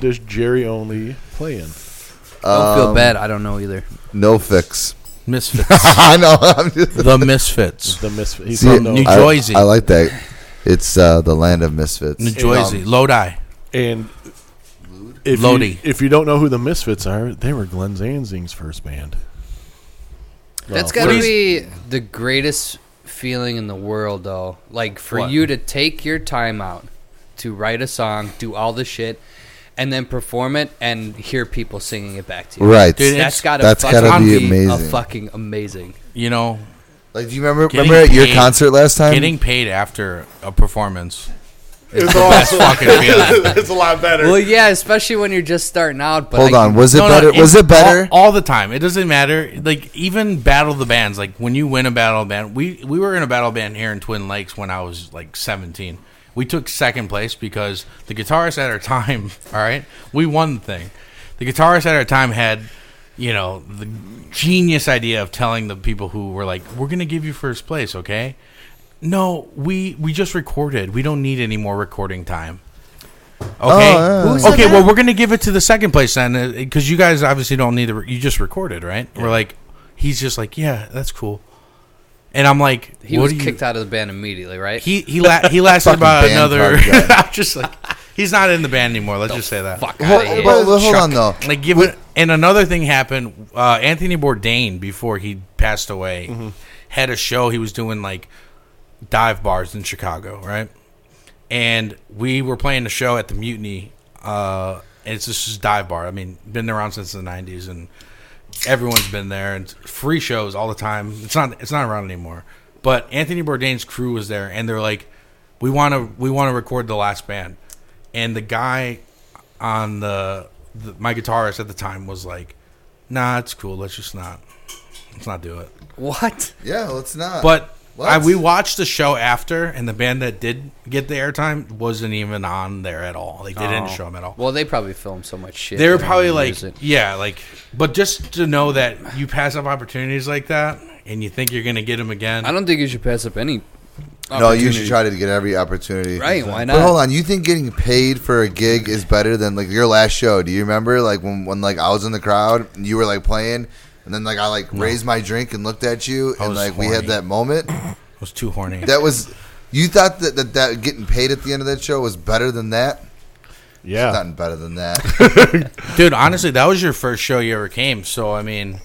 [SPEAKER 2] does Jerry only play in?
[SPEAKER 3] Don't
[SPEAKER 6] Um,
[SPEAKER 3] feel bad. I don't know either.
[SPEAKER 6] No fix.
[SPEAKER 7] Misfits.
[SPEAKER 6] I know. I'm just,
[SPEAKER 7] the Misfits.
[SPEAKER 2] The Misfits. He's
[SPEAKER 6] See,
[SPEAKER 2] from
[SPEAKER 7] New
[SPEAKER 2] the-
[SPEAKER 6] I-
[SPEAKER 7] Jersey.
[SPEAKER 6] I, like that. It's uh, the land of misfits.
[SPEAKER 7] New Jersey.
[SPEAKER 2] um,
[SPEAKER 7] Lodi.
[SPEAKER 2] and if
[SPEAKER 7] Lodi.
[SPEAKER 2] you, if you don't know who the Misfits are, they were Glenn Zanzing's first band.
[SPEAKER 3] That's
[SPEAKER 2] Well,
[SPEAKER 3] got to
[SPEAKER 7] first-
[SPEAKER 3] be the greatest feeling in the world, though. Like for you to take your time out to write a song, do all the shit, and then perform it and hear people singing it back to you.
[SPEAKER 6] Right.
[SPEAKER 7] Dude, it-
[SPEAKER 3] That's
[SPEAKER 7] It's-
[SPEAKER 3] got to
[SPEAKER 6] that's
[SPEAKER 3] fucking
[SPEAKER 6] gotta
[SPEAKER 7] be
[SPEAKER 6] amazing.
[SPEAKER 3] A fucking amazing.
[SPEAKER 7] You know,
[SPEAKER 6] like, do you remember
[SPEAKER 7] Getting
[SPEAKER 6] remember at your
[SPEAKER 7] paid-
[SPEAKER 6] concert last time?
[SPEAKER 7] getting paid after a performance.
[SPEAKER 2] It's,
[SPEAKER 7] Best fucking feeling.
[SPEAKER 2] a lot better.
[SPEAKER 3] Well, yeah, especially when you're just starting out. But
[SPEAKER 6] Hold
[SPEAKER 3] I-
[SPEAKER 6] on. Was it
[SPEAKER 7] No, no,
[SPEAKER 6] better? was it better?
[SPEAKER 7] All, all the time. It doesn't matter. Like even battle of the bands. Like when you win a battle of band, we we were in a battle of band here in Twin Lakes when I was like seventeen. We took second place because the guitarist at our time. All right, we won the thing. The guitarist at our time had, you know, the genius idea of telling the people who were like, "We're gonna give you first place, okay?" No, we we just recorded. We don't need any more recording time. Okay.
[SPEAKER 6] Oh, yeah. Who
[SPEAKER 7] okay. Well, we're gonna give it to the second place then, because you guys obviously don't need the. Re- you just recorded, right? We're like, he's just like, yeah, that's cool. And I'm like,
[SPEAKER 3] He
[SPEAKER 7] what
[SPEAKER 3] was
[SPEAKER 7] do you?
[SPEAKER 3] kicked out of the band immediately, right?
[SPEAKER 7] He he la- he lasted
[SPEAKER 6] Fucking
[SPEAKER 7] about
[SPEAKER 6] band
[SPEAKER 7] another.
[SPEAKER 6] card guy.
[SPEAKER 7] I'm just like, he's not in the band anymore. Let's just say that.
[SPEAKER 3] Fuck
[SPEAKER 6] Well,
[SPEAKER 3] out of here.
[SPEAKER 6] well, hold on though.
[SPEAKER 7] Like, give it. And another thing happened. Uh, Anthony Bourdain, before he passed away,
[SPEAKER 3] Mm-hmm.
[SPEAKER 7] had a show. He was doing like dive bars in Chicago, right? And we were playing a show at the Mutiny. Uh, and it's just this dive bar. I mean, been around since the '90s, and everyone's been there. And free shows all the time. It's not. It's not around anymore. But Anthony Bourdain's crew was there, and they're like, "We want to. We want to record the last band." And the guy on the, the my guitarist at the time was like, "Nah, it's cool. Let's just not. Let's not do it."
[SPEAKER 3] what?
[SPEAKER 6] Yeah, let's not.
[SPEAKER 7] But
[SPEAKER 6] What?
[SPEAKER 7] I, we watched the show after, and the band that did get the airtime wasn't even on there at all. Like they didn't show them at all.
[SPEAKER 3] Oh. Well, they probably filmed so much shit.
[SPEAKER 7] they were
[SPEAKER 3] during
[SPEAKER 7] probably
[SPEAKER 3] the
[SPEAKER 7] like,
[SPEAKER 3] music.
[SPEAKER 7] yeah, like. But just to know that you pass up opportunities like that, and you think you're gonna get them again.
[SPEAKER 3] I don't think you should pass up any.
[SPEAKER 6] no, you should
[SPEAKER 3] opportunity.
[SPEAKER 6] try to get every opportunity.
[SPEAKER 3] Right? Why not?
[SPEAKER 6] But hold on, you think getting paid for a gig is better than like your last show? Do you remember like when, when like I was in the crowd and you were like playing, and then like I like raised my drink and looked at you,
[SPEAKER 7] I
[SPEAKER 6] and
[SPEAKER 7] was
[SPEAKER 6] like we
[SPEAKER 7] horny.
[SPEAKER 6] had that moment.
[SPEAKER 7] It was too horny.
[SPEAKER 6] That was you thought that, that that getting paid at the end of that show was better than that.
[SPEAKER 2] yeah.
[SPEAKER 6] Nothing better than that.
[SPEAKER 7] Dude, honestly, that was your first show you ever came. So I mean,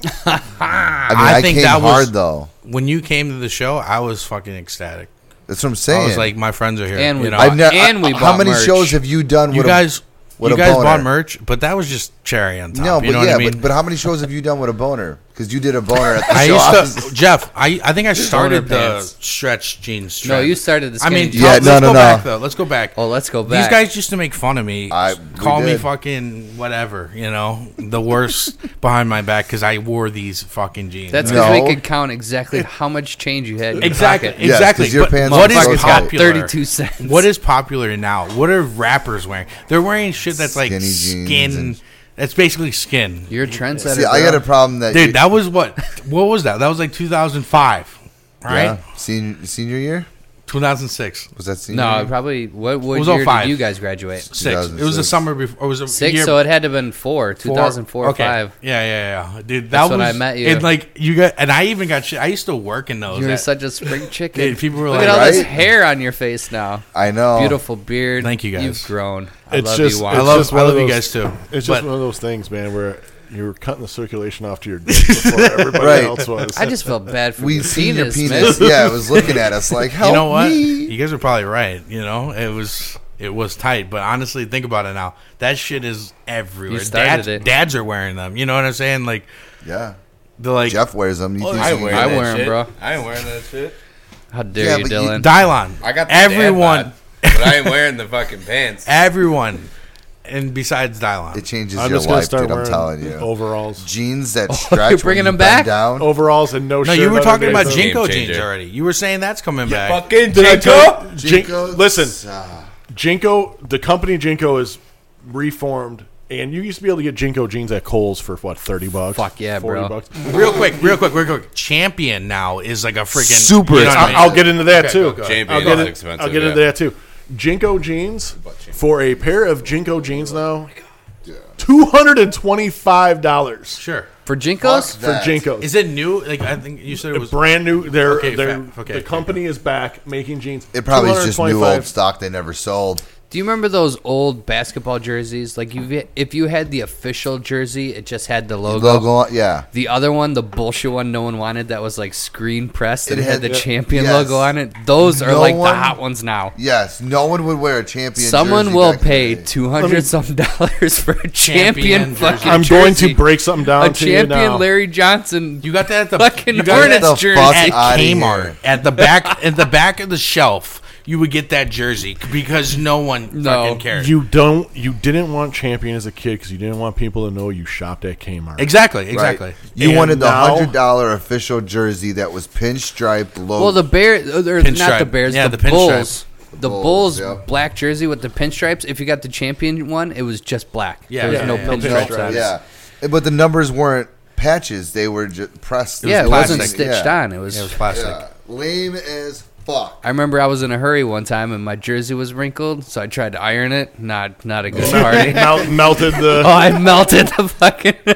[SPEAKER 6] I mean,
[SPEAKER 7] I
[SPEAKER 6] I,
[SPEAKER 7] think
[SPEAKER 6] came
[SPEAKER 7] that was-
[SPEAKER 6] hard though.
[SPEAKER 7] when you came to the show, I was fucking ecstatic.
[SPEAKER 6] That's what I'm saying.
[SPEAKER 7] I was like, my friends are here.
[SPEAKER 3] And we
[SPEAKER 7] you know?
[SPEAKER 3] bought-
[SPEAKER 6] I've never.
[SPEAKER 3] and we
[SPEAKER 6] how
[SPEAKER 3] bought
[SPEAKER 6] many
[SPEAKER 3] merch.
[SPEAKER 6] shows have you done?
[SPEAKER 7] you
[SPEAKER 6] with
[SPEAKER 7] guys,
[SPEAKER 6] what
[SPEAKER 7] you
[SPEAKER 6] a
[SPEAKER 7] guys
[SPEAKER 6] boner.
[SPEAKER 7] bought merch, but that was just cherry on
[SPEAKER 6] A,
[SPEAKER 7] top.
[SPEAKER 6] no, but
[SPEAKER 7] you know
[SPEAKER 6] yeah,
[SPEAKER 7] what I mean?
[SPEAKER 6] but, but how many shows have you done with a boner? Because you did a boner at the
[SPEAKER 7] I
[SPEAKER 6] show. I was-
[SPEAKER 7] used to, Jeff. I, I think I started the
[SPEAKER 3] pants.
[SPEAKER 7] stretch jeans.
[SPEAKER 3] No,
[SPEAKER 7] trend.
[SPEAKER 3] you started the
[SPEAKER 7] I mean,
[SPEAKER 3] skinny
[SPEAKER 6] Yeah,
[SPEAKER 7] let's
[SPEAKER 6] no,
[SPEAKER 7] go
[SPEAKER 6] no, no.
[SPEAKER 7] back though. Let's go back.
[SPEAKER 3] Oh, let's go
[SPEAKER 7] These
[SPEAKER 3] back.
[SPEAKER 7] guys used to make fun of me.
[SPEAKER 6] I- we
[SPEAKER 7] call me
[SPEAKER 6] did.
[SPEAKER 7] fucking whatever. You know, the worst behind my back because I wore these fucking jeans.
[SPEAKER 3] That's because
[SPEAKER 6] No.
[SPEAKER 3] we could count exactly how much change you had. In
[SPEAKER 7] exactly,
[SPEAKER 3] Your pocket.
[SPEAKER 6] Yes,
[SPEAKER 7] exactly.
[SPEAKER 6] 'cause your
[SPEAKER 7] But
[SPEAKER 6] pants
[SPEAKER 7] what
[SPEAKER 6] are
[SPEAKER 7] is
[SPEAKER 6] so tight.
[SPEAKER 7] popular?
[SPEAKER 3] 32 cents.
[SPEAKER 7] What is popular now? What are rappers wearing? They're wearing shit that's like
[SPEAKER 6] Skinny jeans
[SPEAKER 7] skin.
[SPEAKER 6] and-
[SPEAKER 7] that's basically skin.
[SPEAKER 3] You're a trendsetter.
[SPEAKER 6] See, I
[SPEAKER 3] bro.
[SPEAKER 6] got a problem that you-
[SPEAKER 7] Dude, that was what? What was that? That was like 2005, right?
[SPEAKER 6] Yeah. Senior, senior year
[SPEAKER 7] 2006.
[SPEAKER 6] was that senior?
[SPEAKER 3] No,
[SPEAKER 6] year?
[SPEAKER 3] probably. What,
[SPEAKER 7] Mm-hmm. It
[SPEAKER 3] what
[SPEAKER 7] was
[SPEAKER 3] year
[SPEAKER 7] 05.
[SPEAKER 3] did you guys graduate?
[SPEAKER 7] Six. It was the
[SPEAKER 6] 2006.
[SPEAKER 7] summer before. It was a
[SPEAKER 3] Six,
[SPEAKER 7] year
[SPEAKER 3] so it had to have been four,
[SPEAKER 7] before-
[SPEAKER 3] 2004
[SPEAKER 7] okay.
[SPEAKER 3] five.
[SPEAKER 7] Yeah, yeah, yeah, dude. That
[SPEAKER 3] That's
[SPEAKER 7] was
[SPEAKER 3] when I met you.
[SPEAKER 7] And like you got, and I even got shit. I used to work in those.
[SPEAKER 3] You were
[SPEAKER 7] at-
[SPEAKER 3] such a spring chicken.
[SPEAKER 7] Dude, people were
[SPEAKER 3] Look
[SPEAKER 7] like-
[SPEAKER 3] at all this
[SPEAKER 6] Right?
[SPEAKER 3] hair on your face now.
[SPEAKER 6] I know.
[SPEAKER 3] Beautiful beard.
[SPEAKER 7] Thank you, guys.
[SPEAKER 3] You've grown. I
[SPEAKER 2] It's
[SPEAKER 3] love
[SPEAKER 2] just-
[SPEAKER 3] you, Juan.
[SPEAKER 7] I
[SPEAKER 2] it's
[SPEAKER 7] love,
[SPEAKER 2] just
[SPEAKER 7] I
[SPEAKER 2] one
[SPEAKER 7] love
[SPEAKER 2] of
[SPEAKER 7] you
[SPEAKER 2] those-
[SPEAKER 7] guys too.
[SPEAKER 2] It's just
[SPEAKER 7] but
[SPEAKER 2] one of those things, man, where
[SPEAKER 4] You were cutting the circulation off to your dick before everybody
[SPEAKER 6] Right.
[SPEAKER 4] else was.
[SPEAKER 3] I just felt bad for
[SPEAKER 6] We
[SPEAKER 3] your
[SPEAKER 6] seen your
[SPEAKER 3] penis,
[SPEAKER 6] penis.
[SPEAKER 3] man.
[SPEAKER 6] Yeah, it was looking at us like, help
[SPEAKER 7] you know what?
[SPEAKER 6] me.
[SPEAKER 7] You guys are probably right. You know, it was it was tight, but honestly, think about it now. That shit is everywhere.
[SPEAKER 3] You started
[SPEAKER 7] dads,
[SPEAKER 3] it.
[SPEAKER 7] dads are wearing them. You know what I'm saying? Like
[SPEAKER 6] Yeah,
[SPEAKER 7] the like
[SPEAKER 6] Jeff wears them. You
[SPEAKER 7] Oh,
[SPEAKER 6] think
[SPEAKER 7] I
[SPEAKER 6] so you
[SPEAKER 7] wear
[SPEAKER 6] get
[SPEAKER 3] I
[SPEAKER 6] it?
[SPEAKER 3] wear 'em,
[SPEAKER 7] shit.
[SPEAKER 3] bro.
[SPEAKER 1] I ain't wearing that shit.
[SPEAKER 3] How dare
[SPEAKER 6] Yeah,
[SPEAKER 3] you,
[SPEAKER 6] but you-
[SPEAKER 3] Dylan?
[SPEAKER 7] Dylon.
[SPEAKER 1] I got the dad
[SPEAKER 7] everyone,
[SPEAKER 1] bod, but I ain't wearing the fucking pants.
[SPEAKER 7] everyone, and besides Dylon,
[SPEAKER 6] It changes
[SPEAKER 4] I'm
[SPEAKER 6] your
[SPEAKER 4] just gonna
[SPEAKER 6] life,
[SPEAKER 4] start
[SPEAKER 6] dude. I'm
[SPEAKER 4] wearing
[SPEAKER 6] telling you.
[SPEAKER 4] overalls,
[SPEAKER 6] Jeans that
[SPEAKER 3] Oh,
[SPEAKER 6] stretch.
[SPEAKER 3] you're
[SPEAKER 6] when
[SPEAKER 3] bringing
[SPEAKER 6] you
[SPEAKER 3] 'em
[SPEAKER 6] bend
[SPEAKER 3] back?
[SPEAKER 6] down.
[SPEAKER 4] Oh, overalls, and no.
[SPEAKER 7] no,
[SPEAKER 4] shirt
[SPEAKER 7] you were talking about
[SPEAKER 4] underneath them.
[SPEAKER 1] Game
[SPEAKER 7] Jinko
[SPEAKER 1] changer.
[SPEAKER 7] jeans already. You were saying that's coming back.
[SPEAKER 1] Fucking
[SPEAKER 4] Did I tell-
[SPEAKER 1] Jacob.
[SPEAKER 4] Jin-
[SPEAKER 6] Jinkos,
[SPEAKER 4] Listen,
[SPEAKER 6] uh,
[SPEAKER 4] Jinko, the company Jinko is reformed, and you used to be able to get Jinko jeans at Kohl's for what thirty bucks?
[SPEAKER 3] Fuck yeah,
[SPEAKER 4] 40
[SPEAKER 3] bro.
[SPEAKER 4] Bucks.
[SPEAKER 7] Real quick, real quick, real quick. Champion now is like a freaking
[SPEAKER 6] Super
[SPEAKER 7] You know what I
[SPEAKER 4] I-
[SPEAKER 7] mean?
[SPEAKER 4] I'll get into that
[SPEAKER 7] Okay,
[SPEAKER 4] too.
[SPEAKER 7] go, go.
[SPEAKER 1] Champion
[SPEAKER 4] I'll
[SPEAKER 1] is
[SPEAKER 4] get, in-
[SPEAKER 1] expensive,
[SPEAKER 4] I'll get into
[SPEAKER 1] yeah.
[SPEAKER 4] that too. Jinko jeans for a pair of Jinko jeans now, two hundred and twenty-five dollars
[SPEAKER 7] Sure.
[SPEAKER 3] For Jinkos?
[SPEAKER 4] for Jinkos.
[SPEAKER 7] Is it new? Like I think you said it was.
[SPEAKER 4] brand new. They're,
[SPEAKER 7] Okay,
[SPEAKER 4] they're
[SPEAKER 7] fat. Okay,
[SPEAKER 4] the
[SPEAKER 7] okay,
[SPEAKER 4] company is back making jeans.
[SPEAKER 6] It probably is just new
[SPEAKER 4] 225.
[SPEAKER 6] old stock they never sold.
[SPEAKER 3] Do you remember those old basketball jerseys? Like you, if you had the official jersey, it just had the logo.
[SPEAKER 6] Logo, on- yeah.
[SPEAKER 3] The other one, the bullshit one, no one wanted. That was like screen pressed and
[SPEAKER 6] It
[SPEAKER 3] it had,
[SPEAKER 6] had
[SPEAKER 3] the
[SPEAKER 6] the-
[SPEAKER 3] champion
[SPEAKER 6] yes.
[SPEAKER 3] logo on it. Those are
[SPEAKER 6] No
[SPEAKER 3] like
[SPEAKER 6] one-
[SPEAKER 3] the hot ones now.
[SPEAKER 6] Yes, no one would wear a champion.
[SPEAKER 3] Someone
[SPEAKER 6] jersey
[SPEAKER 3] will
[SPEAKER 6] back in the
[SPEAKER 3] pay
[SPEAKER 6] day.
[SPEAKER 3] two hundred some dollars for a
[SPEAKER 7] Champion
[SPEAKER 3] champion,
[SPEAKER 7] jersey.
[SPEAKER 3] fucking.
[SPEAKER 4] I'm going to
[SPEAKER 3] jersey.
[SPEAKER 4] break something down
[SPEAKER 3] a
[SPEAKER 4] to you now.
[SPEAKER 3] champion Larry Johnson.
[SPEAKER 7] You got that at the
[SPEAKER 3] Fucking
[SPEAKER 7] you got that
[SPEAKER 3] Hornets
[SPEAKER 6] the
[SPEAKER 3] jersey.
[SPEAKER 6] fuck
[SPEAKER 7] at
[SPEAKER 6] outta
[SPEAKER 7] Kmart
[SPEAKER 6] here.
[SPEAKER 7] at the back at the back of the shelf. You would get that jersey because no one
[SPEAKER 3] No.
[SPEAKER 7] fucking cared.
[SPEAKER 4] You don't. You didn't want Champion as a kid because you didn't want people to know you shopped at Kmart.
[SPEAKER 7] exactly,
[SPEAKER 6] Right.
[SPEAKER 7] exactly.
[SPEAKER 6] You
[SPEAKER 4] And
[SPEAKER 6] wanted the
[SPEAKER 4] now-
[SPEAKER 6] hundred dollar official jersey that was pinstriped logo.
[SPEAKER 3] Well, the Bears, or not the
[SPEAKER 7] Pinstripe.
[SPEAKER 3] Bears,
[SPEAKER 7] Yeah,
[SPEAKER 3] the,
[SPEAKER 7] the pinstripe.
[SPEAKER 3] Bulls. The Bulls,
[SPEAKER 6] Bulls, yep.
[SPEAKER 3] black jersey with the pinstripes. If you got the champion one, it was just black.
[SPEAKER 7] Yeah,
[SPEAKER 3] there was
[SPEAKER 7] yeah,
[SPEAKER 3] no
[SPEAKER 7] yeah, yeah.
[SPEAKER 3] pinstripes on it.
[SPEAKER 6] yeah, Eh, but the numbers weren't patches; they were just pressed.
[SPEAKER 3] yeah, it wasn't
[SPEAKER 6] plastic.
[SPEAKER 3] stitched
[SPEAKER 6] Yeah.
[SPEAKER 3] on. It was.
[SPEAKER 7] It was plastic.
[SPEAKER 6] Yeah. Lame as fuck.
[SPEAKER 3] I remember I was in a hurry one time and my jersey was wrinkled, so I tried to iron it. Not not a good party.
[SPEAKER 4] Mel- melted
[SPEAKER 3] Oh,
[SPEAKER 4] the.
[SPEAKER 3] I melted the fucking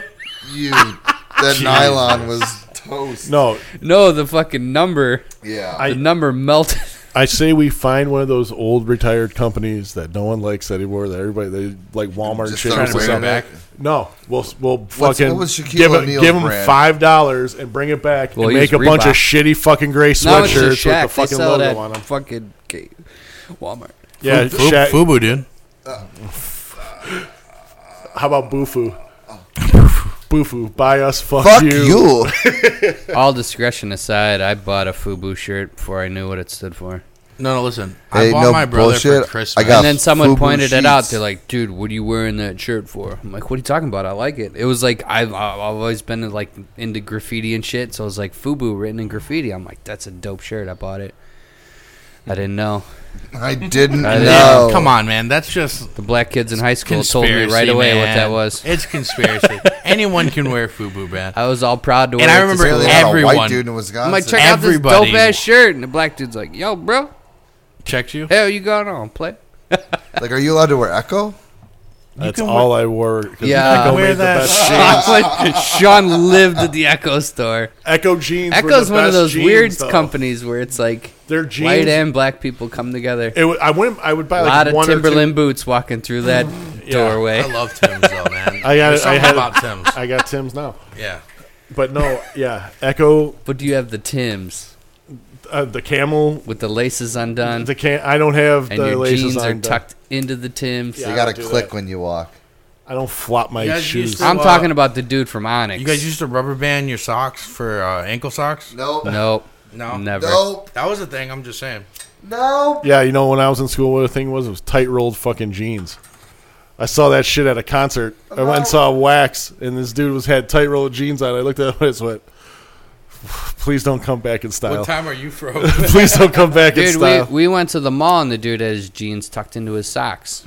[SPEAKER 6] You, that nylon was toast.
[SPEAKER 4] No,
[SPEAKER 3] no, the fucking number,
[SPEAKER 6] Yeah,
[SPEAKER 3] the number melted.
[SPEAKER 4] I say we find one of those old retired companies that no one likes anymore. That everybody they like Walmart and
[SPEAKER 6] Just
[SPEAKER 4] shit.
[SPEAKER 6] trying
[SPEAKER 7] Trying to
[SPEAKER 4] uses
[SPEAKER 7] bring
[SPEAKER 4] them.
[SPEAKER 7] it back.
[SPEAKER 4] No, we'll we'll fucking
[SPEAKER 6] what was Shaquille
[SPEAKER 4] give, it,
[SPEAKER 6] O'Neal's
[SPEAKER 4] give 'em
[SPEAKER 6] brand?
[SPEAKER 4] five dollars and bring it back
[SPEAKER 3] Well,
[SPEAKER 4] and
[SPEAKER 3] he
[SPEAKER 4] make a
[SPEAKER 3] was
[SPEAKER 4] bunch of
[SPEAKER 3] Reebok.
[SPEAKER 4] shitty fucking gray
[SPEAKER 3] Now it's
[SPEAKER 4] sweatshirts
[SPEAKER 3] just
[SPEAKER 4] with the
[SPEAKER 3] Shaq. They
[SPEAKER 4] fucking
[SPEAKER 3] sell
[SPEAKER 4] logo
[SPEAKER 3] that
[SPEAKER 4] on them.
[SPEAKER 3] fucking gate- Walmart.
[SPEAKER 4] Yeah,
[SPEAKER 7] Fu-
[SPEAKER 4] Shaq-
[SPEAKER 7] Fubu, dude.
[SPEAKER 4] how about Bufu? Bufu, buy us, fuck,
[SPEAKER 6] fuck
[SPEAKER 4] you.
[SPEAKER 6] you.
[SPEAKER 3] All discretion aside, I bought a FUBU shirt before I knew what it stood for.
[SPEAKER 7] No, no, listen. I
[SPEAKER 6] Hey,
[SPEAKER 7] bought
[SPEAKER 6] no
[SPEAKER 7] my brother
[SPEAKER 6] bullshit.
[SPEAKER 7] for Christmas.
[SPEAKER 6] I got-
[SPEAKER 3] and then someone
[SPEAKER 6] FUBU
[SPEAKER 3] pointed it out.
[SPEAKER 6] sheets.
[SPEAKER 3] They're like, "Dude, what are you wearing that shirt for?" I'm like, "What are you talking about? I like it." It was like I've I've always been like into graffiti and shit, so I was like FUBU written in graffiti. I'm like, "That's a dope shirt. I bought it." I didn't know.
[SPEAKER 6] I didn't
[SPEAKER 3] I didn't-
[SPEAKER 6] know.
[SPEAKER 7] Come on, man. That's just
[SPEAKER 3] The black kids in high school told
[SPEAKER 7] conspiracy.
[SPEAKER 3] me right away what
[SPEAKER 7] man.
[SPEAKER 3] that was.
[SPEAKER 7] It's conspiracy. Anyone can wear Fubu, man.
[SPEAKER 6] Uh,
[SPEAKER 3] I was all proud to wear.
[SPEAKER 7] And I
[SPEAKER 3] it to
[SPEAKER 7] remember
[SPEAKER 3] school.
[SPEAKER 6] Apparently
[SPEAKER 7] every-
[SPEAKER 6] not a
[SPEAKER 7] Everyone.
[SPEAKER 6] white dude in Wisconsin.
[SPEAKER 3] I'm like, check out this dope
[SPEAKER 7] Everybody-
[SPEAKER 3] ass shirt, and the black dude's like, "Yo, bro,
[SPEAKER 7] Checked you.
[SPEAKER 3] hell, you going on play?"
[SPEAKER 6] like, are you allowed to wear Echo?
[SPEAKER 4] That's all I wore. 'cause
[SPEAKER 3] Yeah.
[SPEAKER 4] Echo
[SPEAKER 7] Wear
[SPEAKER 4] made the
[SPEAKER 7] that
[SPEAKER 4] best jeans.
[SPEAKER 3] Sean lived at the Echo store.
[SPEAKER 4] Echo jeans. were
[SPEAKER 3] Echo's
[SPEAKER 4] the
[SPEAKER 3] one of
[SPEAKER 4] best
[SPEAKER 3] those
[SPEAKER 4] jeans,
[SPEAKER 3] weird
[SPEAKER 4] though.
[SPEAKER 3] companies where it's like
[SPEAKER 4] Their jeans.
[SPEAKER 3] white and black people come together.
[SPEAKER 4] it wa- I went. I would buy
[SPEAKER 3] A
[SPEAKER 4] like
[SPEAKER 3] lot of
[SPEAKER 4] one or two-
[SPEAKER 3] Timberland boots walking through that doorway.
[SPEAKER 7] I love Tim's though, man.
[SPEAKER 4] I got
[SPEAKER 7] There's
[SPEAKER 4] it. I
[SPEAKER 7] something
[SPEAKER 4] had it.
[SPEAKER 7] about Tim's.
[SPEAKER 4] I got Tim's now,
[SPEAKER 7] Yeah.
[SPEAKER 4] but no, yeah, Echo
[SPEAKER 3] But do you have the Tims
[SPEAKER 4] uh, the camel.
[SPEAKER 3] with the laces undone
[SPEAKER 4] The can I don't have
[SPEAKER 3] and
[SPEAKER 4] the
[SPEAKER 3] your
[SPEAKER 4] laces
[SPEAKER 3] jeans are
[SPEAKER 4] on. but
[SPEAKER 3] tucked into the Tims?
[SPEAKER 4] Yeah.
[SPEAKER 6] You
[SPEAKER 4] I
[SPEAKER 6] gotta
[SPEAKER 4] don't do
[SPEAKER 6] click
[SPEAKER 4] that.
[SPEAKER 6] when you walk.
[SPEAKER 4] I don't flop my
[SPEAKER 7] You guys
[SPEAKER 4] shoes.
[SPEAKER 7] used to-
[SPEAKER 3] I'm
[SPEAKER 7] So, uh,
[SPEAKER 3] talking about the dude from Onyx.
[SPEAKER 7] You guys used to rubber band your socks for uh, ankle socks?
[SPEAKER 6] Nope.
[SPEAKER 3] nope,
[SPEAKER 7] No.
[SPEAKER 3] never.
[SPEAKER 6] Nope.
[SPEAKER 7] That was a thing. I'm just saying.
[SPEAKER 6] Nope.
[SPEAKER 4] Yeah, you know when I was in school, what the thing was it was tight rolled fucking jeans. I saw that shit at a concert. I went and saw Wax, and this dude was had tight rolled jeans on. I looked at him and just went, "Please don't come back in
[SPEAKER 7] What
[SPEAKER 3] Oh.
[SPEAKER 4] style.
[SPEAKER 7] time are you from?
[SPEAKER 4] Please don't come back in
[SPEAKER 3] Dude, we,
[SPEAKER 4] style."
[SPEAKER 3] we went to the mall and the dude had his jeans tucked into his socks.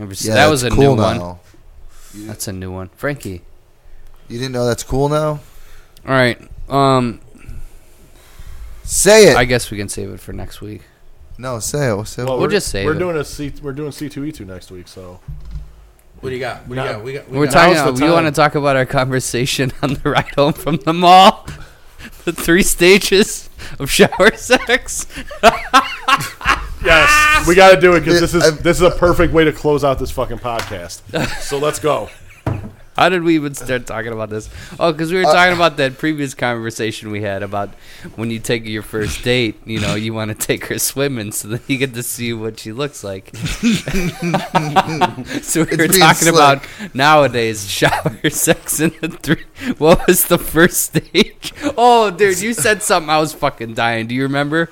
[SPEAKER 3] Ever see-
[SPEAKER 6] Yeah,
[SPEAKER 3] that was a
[SPEAKER 6] that's cool
[SPEAKER 3] new one.
[SPEAKER 6] now.
[SPEAKER 3] That's a new one. Frankie.
[SPEAKER 6] You didn't know that's cool now?
[SPEAKER 3] All right. Um,
[SPEAKER 6] Say it.
[SPEAKER 3] I guess we can save it for next week.
[SPEAKER 6] no, say it. Say it.
[SPEAKER 3] we'll
[SPEAKER 4] we're-
[SPEAKER 3] just save
[SPEAKER 4] we're
[SPEAKER 3] it.
[SPEAKER 4] doing a C. We're doing C two E two next week, so
[SPEAKER 7] What do you got? What do you got? We got. We
[SPEAKER 3] We're
[SPEAKER 7] got
[SPEAKER 3] talking.
[SPEAKER 4] Now's the
[SPEAKER 3] you
[SPEAKER 4] time.
[SPEAKER 3] want to talk about our conversation on the ride home from the mall? The three stages of shower sex.
[SPEAKER 4] yes, we got to do it because this
[SPEAKER 6] I've-
[SPEAKER 4] is this is a perfect way to close out this fucking podcast. So let's go.
[SPEAKER 3] How did we even start talking about this? Oh, because we
[SPEAKER 6] Uh,
[SPEAKER 3] were talking about that previous conversation we had about when you take your first date, you know, you want to take her swimming so that you get to see what she looks like. so we
[SPEAKER 6] It's
[SPEAKER 3] were
[SPEAKER 6] being
[SPEAKER 3] talking
[SPEAKER 6] slick.
[SPEAKER 3] about nowadays shower sex in the three. What was the first stage? Oh, dude, you said something. I was fucking dying. Do you remember?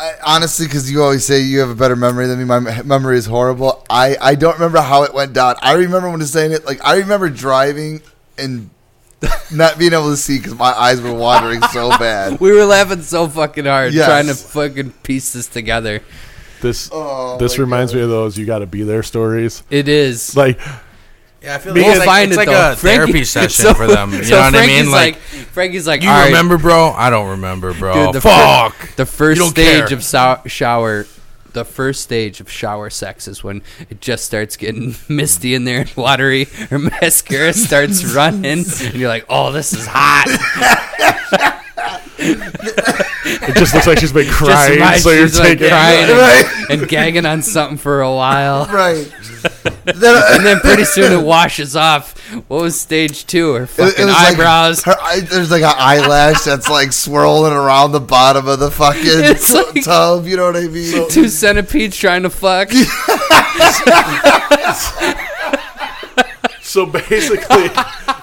[SPEAKER 6] I, honestly, because you always say you have a better memory than me. My me- memory is horrible. I, I don't remember how it went down. I remember when you're saying it. Like I remember driving and not being able to see because my eyes were watering so bad.
[SPEAKER 3] We were laughing so fucking hard
[SPEAKER 6] Yes.
[SPEAKER 3] trying to fucking piece this together.
[SPEAKER 4] This
[SPEAKER 6] Oh,
[SPEAKER 4] this
[SPEAKER 6] my
[SPEAKER 4] reminds me of those you got to be there stories.
[SPEAKER 3] It is.
[SPEAKER 4] Like
[SPEAKER 7] Yeah, I feel
[SPEAKER 3] We'll
[SPEAKER 7] like it's like,
[SPEAKER 3] find
[SPEAKER 7] it's
[SPEAKER 3] it
[SPEAKER 7] like
[SPEAKER 3] though.
[SPEAKER 7] a therapy
[SPEAKER 3] Frankie-
[SPEAKER 7] session
[SPEAKER 3] so-
[SPEAKER 7] for them. You
[SPEAKER 3] so
[SPEAKER 7] know what I
[SPEAKER 3] Frankie's
[SPEAKER 7] mean? Like,
[SPEAKER 3] Frankie's like,
[SPEAKER 7] you
[SPEAKER 3] "All right,
[SPEAKER 7] remember, bro? I don't remember, bro.
[SPEAKER 3] dude, the
[SPEAKER 7] Fuck.
[SPEAKER 3] fir- the first
[SPEAKER 7] You don't
[SPEAKER 3] stage
[SPEAKER 7] care.
[SPEAKER 3] of sou- shower, the first stage of shower sex is when it just starts getting misty in there and watery. Her mascara starts running, and you're like, "Oh, this is hot."
[SPEAKER 4] it just looks like she's been
[SPEAKER 3] Just
[SPEAKER 4] crying.
[SPEAKER 3] right,
[SPEAKER 4] so you're
[SPEAKER 3] she's, like,
[SPEAKER 4] taking
[SPEAKER 3] crying and,
[SPEAKER 6] Right.
[SPEAKER 3] and gagging on something for a while.
[SPEAKER 6] Right. then,
[SPEAKER 3] And then pretty soon it washes off. What was stage two? Her
[SPEAKER 6] It- it
[SPEAKER 3] fucking
[SPEAKER 6] was like
[SPEAKER 3] eyebrows.
[SPEAKER 6] her eye, there's like an eyelash that's like swirling around the bottom of the fucking
[SPEAKER 3] It's like-
[SPEAKER 6] tub. You know what I mean?
[SPEAKER 3] Two centipedes trying to fuck.
[SPEAKER 4] So basically,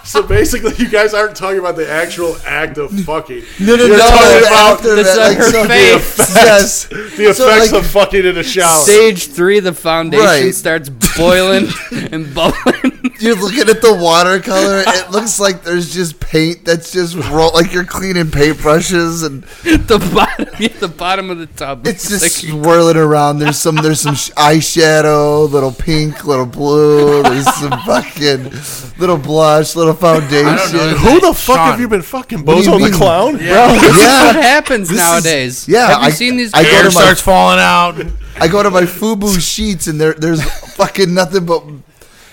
[SPEAKER 4] so basically, you guys aren't talking about the actual act of fucking. No,
[SPEAKER 6] You're talking about
[SPEAKER 3] the-
[SPEAKER 6] like,
[SPEAKER 3] her
[SPEAKER 6] so-
[SPEAKER 3] face.
[SPEAKER 6] Yes.
[SPEAKER 4] the effects
[SPEAKER 6] So, like-
[SPEAKER 4] of fucking in a shower.
[SPEAKER 3] Stage three, the foundation
[SPEAKER 6] Right.
[SPEAKER 3] starts boiling and bubbling.
[SPEAKER 6] You're looking at the watercolor. It looks like there's just paint that's just roll like you're cleaning paintbrushes, and
[SPEAKER 3] the bottom, yeah, the bottom of the tub.
[SPEAKER 6] it's just
[SPEAKER 3] like,
[SPEAKER 6] swirling around. There's some there's some sh- eyeshadow, little pink, little blue. There's some fucking little blush, little foundation.
[SPEAKER 4] Who the fuck
[SPEAKER 7] Sean.
[SPEAKER 4] have you been fucking
[SPEAKER 6] What do you
[SPEAKER 4] Bozo the
[SPEAKER 6] mean?
[SPEAKER 4] clown?
[SPEAKER 3] what
[SPEAKER 6] Yeah,
[SPEAKER 3] happens
[SPEAKER 6] This is-
[SPEAKER 3] nowadays.
[SPEAKER 6] yeah,
[SPEAKER 3] have you
[SPEAKER 6] I-
[SPEAKER 3] seen these?
[SPEAKER 6] I go
[SPEAKER 7] Hair
[SPEAKER 6] to my-
[SPEAKER 7] starts falling out.
[SPEAKER 6] I go to my FUBU sheets, and there there's fucking nothing but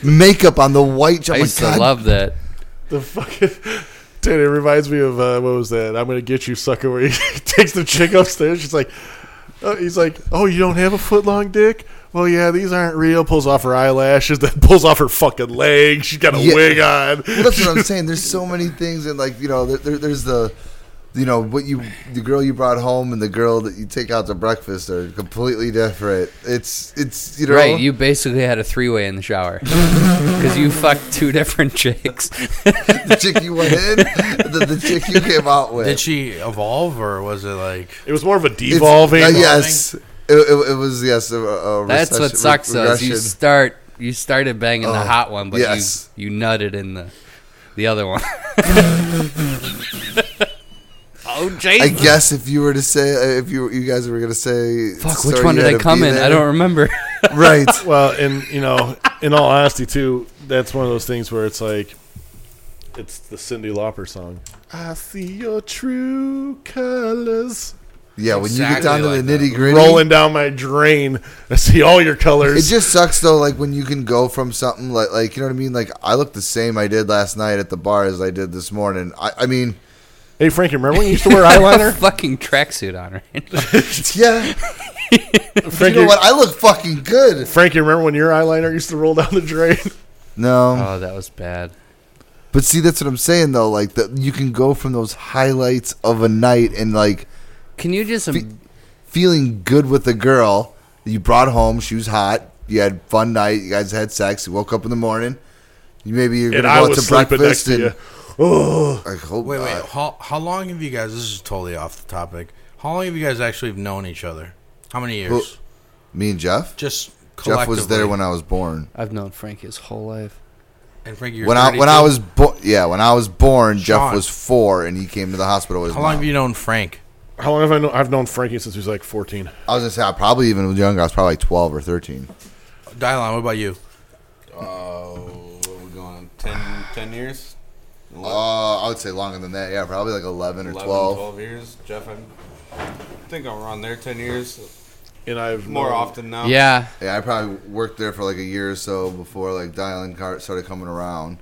[SPEAKER 6] makeup on the white.
[SPEAKER 3] I
[SPEAKER 6] I'm like,
[SPEAKER 3] used to
[SPEAKER 6] Oh God
[SPEAKER 3] love that.
[SPEAKER 4] The fucking. Dude, it reminds me of uh, what was that? I'm gonna get you, sucker. Where he takes the chick upstairs. She's like, uh, he's like, oh, you don't have a foot long dick? Well, yeah, these aren't real. Pulls off her eyelashes, then pulls off her fucking leg. She's got a
[SPEAKER 6] Yeah.
[SPEAKER 4] wig on.
[SPEAKER 6] Well, that's what I'm saying. There's so many things, and like you know, there, there, there's the, you know, what you the girl you brought home and the girl that you take out to breakfast are completely different. It's it's you know,
[SPEAKER 3] Right, you basically had a three-way in the shower because you fucked two different chicks.
[SPEAKER 6] the chick you went in, the, the chick you came out with.
[SPEAKER 7] Did she evolve or was it like?
[SPEAKER 4] It was more of a
[SPEAKER 6] It's-
[SPEAKER 4] devolving.
[SPEAKER 6] uh, yes, it, it, it was yes. A, a
[SPEAKER 3] That's what
[SPEAKER 6] recession-
[SPEAKER 3] sucks. Though, is you
[SPEAKER 6] regression.
[SPEAKER 3] start you started banging the
[SPEAKER 6] Oh,
[SPEAKER 3] hot one, but
[SPEAKER 6] yes.
[SPEAKER 3] you you nutted in the the other one. oh
[SPEAKER 6] I
[SPEAKER 3] Jesus!
[SPEAKER 6] guess if you were to say uh, if you you guys were gonna say
[SPEAKER 3] Fuck,
[SPEAKER 6] sorry,
[SPEAKER 3] which one
[SPEAKER 6] you
[SPEAKER 3] did
[SPEAKER 6] had
[SPEAKER 3] I
[SPEAKER 6] to
[SPEAKER 3] come
[SPEAKER 6] be
[SPEAKER 3] in? I
[SPEAKER 6] there.
[SPEAKER 3] don't remember.
[SPEAKER 6] right
[SPEAKER 4] Well, and you know, in all honesty, too, that's one of those things where it's like, it's the Cindy Lauper song. I see your true colors
[SPEAKER 6] yeah when you get
[SPEAKER 7] Exactly
[SPEAKER 6] down to
[SPEAKER 7] like
[SPEAKER 6] the
[SPEAKER 7] that.
[SPEAKER 6] nitty gritty
[SPEAKER 4] rolling down my drain. I see all your
[SPEAKER 6] It
[SPEAKER 4] colors.
[SPEAKER 6] just sucks though, like when you can go from something like, like you know what I mean. Like I look the same I did last night at the bar as I did this morning. I, I mean,
[SPEAKER 4] hey, Frankie, remember when you used to wear
[SPEAKER 3] I have a
[SPEAKER 4] eyeliner?
[SPEAKER 3] fucking tracksuit on right now.
[SPEAKER 6] yeah. you
[SPEAKER 4] Frankie,
[SPEAKER 6] know what? I look fucking good.
[SPEAKER 4] Frankie, remember when your eyeliner used to roll down the drain?
[SPEAKER 6] No,
[SPEAKER 3] Oh, that was bad.
[SPEAKER 6] but see, that's what I'm saying though. Like that, you can go from those highlights of a night and like
[SPEAKER 3] Can you just
[SPEAKER 6] Fe- feeling good with a girl that you brought home. She was hot. You had fun night. You guys had sex. You woke up in the morning. You maybe you're gonna
[SPEAKER 4] And
[SPEAKER 6] go
[SPEAKER 4] I
[SPEAKER 6] out
[SPEAKER 4] was
[SPEAKER 6] to
[SPEAKER 4] sleeping next
[SPEAKER 6] breakfast
[SPEAKER 4] to you.
[SPEAKER 6] and
[SPEAKER 4] Oh,
[SPEAKER 6] like, oh,
[SPEAKER 7] Wait,
[SPEAKER 6] God.
[SPEAKER 7] wait. How how long have you guys? This is totally off the topic. How long have you guys actually known each other? How many years?
[SPEAKER 6] Who- me and Jeff.
[SPEAKER 7] Just
[SPEAKER 6] Jeff was there
[SPEAKER 7] collectively.
[SPEAKER 6] when I was born.
[SPEAKER 3] I've known Frank his whole life.
[SPEAKER 7] And Frankie, you're
[SPEAKER 6] when I when I
[SPEAKER 7] 32?
[SPEAKER 6] was born, yeah, when I was born, Jeff
[SPEAKER 7] Sean.
[SPEAKER 6] was four, and he came to the hospital. With
[SPEAKER 7] How long have
[SPEAKER 6] you?
[SPEAKER 7] you known Frank?
[SPEAKER 4] how long have I known? I've known Frankie since he was like 14.
[SPEAKER 6] I was gonna say I probably even was younger. I was probably like twelve or thirteen.
[SPEAKER 7] Dylan, what about you?
[SPEAKER 1] Oh, what are we going on? 10, 10 years?
[SPEAKER 6] Uh, I would say longer than that. Yeah, probably like eleven or
[SPEAKER 1] 11,
[SPEAKER 6] twelve.
[SPEAKER 1] 12 years. Jeff, I'm, I think I'm around there 10 years.
[SPEAKER 4] And I've
[SPEAKER 1] More
[SPEAKER 4] known-
[SPEAKER 1] often now.
[SPEAKER 3] Yeah,
[SPEAKER 6] Yeah, I probably worked there for like a year or so before like dialing car started coming around.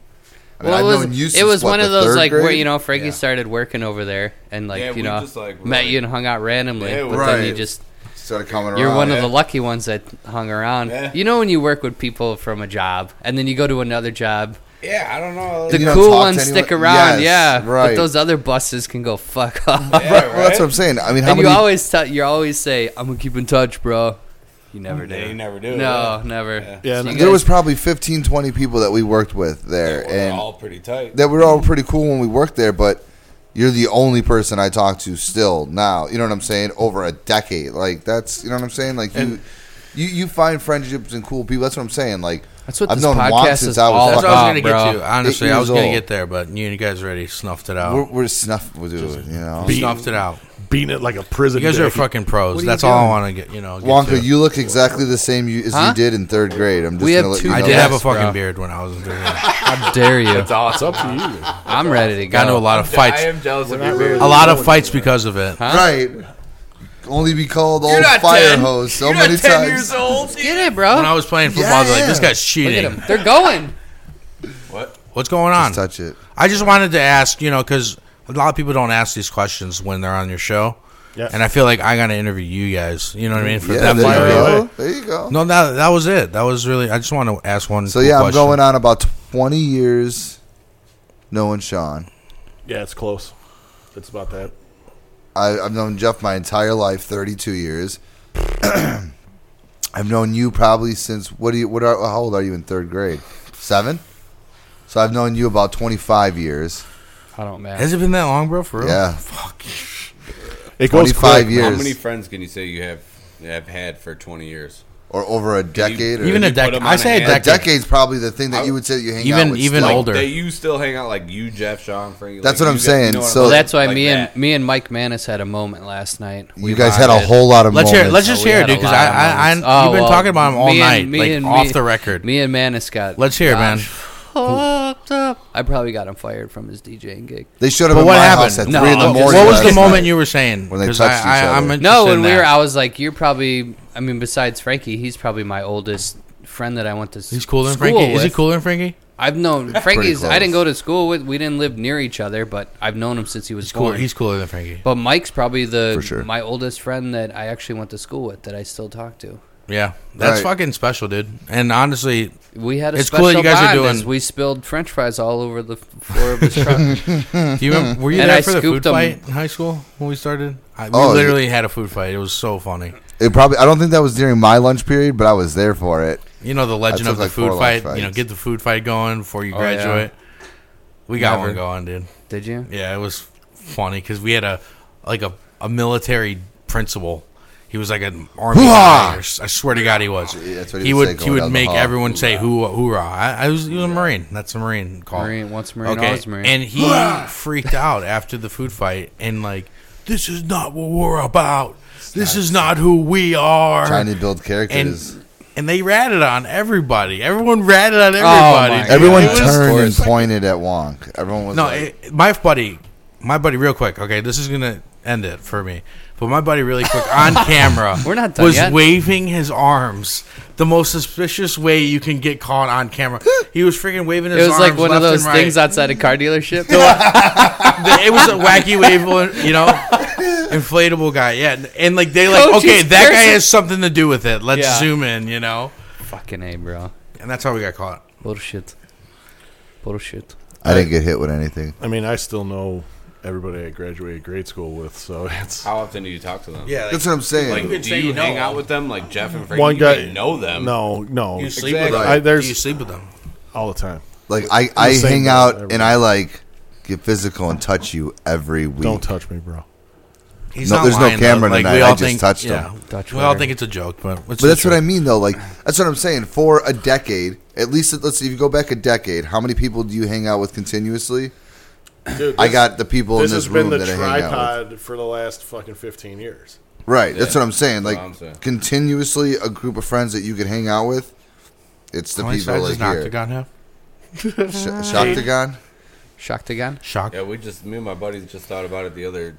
[SPEAKER 6] I mean,
[SPEAKER 3] well,
[SPEAKER 6] I've
[SPEAKER 3] it
[SPEAKER 6] known
[SPEAKER 3] was,
[SPEAKER 6] you
[SPEAKER 3] it
[SPEAKER 6] since,
[SPEAKER 3] was
[SPEAKER 6] what,
[SPEAKER 3] one
[SPEAKER 6] the
[SPEAKER 3] of those
[SPEAKER 6] third
[SPEAKER 3] like where
[SPEAKER 6] grade?
[SPEAKER 3] you know Frankie
[SPEAKER 7] Yeah.
[SPEAKER 3] started working over there and like
[SPEAKER 1] Yeah,
[SPEAKER 3] you
[SPEAKER 1] we
[SPEAKER 3] know
[SPEAKER 1] just, like, were
[SPEAKER 3] met
[SPEAKER 1] like-
[SPEAKER 3] you and hung out randomly,
[SPEAKER 1] Yeah,
[SPEAKER 3] but then
[SPEAKER 6] right.
[SPEAKER 3] you just
[SPEAKER 6] started coming
[SPEAKER 3] you're
[SPEAKER 6] around.
[SPEAKER 3] one of
[SPEAKER 1] yeah.
[SPEAKER 3] the lucky ones that hung around.
[SPEAKER 1] Yeah.
[SPEAKER 3] You know when you work with people from a job and then you go to another job
[SPEAKER 5] Yeah, I don't know.
[SPEAKER 3] The
[SPEAKER 6] you don't
[SPEAKER 3] cool
[SPEAKER 6] talk to
[SPEAKER 3] ones
[SPEAKER 6] anyone-
[SPEAKER 3] stick around,
[SPEAKER 6] Yes,
[SPEAKER 3] yeah. But
[SPEAKER 6] right.
[SPEAKER 3] those other buses can go fuck off.
[SPEAKER 5] Yeah,
[SPEAKER 6] Well, that's what I'm saying. I mean, how
[SPEAKER 3] and
[SPEAKER 6] many?
[SPEAKER 3] you always tell you always say, "I'm gonna keep in touch, bro." You never do.
[SPEAKER 5] Yeah, you never do,
[SPEAKER 3] No,
[SPEAKER 5] yeah.
[SPEAKER 3] never.
[SPEAKER 2] Yeah, and
[SPEAKER 3] So you
[SPEAKER 6] there
[SPEAKER 3] guys-
[SPEAKER 6] was probably 15, 20 people that we worked with there,
[SPEAKER 5] We're
[SPEAKER 6] and
[SPEAKER 5] all pretty tight.
[SPEAKER 6] that were all pretty cool when we worked there. But you're the only person I talk to still now. You know what I'm saying? Over a decade, like that's you know what I'm saying. Like you, you, you find friendships and cool people. That's what I'm saying. Like
[SPEAKER 3] That's what
[SPEAKER 6] I've
[SPEAKER 3] this
[SPEAKER 6] known Juan
[SPEAKER 3] podcast
[SPEAKER 6] since
[SPEAKER 3] is
[SPEAKER 6] I was
[SPEAKER 3] all
[SPEAKER 7] That's
[SPEAKER 6] fucking-
[SPEAKER 7] what I was
[SPEAKER 3] Fuck
[SPEAKER 7] gonna
[SPEAKER 3] off,
[SPEAKER 7] get
[SPEAKER 3] bro.
[SPEAKER 7] to. Honestly,
[SPEAKER 6] Eight
[SPEAKER 7] I was
[SPEAKER 6] years
[SPEAKER 7] gonna
[SPEAKER 6] old.
[SPEAKER 7] get there, but you guys already snuffed it
[SPEAKER 6] we're,
[SPEAKER 7] out.
[SPEAKER 6] we're snuff, dude. You know,
[SPEAKER 2] Beat.
[SPEAKER 7] Snuffed it out.
[SPEAKER 2] beating it like a prison.
[SPEAKER 7] You guys are
[SPEAKER 2] dick.
[SPEAKER 7] fucking pros.
[SPEAKER 6] you
[SPEAKER 7] That's all I
[SPEAKER 6] doing?
[SPEAKER 7] want to get. You know, get to.
[SPEAKER 6] Wonka, you look exactly the same you, as
[SPEAKER 3] Huh?
[SPEAKER 6] you did in third grade. I'm just
[SPEAKER 3] We have
[SPEAKER 6] gonna let
[SPEAKER 3] two
[SPEAKER 6] you
[SPEAKER 7] I
[SPEAKER 6] know
[SPEAKER 7] did
[SPEAKER 3] Yes,
[SPEAKER 7] have a fucking
[SPEAKER 3] bro.
[SPEAKER 7] beard when I was in third grade.
[SPEAKER 3] How dare you?
[SPEAKER 2] It's, all, it's up to you.
[SPEAKER 3] I'm ready to go.
[SPEAKER 7] Got into a lot of
[SPEAKER 1] I
[SPEAKER 7] fights.
[SPEAKER 1] am jealous of your beard.
[SPEAKER 7] A lot of fights because of it.
[SPEAKER 6] Right. Only be called old fire hose so many times.
[SPEAKER 1] old.
[SPEAKER 3] Get it, bro.
[SPEAKER 7] When I was playing football, I was like,
[SPEAKER 6] Yeah.
[SPEAKER 7] "This guy's
[SPEAKER 3] Look at
[SPEAKER 7] cheating.
[SPEAKER 3] them. They're going.
[SPEAKER 7] What's going on?"
[SPEAKER 6] Touch it.
[SPEAKER 7] I just wanted to ask, you know, because a lot of people don't ask these questions when they're on your show,
[SPEAKER 2] Yeah.
[SPEAKER 7] and I feel like I got to interview you guys. You know what I mean? For
[SPEAKER 6] Yeah,
[SPEAKER 7] that
[SPEAKER 6] there
[SPEAKER 7] fire-
[SPEAKER 6] you
[SPEAKER 2] fire
[SPEAKER 6] go.
[SPEAKER 2] away.
[SPEAKER 6] There you go.
[SPEAKER 7] No, that that was it. That was really. I just want to ask one.
[SPEAKER 6] So
[SPEAKER 7] cool
[SPEAKER 6] yeah, I'm
[SPEAKER 7] question.
[SPEAKER 6] going on about 20 years knowing Sean.
[SPEAKER 2] Yeah, it's close. It's about that.
[SPEAKER 6] I, I've known Jeff my entire life, 32 years. I've known you probably since what do you what are how old are you in third grade? Seven. So I've known you about 25 years.
[SPEAKER 3] I don't matter.
[SPEAKER 7] Has it been that long, bro? For real?
[SPEAKER 6] Yeah,
[SPEAKER 7] Fuck.
[SPEAKER 2] It goes
[SPEAKER 6] 25
[SPEAKER 2] quick.
[SPEAKER 6] years
[SPEAKER 1] How many friends can you say you have have had for 20 years?
[SPEAKER 6] or over a decade. or
[SPEAKER 7] Even a
[SPEAKER 1] you put
[SPEAKER 7] decade.
[SPEAKER 1] him
[SPEAKER 7] I
[SPEAKER 1] on
[SPEAKER 7] say
[SPEAKER 1] a
[SPEAKER 7] a
[SPEAKER 6] a
[SPEAKER 1] hand?
[SPEAKER 7] decade.
[SPEAKER 6] decade's probably the thing that you would say that you hang out
[SPEAKER 7] Even-
[SPEAKER 6] with.
[SPEAKER 7] even
[SPEAKER 6] still.
[SPEAKER 7] older.
[SPEAKER 1] That you still hang out like you, Jeff, Sean, Frankie.
[SPEAKER 6] That's
[SPEAKER 1] like,
[SPEAKER 6] what I'm
[SPEAKER 1] you guys-
[SPEAKER 6] saying.
[SPEAKER 1] you know what I'm
[SPEAKER 6] So-
[SPEAKER 3] Well,
[SPEAKER 1] saying?
[SPEAKER 3] that's why
[SPEAKER 1] Like
[SPEAKER 3] me
[SPEAKER 1] that.
[SPEAKER 3] and me and Mike Manis had a moment last night.
[SPEAKER 6] You guys had a
[SPEAKER 3] bonded.
[SPEAKER 6] whole lot of
[SPEAKER 7] Let's hear.
[SPEAKER 6] moments.
[SPEAKER 7] Let's
[SPEAKER 3] Oh,
[SPEAKER 7] just hear, it, dude. Because I, I, I,
[SPEAKER 3] Moments. Oh,
[SPEAKER 7] you've been
[SPEAKER 3] well,
[SPEAKER 7] talking about him all
[SPEAKER 3] me and-
[SPEAKER 7] night,
[SPEAKER 3] me
[SPEAKER 7] like
[SPEAKER 3] and-
[SPEAKER 7] off
[SPEAKER 3] me-
[SPEAKER 7] the record.
[SPEAKER 3] Me and Manis got.
[SPEAKER 7] Let's hear, it, man.
[SPEAKER 3] gosh, Fucked up. I probably got him fired from his DJing gig.
[SPEAKER 6] They showed up
[SPEAKER 7] But
[SPEAKER 6] at
[SPEAKER 7] what
[SPEAKER 6] my
[SPEAKER 7] happened?
[SPEAKER 6] house at
[SPEAKER 3] No,
[SPEAKER 6] three in the
[SPEAKER 3] I'm just-
[SPEAKER 6] morning.
[SPEAKER 7] what was the
[SPEAKER 6] last night.
[SPEAKER 7] moment you were saying?
[SPEAKER 6] When they
[SPEAKER 7] 'Cause
[SPEAKER 6] touched
[SPEAKER 7] I,
[SPEAKER 6] each
[SPEAKER 7] I, I'm
[SPEAKER 6] other.
[SPEAKER 7] interested
[SPEAKER 3] No, when
[SPEAKER 7] in
[SPEAKER 3] we
[SPEAKER 7] that.
[SPEAKER 3] were, I was like, "You're probably." I mean, besides Frankie, he's probably my oldest friend that I went to. s-
[SPEAKER 7] He's cooler than
[SPEAKER 3] school
[SPEAKER 7] Frankie. Is he
[SPEAKER 3] with.
[SPEAKER 7] cooler than Frankie?
[SPEAKER 3] I've known Frankie's. I
[SPEAKER 6] close.
[SPEAKER 3] didn't go to school with. We didn't live near each other, but I've known him since he was
[SPEAKER 7] He's cooler.
[SPEAKER 3] born.
[SPEAKER 7] He's cooler than Frankie.
[SPEAKER 3] but Mike's probably the
[SPEAKER 6] For sure.
[SPEAKER 3] my oldest friend that I actually went to school with that I still talk to.
[SPEAKER 7] Yeah, that's
[SPEAKER 6] Right.
[SPEAKER 7] fucking special, dude. And honestly,
[SPEAKER 3] We had a
[SPEAKER 7] It's cool
[SPEAKER 3] special
[SPEAKER 7] that you guys are
[SPEAKER 3] bond
[SPEAKER 7] doing-
[SPEAKER 3] as we spilled French fries all over the floor of his truck.
[SPEAKER 7] do you remember? Were you
[SPEAKER 3] And
[SPEAKER 7] there
[SPEAKER 3] I
[SPEAKER 7] for the food
[SPEAKER 3] scooped 'em.
[SPEAKER 7] fight in high school when we started? I, we
[SPEAKER 6] Oh,
[SPEAKER 7] literally had a food fight. It was so funny.
[SPEAKER 6] It probably. I don't think that was during my lunch period, but I was there for it.
[SPEAKER 7] You know the legend
[SPEAKER 6] took
[SPEAKER 7] of the
[SPEAKER 6] like
[SPEAKER 7] food
[SPEAKER 6] four lunch
[SPEAKER 7] fight. You know,
[SPEAKER 6] fights.
[SPEAKER 7] get the food fight going before you
[SPEAKER 3] Oh, yeah.
[SPEAKER 7] graduate. We got
[SPEAKER 3] Never.
[SPEAKER 7] one going, dude.
[SPEAKER 3] Did you?
[SPEAKER 7] Yeah, it was funny because we had a like a, a military principal. He was like an army.
[SPEAKER 6] Hoo-ha!
[SPEAKER 7] guy. I swear to God, he was.
[SPEAKER 6] that's what
[SPEAKER 7] he,
[SPEAKER 6] he would say
[SPEAKER 7] would. He
[SPEAKER 6] going
[SPEAKER 7] would
[SPEAKER 6] down the
[SPEAKER 7] make
[SPEAKER 6] hall.
[SPEAKER 7] everyone say "hoo hoorah." I, I was. He was a marine. That's a marine call.
[SPEAKER 3] Marine, once Marine, always Marine.
[SPEAKER 7] And he freaked out after the food fight and like, this is not what we're about. This is not who we are.
[SPEAKER 6] Trying to build characters.
[SPEAKER 7] and and they ratted on everybody. Everyone ratted on everybody.
[SPEAKER 3] Oh my
[SPEAKER 7] dude.
[SPEAKER 6] Everyone
[SPEAKER 7] It was-
[SPEAKER 6] turned and pointed at Wonk. Everyone was
[SPEAKER 7] No,
[SPEAKER 6] like,
[SPEAKER 7] it, my buddy, my buddy, real quick. Okay, this is gonna end it for me. But my buddy, really quick, on camera,
[SPEAKER 3] We're not done
[SPEAKER 7] was
[SPEAKER 3] yet.
[SPEAKER 7] waving his arms the most suspicious way you can get caught on camera. He was freaking waving his
[SPEAKER 3] It
[SPEAKER 7] arms.
[SPEAKER 3] was like one of
[SPEAKER 7] left and
[SPEAKER 3] those
[SPEAKER 7] right.
[SPEAKER 3] things outside a car dealership.
[SPEAKER 7] The- it was a wacky wave, one, you know, inflatable guy. Yeah, and, and, like they like,
[SPEAKER 3] Coach
[SPEAKER 7] okay,
[SPEAKER 3] is
[SPEAKER 7] that guy
[SPEAKER 3] cursing.
[SPEAKER 7] has something to do with it. Let's
[SPEAKER 3] Yeah.
[SPEAKER 7] zoom in, you know,
[SPEAKER 3] Fucking A, bro.
[SPEAKER 7] and that's how we got caught.
[SPEAKER 3] Bullshit. Bullshit.
[SPEAKER 6] I didn't get hit with anything.
[SPEAKER 2] I mean, I still know everybody I graduated grade school with, so it's
[SPEAKER 1] How often do you talk to them?
[SPEAKER 7] Yeah, like,
[SPEAKER 6] That's what I'm
[SPEAKER 1] Like,
[SPEAKER 6] saying.
[SPEAKER 7] could
[SPEAKER 1] do
[SPEAKER 7] say
[SPEAKER 1] you,
[SPEAKER 7] you know
[SPEAKER 1] hang out
[SPEAKER 7] them.
[SPEAKER 1] with them like Jeff and Frankie?
[SPEAKER 2] one
[SPEAKER 1] you
[SPEAKER 2] guy.
[SPEAKER 1] didn't know them.
[SPEAKER 2] No, no,
[SPEAKER 7] you sleep
[SPEAKER 1] Exactly.
[SPEAKER 7] with them.
[SPEAKER 2] I-
[SPEAKER 7] do
[SPEAKER 2] there's-
[SPEAKER 7] you sleep with them?
[SPEAKER 2] all the time.
[SPEAKER 6] Like I, I
[SPEAKER 2] same
[SPEAKER 6] hang
[SPEAKER 2] guy,
[SPEAKER 6] out
[SPEAKER 2] everyone.
[SPEAKER 6] and I like get physical and touch you every week.
[SPEAKER 2] Don't touch me, bro.
[SPEAKER 7] He's
[SPEAKER 6] No,
[SPEAKER 7] not
[SPEAKER 6] there's no
[SPEAKER 7] lying, though.
[SPEAKER 6] camera tonight.
[SPEAKER 7] we
[SPEAKER 6] I
[SPEAKER 7] all
[SPEAKER 6] just
[SPEAKER 7] think,
[SPEAKER 6] touched him.
[SPEAKER 7] yeah,
[SPEAKER 3] Dutch
[SPEAKER 7] we all
[SPEAKER 3] waiter.
[SPEAKER 7] think it's a joke, but
[SPEAKER 6] But that's what I mean, though. Like that's what I'm saying. For a decade, at least, let's see. If you go back a decade, how many people do you hang out with continuously?
[SPEAKER 2] Dude,
[SPEAKER 6] I got the people
[SPEAKER 2] this
[SPEAKER 6] in this
[SPEAKER 2] has been
[SPEAKER 6] room
[SPEAKER 2] the
[SPEAKER 6] that I hang out with.
[SPEAKER 2] tripod for the last fucking fifteen years.
[SPEAKER 6] Right. That's what I'm saying. Like
[SPEAKER 1] what I'm saying.
[SPEAKER 6] continuously, a group of friends that you could hang out with. It's the
[SPEAKER 7] How many
[SPEAKER 6] people
[SPEAKER 7] sides
[SPEAKER 6] like
[SPEAKER 7] does knocked
[SPEAKER 6] here.
[SPEAKER 7] have?
[SPEAKER 6] Sh- Shoctagon.
[SPEAKER 3] Shocked again?
[SPEAKER 7] Shock.
[SPEAKER 1] Yeah, we just me and my buddies just thought about it the other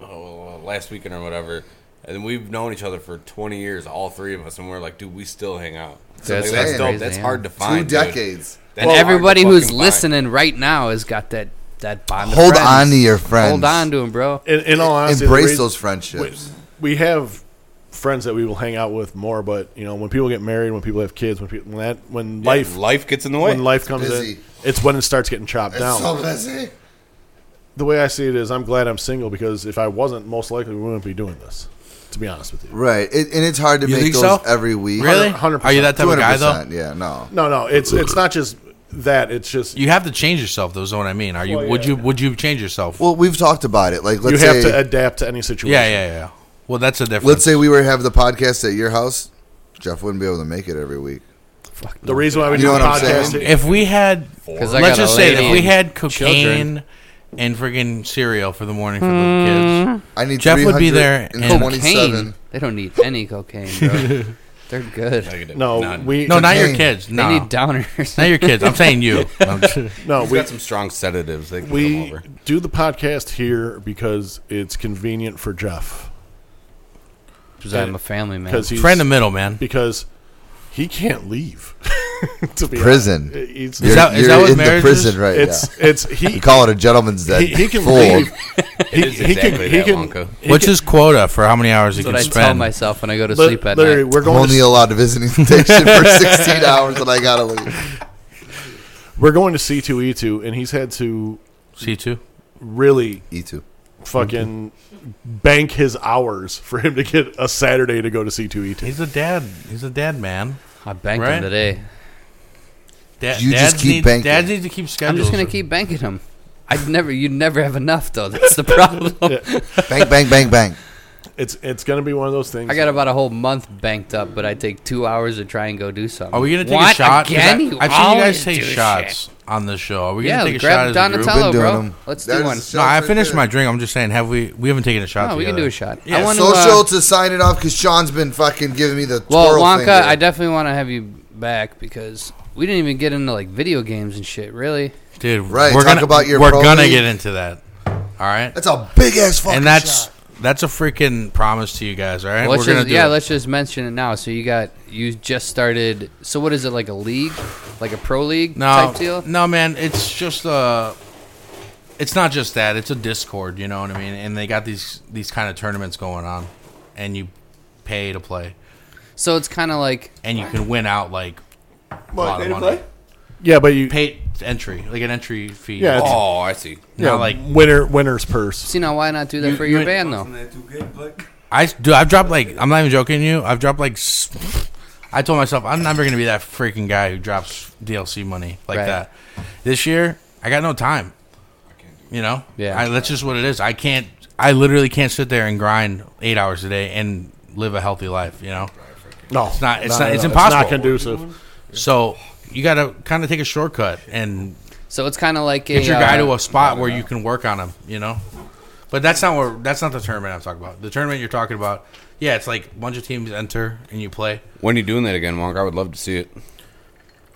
[SPEAKER 1] oh, last weekend or whatever, and we've known each other for 20 years, all three of us, and we're like, dude, we still hang out. So
[SPEAKER 3] That's
[SPEAKER 1] like, that's
[SPEAKER 6] crazy,
[SPEAKER 1] dope. That's
[SPEAKER 3] yeah.
[SPEAKER 1] hard to
[SPEAKER 6] Two
[SPEAKER 1] find. dude.
[SPEAKER 6] decades.
[SPEAKER 1] That's
[SPEAKER 3] And
[SPEAKER 1] hard to
[SPEAKER 3] everybody who's
[SPEAKER 1] fucking find.
[SPEAKER 3] listening right now has got that that bond. of
[SPEAKER 6] Hold
[SPEAKER 3] friends.
[SPEAKER 6] on to your friends.
[SPEAKER 3] Hold on to him, bro.
[SPEAKER 2] In, in all
[SPEAKER 4] e-,
[SPEAKER 2] honesty, the
[SPEAKER 6] Embrace
[SPEAKER 2] reas-
[SPEAKER 6] those
[SPEAKER 2] we,
[SPEAKER 6] friendships.
[SPEAKER 2] we have friends that we will hang out with more, but you know, when people get married, when people have kids, when people when that when
[SPEAKER 1] Yeah,
[SPEAKER 2] life
[SPEAKER 1] life gets in the way.
[SPEAKER 2] when life comes
[SPEAKER 6] Busy.
[SPEAKER 2] in, It's when it starts getting chopped down.
[SPEAKER 6] So busy.
[SPEAKER 2] the way I see it is, I'm glad I'm single because if I wasn't, most likely we wouldn't be doing this. To be honest with you.
[SPEAKER 6] Right, it, and it's hard to
[SPEAKER 7] You
[SPEAKER 6] make
[SPEAKER 7] think so?
[SPEAKER 6] those every week.
[SPEAKER 7] Really?
[SPEAKER 2] 100%.
[SPEAKER 7] Are you that type
[SPEAKER 6] Two
[SPEAKER 7] of guy
[SPEAKER 6] hundred
[SPEAKER 7] though?
[SPEAKER 6] percent. Yeah, no.
[SPEAKER 2] No, no, it's it's not just that. It's just you,
[SPEAKER 7] You have to change yourself. Though is what I mean. Are you?
[SPEAKER 2] Well,
[SPEAKER 7] Would
[SPEAKER 2] yeah.
[SPEAKER 7] you? Would you change yourself?
[SPEAKER 6] Well, we've talked about it. Like, let's
[SPEAKER 2] have
[SPEAKER 6] say,
[SPEAKER 2] to adapt to any situation.
[SPEAKER 7] yeah, yeah, yeah. Well, that's a difference.
[SPEAKER 6] let's say we were have the podcast at your house. Jeff wouldn't be able to make it every week.
[SPEAKER 2] The reason why we
[SPEAKER 6] You
[SPEAKER 2] do
[SPEAKER 6] know
[SPEAKER 2] the
[SPEAKER 6] what I'm
[SPEAKER 2] podcast,
[SPEAKER 6] saying?
[SPEAKER 7] if we had,
[SPEAKER 3] 'Cause I
[SPEAKER 7] let's
[SPEAKER 3] got a
[SPEAKER 7] just say
[SPEAKER 3] lady
[SPEAKER 7] if we
[SPEAKER 3] and
[SPEAKER 7] had
[SPEAKER 3] children.
[SPEAKER 7] cocaine and friggin' cereal for the morning for the kids.
[SPEAKER 6] I need
[SPEAKER 7] Jeff would be there and-
[SPEAKER 6] 327.
[SPEAKER 3] Cocaine. They don't need any cocaine. Bro. They're good.
[SPEAKER 1] Negative.
[SPEAKER 2] no,
[SPEAKER 1] None.
[SPEAKER 2] we
[SPEAKER 7] No, not your
[SPEAKER 6] Cocaine.
[SPEAKER 7] kids. No,
[SPEAKER 3] They need downers.
[SPEAKER 7] not your kids. I'm saying you.
[SPEAKER 2] no,
[SPEAKER 1] we
[SPEAKER 2] we
[SPEAKER 1] got some strong sedatives. They can come
[SPEAKER 2] we
[SPEAKER 1] over.
[SPEAKER 2] do the podcast here because it's convenient for Jeff
[SPEAKER 3] 'Cause I'm a family man.
[SPEAKER 2] because he's
[SPEAKER 7] Try in the middle, man.
[SPEAKER 2] because he can't leave. to be
[SPEAKER 6] Prison.
[SPEAKER 2] honest. He's-
[SPEAKER 6] You're,
[SPEAKER 7] that- is
[SPEAKER 6] you're
[SPEAKER 7] that what
[SPEAKER 6] in the
[SPEAKER 7] marriage is?
[SPEAKER 6] prison right
[SPEAKER 2] it's
[SPEAKER 6] now.
[SPEAKER 2] it's he
[SPEAKER 6] You call it a gentleman's debt.
[SPEAKER 2] he, he can
[SPEAKER 6] Fool.
[SPEAKER 2] leave.
[SPEAKER 1] It is exactly that, Wonka.
[SPEAKER 7] What's his quota for how many hours he
[SPEAKER 3] That's
[SPEAKER 7] can
[SPEAKER 3] what I tell
[SPEAKER 7] spend?
[SPEAKER 3] myself when I go to
[SPEAKER 2] Li-
[SPEAKER 3] sleep at
[SPEAKER 2] Larry,
[SPEAKER 3] night.
[SPEAKER 2] we're
[SPEAKER 6] I'm
[SPEAKER 2] going
[SPEAKER 6] only
[SPEAKER 2] to,
[SPEAKER 6] allowed a visiting station for 16 hours, and I gotta leave.
[SPEAKER 2] we're going to C two E two, and he's had to
[SPEAKER 7] C two.
[SPEAKER 2] really
[SPEAKER 6] E2.
[SPEAKER 2] fucking bank his hours for him to get a Saturday to go to C two E two.
[SPEAKER 7] He's a dad. He's a dad man.
[SPEAKER 3] I banked
[SPEAKER 7] Right?
[SPEAKER 3] them today.
[SPEAKER 7] Da-
[SPEAKER 6] You
[SPEAKER 7] dads
[SPEAKER 6] just keep
[SPEAKER 7] need,
[SPEAKER 6] banking.
[SPEAKER 7] Dads need to keep
[SPEAKER 3] I'm
[SPEAKER 7] schedules.
[SPEAKER 3] just gonna keep banking them. I'd never. You'd never have enough though. That's the problem.
[SPEAKER 6] Bang, bang, bang, bang.
[SPEAKER 2] It's it's gonna be one of those things.
[SPEAKER 3] I got about a whole month banked up, but I take two hours to try and go do something.
[SPEAKER 7] Are we gonna take
[SPEAKER 3] What?
[SPEAKER 7] a shot? 'Cause
[SPEAKER 3] again?
[SPEAKER 7] I,
[SPEAKER 3] You
[SPEAKER 7] have seen you guys
[SPEAKER 3] always
[SPEAKER 7] take
[SPEAKER 3] do
[SPEAKER 7] shots
[SPEAKER 3] shit.
[SPEAKER 7] on the show. Are we
[SPEAKER 3] Yeah,
[SPEAKER 7] gonna take a shot
[SPEAKER 3] grab
[SPEAKER 7] as a group?
[SPEAKER 3] Donatello,
[SPEAKER 6] Been doing
[SPEAKER 3] bro.
[SPEAKER 6] them.
[SPEAKER 3] Let's
[SPEAKER 6] There's
[SPEAKER 3] do one.
[SPEAKER 6] the
[SPEAKER 7] No, I
[SPEAKER 6] shots right
[SPEAKER 7] finished
[SPEAKER 6] there.
[SPEAKER 7] my drink. I'm just saying, have we? We haven't taken a shot.
[SPEAKER 3] No, we can
[SPEAKER 7] together.
[SPEAKER 3] do a shot. I
[SPEAKER 7] Yeah.
[SPEAKER 3] wanna- uh,
[SPEAKER 6] Social to sign it off because Sean's been fucking giving me the
[SPEAKER 3] Well,
[SPEAKER 6] twirl
[SPEAKER 3] Wonka,
[SPEAKER 6] finger.
[SPEAKER 3] I definitely want to have you back because we didn't even get into like video games and shit. Really,
[SPEAKER 7] dude.
[SPEAKER 6] Right,
[SPEAKER 7] We're
[SPEAKER 6] talk
[SPEAKER 7] gonna
[SPEAKER 6] about your
[SPEAKER 7] we're
[SPEAKER 6] pro
[SPEAKER 7] gonna
[SPEAKER 6] league.
[SPEAKER 7] get into that. All right.
[SPEAKER 6] That's a big ass fucking
[SPEAKER 7] and that's
[SPEAKER 6] shot.
[SPEAKER 7] that's a freaking promise to you guys. All right.
[SPEAKER 3] let's
[SPEAKER 7] we're
[SPEAKER 3] just
[SPEAKER 7] gonna do
[SPEAKER 3] yeah,
[SPEAKER 7] it.
[SPEAKER 3] let's just mention it now. So you got you just started. So what is it like a league, like a pro league
[SPEAKER 7] no,
[SPEAKER 3] type deal?
[SPEAKER 7] No, man, it's just uh it's not just that. It's a Discord, you know what I mean? And they got these these kind of tournaments going on, and you pay to play,
[SPEAKER 3] So it's kind of like
[SPEAKER 7] and you can win out like a lot of money.
[SPEAKER 2] yeah, but you
[SPEAKER 7] Pay entry, like an entry fee.
[SPEAKER 2] Yeah, it's-
[SPEAKER 1] Oh, I see.
[SPEAKER 7] Not
[SPEAKER 2] yeah,
[SPEAKER 7] like
[SPEAKER 2] winner winner's purse.
[SPEAKER 3] see now why not do that
[SPEAKER 7] You-
[SPEAKER 3] for
[SPEAKER 7] you
[SPEAKER 3] your
[SPEAKER 7] ain't-
[SPEAKER 3] band though?
[SPEAKER 7] I do. I've dropped like I'm not even joking you. I've dropped like s- I told myself I'm never gonna be that freaking guy who drops DLC money like
[SPEAKER 3] Right.
[SPEAKER 7] that. This year I got no time. You know,
[SPEAKER 3] Yeah.
[SPEAKER 7] I, that's just what it is. I can't. I literally can't sit there and grind eight hours a day and live a healthy life. You know,
[SPEAKER 2] No,
[SPEAKER 7] It's not- it's
[SPEAKER 2] No,
[SPEAKER 7] not-
[SPEAKER 2] no,
[SPEAKER 7] it's
[SPEAKER 2] no,
[SPEAKER 7] impossible.
[SPEAKER 2] not conducive.
[SPEAKER 7] so you got to kind of take a shortcut and
[SPEAKER 3] So it's kind of like a
[SPEAKER 7] get your guy
[SPEAKER 3] uh,
[SPEAKER 7] to a spot where you can work on him. You know, but that's not what that's not the tournament I'm talking about. The tournament you're talking about, yeah, it's like a bunch of teams enter and you play.
[SPEAKER 1] When are you doing that again, Wonka? I would love to see it.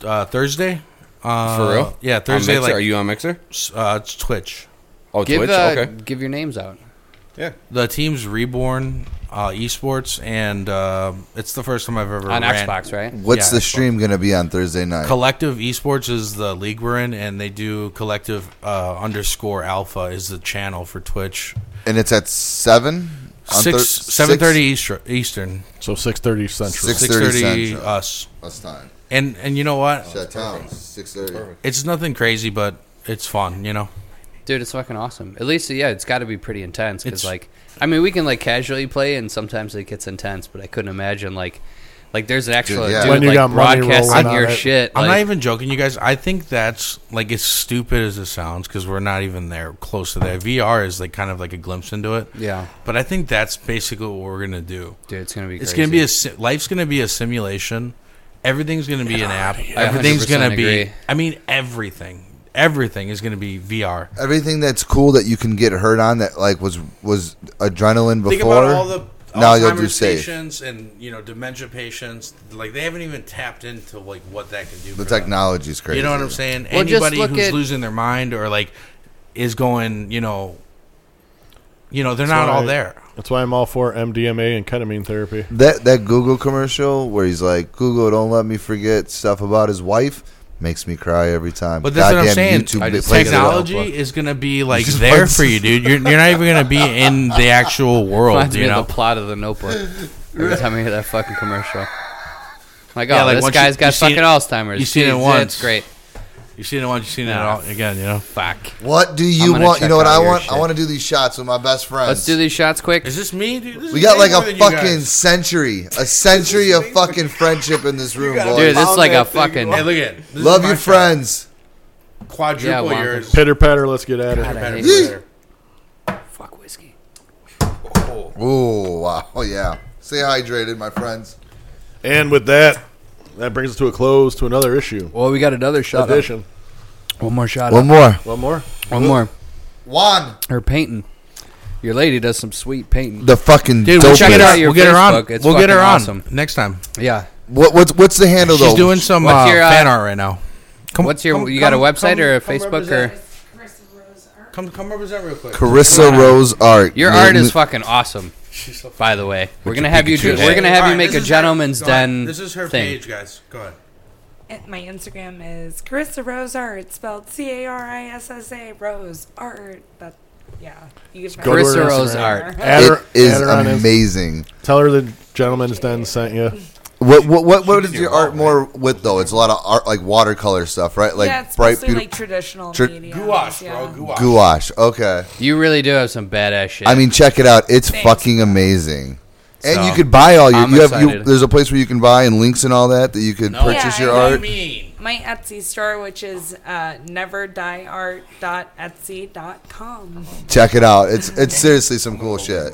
[SPEAKER 7] uh, Thursday. Uh,
[SPEAKER 1] For real?
[SPEAKER 7] Yeah,
[SPEAKER 1] On
[SPEAKER 7] Thursday.
[SPEAKER 1] Mixer?
[SPEAKER 7] Like
[SPEAKER 1] are you on Mixer?
[SPEAKER 7] uh, it's Twitch.
[SPEAKER 1] Oh,
[SPEAKER 3] give
[SPEAKER 1] Twitch.
[SPEAKER 3] uh,
[SPEAKER 1] okay.
[SPEAKER 3] give your names out.
[SPEAKER 1] Yeah.
[SPEAKER 7] The team's reborn uh, esports, and uh, it's the first time I've ever
[SPEAKER 3] on
[SPEAKER 7] ran-
[SPEAKER 3] Xbox, right?
[SPEAKER 6] What's
[SPEAKER 7] yeah,
[SPEAKER 6] the
[SPEAKER 7] that's
[SPEAKER 6] stream going to be on Thursday night?
[SPEAKER 7] Collective esports is the league we're in, and they do collective uh, underscore alpha is the channel for Twitch.
[SPEAKER 6] and it's at 7? On
[SPEAKER 7] Six
[SPEAKER 6] thir-
[SPEAKER 7] seven thirty Eastern. Eastern
[SPEAKER 2] So six thirty central.
[SPEAKER 6] Six-
[SPEAKER 7] six
[SPEAKER 6] 6:30
[SPEAKER 7] thirty
[SPEAKER 6] Central.
[SPEAKER 7] us.
[SPEAKER 6] That's Oh, time.
[SPEAKER 7] And and you know what?
[SPEAKER 6] Shut down. 6.30.
[SPEAKER 7] It's nothing crazy, but it's fun. You know.
[SPEAKER 3] Dude, it's fucking awesome. At least, yeah, it's got to be pretty intense.
[SPEAKER 7] It's-
[SPEAKER 3] Because, like, I mean, we can like casually play, and sometimes it gets intense. But I couldn't imagine like, like there's an actual
[SPEAKER 6] Dude,
[SPEAKER 3] dude,
[SPEAKER 6] yeah.
[SPEAKER 2] When you
[SPEAKER 3] like
[SPEAKER 2] got money rolling
[SPEAKER 3] broadcasting
[SPEAKER 2] on
[SPEAKER 3] your
[SPEAKER 2] it.
[SPEAKER 3] shit.
[SPEAKER 7] I'm not
[SPEAKER 3] like-
[SPEAKER 7] even joking, you guys. I think that's like as stupid as it sounds because we're not even there close to that. VR is like kind of like a glimpse into it.
[SPEAKER 3] Yeah,
[SPEAKER 7] But I think that's basically what we're gonna do.
[SPEAKER 3] dude, it's gonna be. Crazy.
[SPEAKER 7] It's gonna be a si- life's gonna be a simulation. Everything's gonna be an app. Everything's
[SPEAKER 3] 100%
[SPEAKER 7] gonna be.
[SPEAKER 3] agree.
[SPEAKER 7] I mean, everything. Everything is gonna be VR.
[SPEAKER 6] everything that's cool that you can get hurt on that like was was adrenaline before.
[SPEAKER 7] Think about all the
[SPEAKER 6] now you'll do
[SPEAKER 7] Alzheimer's
[SPEAKER 6] safe.
[SPEAKER 7] patients and you know dementia patients. Like they haven't even tapped into like what that can do.
[SPEAKER 6] The
[SPEAKER 7] for them.
[SPEAKER 6] technology's crazy.
[SPEAKER 7] You know what I'm saying?
[SPEAKER 3] Well, just
[SPEAKER 7] Anybody
[SPEAKER 3] look
[SPEAKER 7] who's
[SPEAKER 3] at-
[SPEAKER 7] losing their mind or like is going, you know, you know, they're not
[SPEAKER 2] why
[SPEAKER 7] all
[SPEAKER 2] I-
[SPEAKER 7] there.
[SPEAKER 2] That's why I'm all for MDMA and ketamine therapy.
[SPEAKER 6] That that Google commercial where he's like, Google, don't let me forget stuff about his wife makes me cry every time.
[SPEAKER 7] But that's what I'm saying.
[SPEAKER 3] I
[SPEAKER 6] bit
[SPEAKER 3] just-
[SPEAKER 6] plays it up.
[SPEAKER 7] Technology is going to be like
[SPEAKER 6] Just
[SPEAKER 7] there
[SPEAKER 6] punch-
[SPEAKER 7] for you, dude. You're, you're not even going to be in the actual world,
[SPEAKER 3] Reminds me
[SPEAKER 7] you know.
[SPEAKER 3] of the plot of the Notebook. Every time I hear that fucking commercial, like, oh,
[SPEAKER 7] Yeah, like,
[SPEAKER 3] this
[SPEAKER 7] once you-
[SPEAKER 3] guy's
[SPEAKER 7] you
[SPEAKER 3] got
[SPEAKER 7] see it-
[SPEAKER 3] fucking Alzheimer's.
[SPEAKER 7] you seen it
[SPEAKER 3] Jeez,
[SPEAKER 7] once.
[SPEAKER 3] It's great.
[SPEAKER 7] You've seen it once, you've seen it all again, you know?
[SPEAKER 3] Fuck.
[SPEAKER 6] What do
[SPEAKER 3] I'm gonna
[SPEAKER 6] you want? You
[SPEAKER 3] check
[SPEAKER 6] know what
[SPEAKER 3] out
[SPEAKER 6] I
[SPEAKER 3] your
[SPEAKER 6] want? I
[SPEAKER 3] shit.
[SPEAKER 6] want to do these shots with my best friends.
[SPEAKER 3] Let's do these shots quick.
[SPEAKER 7] Is this me, dude? This
[SPEAKER 6] We
[SPEAKER 7] is
[SPEAKER 6] got
[SPEAKER 7] way
[SPEAKER 6] like
[SPEAKER 7] more
[SPEAKER 6] a
[SPEAKER 7] than you guys.
[SPEAKER 6] fucking century, a century of fucking friendship in this room, boys.
[SPEAKER 3] Dude, this is
[SPEAKER 1] Found
[SPEAKER 3] like a
[SPEAKER 1] that thing.
[SPEAKER 3] fucking.
[SPEAKER 7] Hey, look at it. This
[SPEAKER 6] Love
[SPEAKER 7] is my
[SPEAKER 6] your
[SPEAKER 7] shot.
[SPEAKER 6] friends.
[SPEAKER 3] Yeah,
[SPEAKER 7] Quadruple
[SPEAKER 3] Wonka.
[SPEAKER 7] yours.
[SPEAKER 2] Pitter patter, let's get at it.
[SPEAKER 3] God, I hate
[SPEAKER 6] Yeet.
[SPEAKER 3] whiskey. Fuck whiskey.
[SPEAKER 6] Ooh, wow, yeah. Stay hydrated, my friends.
[SPEAKER 2] And with that, that brings us to a close to another issue.
[SPEAKER 3] Well, we got another shot. up.
[SPEAKER 2] Edition.
[SPEAKER 3] One more shot. up.
[SPEAKER 6] more.
[SPEAKER 2] One more.
[SPEAKER 3] One more.
[SPEAKER 6] Juan,
[SPEAKER 3] Her painting. Your lady does some sweet painting.
[SPEAKER 6] the fucking
[SPEAKER 7] Dude, we'll
[SPEAKER 6] dopest.
[SPEAKER 7] check it out.
[SPEAKER 3] your
[SPEAKER 7] We'll get her on.
[SPEAKER 3] Facebook. It's
[SPEAKER 7] we'll get her
[SPEAKER 3] fucking
[SPEAKER 7] on
[SPEAKER 3] awesome.
[SPEAKER 7] next time.
[SPEAKER 3] Yeah.
[SPEAKER 6] What, what's what's the handle
[SPEAKER 7] She's
[SPEAKER 6] though?
[SPEAKER 7] doing some
[SPEAKER 3] What's
[SPEAKER 7] uh,
[SPEAKER 3] your, uh,
[SPEAKER 7] fan art right now. Come,
[SPEAKER 3] What's your?
[SPEAKER 7] come-
[SPEAKER 3] you got a
[SPEAKER 7] come-
[SPEAKER 3] website
[SPEAKER 7] come-
[SPEAKER 3] or a
[SPEAKER 7] come
[SPEAKER 3] Facebook or?
[SPEAKER 7] represent. Come, come represent real quick.
[SPEAKER 6] Carissa Rose art.
[SPEAKER 3] Your
[SPEAKER 6] Name-
[SPEAKER 3] art is fucking awesome.
[SPEAKER 7] She's so
[SPEAKER 3] By the way, we're gonna have you. Do,
[SPEAKER 1] Pikachu
[SPEAKER 3] we're gonna have
[SPEAKER 7] All
[SPEAKER 3] you
[SPEAKER 7] right,
[SPEAKER 3] make
[SPEAKER 7] this
[SPEAKER 3] a
[SPEAKER 7] is her-
[SPEAKER 3] gentleman's
[SPEAKER 7] go ahead.
[SPEAKER 3] den.
[SPEAKER 7] This is her
[SPEAKER 3] thing.
[SPEAKER 7] page, guys. Go ahead.
[SPEAKER 8] And my Instagram is Carissa Rose Art, spelled C A R I S S A Rose Art. That, yeah. You can
[SPEAKER 2] Go to her
[SPEAKER 3] Carissa Rose
[SPEAKER 2] Instagram.
[SPEAKER 3] Art.
[SPEAKER 2] Add
[SPEAKER 6] It
[SPEAKER 2] her,
[SPEAKER 6] is
[SPEAKER 2] add her on Insta.
[SPEAKER 6] amazing.
[SPEAKER 2] Tell her the gentleman's den sent you.
[SPEAKER 6] What what what, what is
[SPEAKER 1] your
[SPEAKER 6] your
[SPEAKER 1] wall,
[SPEAKER 6] art more with though? It's a lot of art like watercolor stuff, right? Like
[SPEAKER 8] yeah, it's
[SPEAKER 6] bright,
[SPEAKER 8] mostly
[SPEAKER 6] beautiful
[SPEAKER 8] like traditional
[SPEAKER 6] Tr-
[SPEAKER 8] media.
[SPEAKER 7] Gouache,
[SPEAKER 8] yeah.
[SPEAKER 7] bro. Gouache.
[SPEAKER 6] gouache. Okay,
[SPEAKER 3] You really do have some badass shit.
[SPEAKER 6] I mean check it out. It's
[SPEAKER 8] Thanks.
[SPEAKER 6] fucking amazing. And
[SPEAKER 3] So,
[SPEAKER 6] you could buy all your.
[SPEAKER 3] I'm
[SPEAKER 6] you have you,
[SPEAKER 3] excited.
[SPEAKER 6] there's a place where you can buy and links and all that that you could purchase
[SPEAKER 8] Yeah,
[SPEAKER 6] your
[SPEAKER 8] I
[SPEAKER 6] art.
[SPEAKER 7] mean?
[SPEAKER 8] My Etsy store, which is uh, neverdieart.etsy.com.
[SPEAKER 6] Check it out. It's it's seriously some cool shit.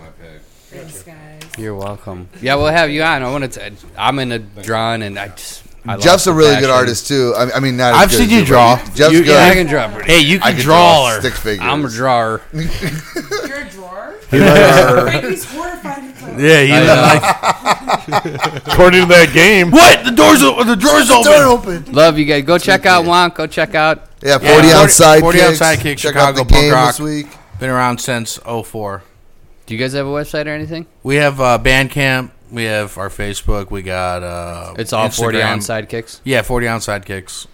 [SPEAKER 8] Thanks, guys.
[SPEAKER 3] you're welcome. Yeah, we'll have you on. I want to. I'm in a drawing, and I just. I love
[SPEAKER 6] Jeff's a
[SPEAKER 3] the
[SPEAKER 6] really
[SPEAKER 3] passion.
[SPEAKER 6] good artist too. I, I mean, not. as
[SPEAKER 7] I've
[SPEAKER 6] good
[SPEAKER 7] seen
[SPEAKER 6] as
[SPEAKER 7] you draw.
[SPEAKER 6] but Jeff's
[SPEAKER 3] You,
[SPEAKER 6] good.
[SPEAKER 3] yeah, I can draw. pretty-
[SPEAKER 7] Hey, you
[SPEAKER 6] I
[SPEAKER 7] can
[SPEAKER 6] could
[SPEAKER 7] draw her.
[SPEAKER 6] stick figures.
[SPEAKER 3] I'm a drawer.
[SPEAKER 8] You're a drawer?
[SPEAKER 2] He likes-
[SPEAKER 8] Frankie's horrified. at that.
[SPEAKER 7] Yeah, you
[SPEAKER 3] I know.
[SPEAKER 2] according to that game,
[SPEAKER 7] What? The doors o- the door's open.
[SPEAKER 6] Door open.
[SPEAKER 3] Love you guys. Go check out Juan. Go check out.
[SPEAKER 6] Yeah, forty
[SPEAKER 7] Yeah, 40
[SPEAKER 6] ounce sidekicks.
[SPEAKER 7] 40 ounce sidekicks,
[SPEAKER 6] Check out
[SPEAKER 7] Chicago
[SPEAKER 6] the
[SPEAKER 7] punk
[SPEAKER 6] game
[SPEAKER 7] rock.
[SPEAKER 6] this week.
[SPEAKER 7] Been around since 04.
[SPEAKER 3] Do you guys have a website or anything?
[SPEAKER 7] We have uh, Bandcamp. We have our Facebook. We got uh,
[SPEAKER 3] It's all 40
[SPEAKER 7] Instagram.
[SPEAKER 3] ounce sidekicks.
[SPEAKER 7] Yeah, 40 ounce sidekicks.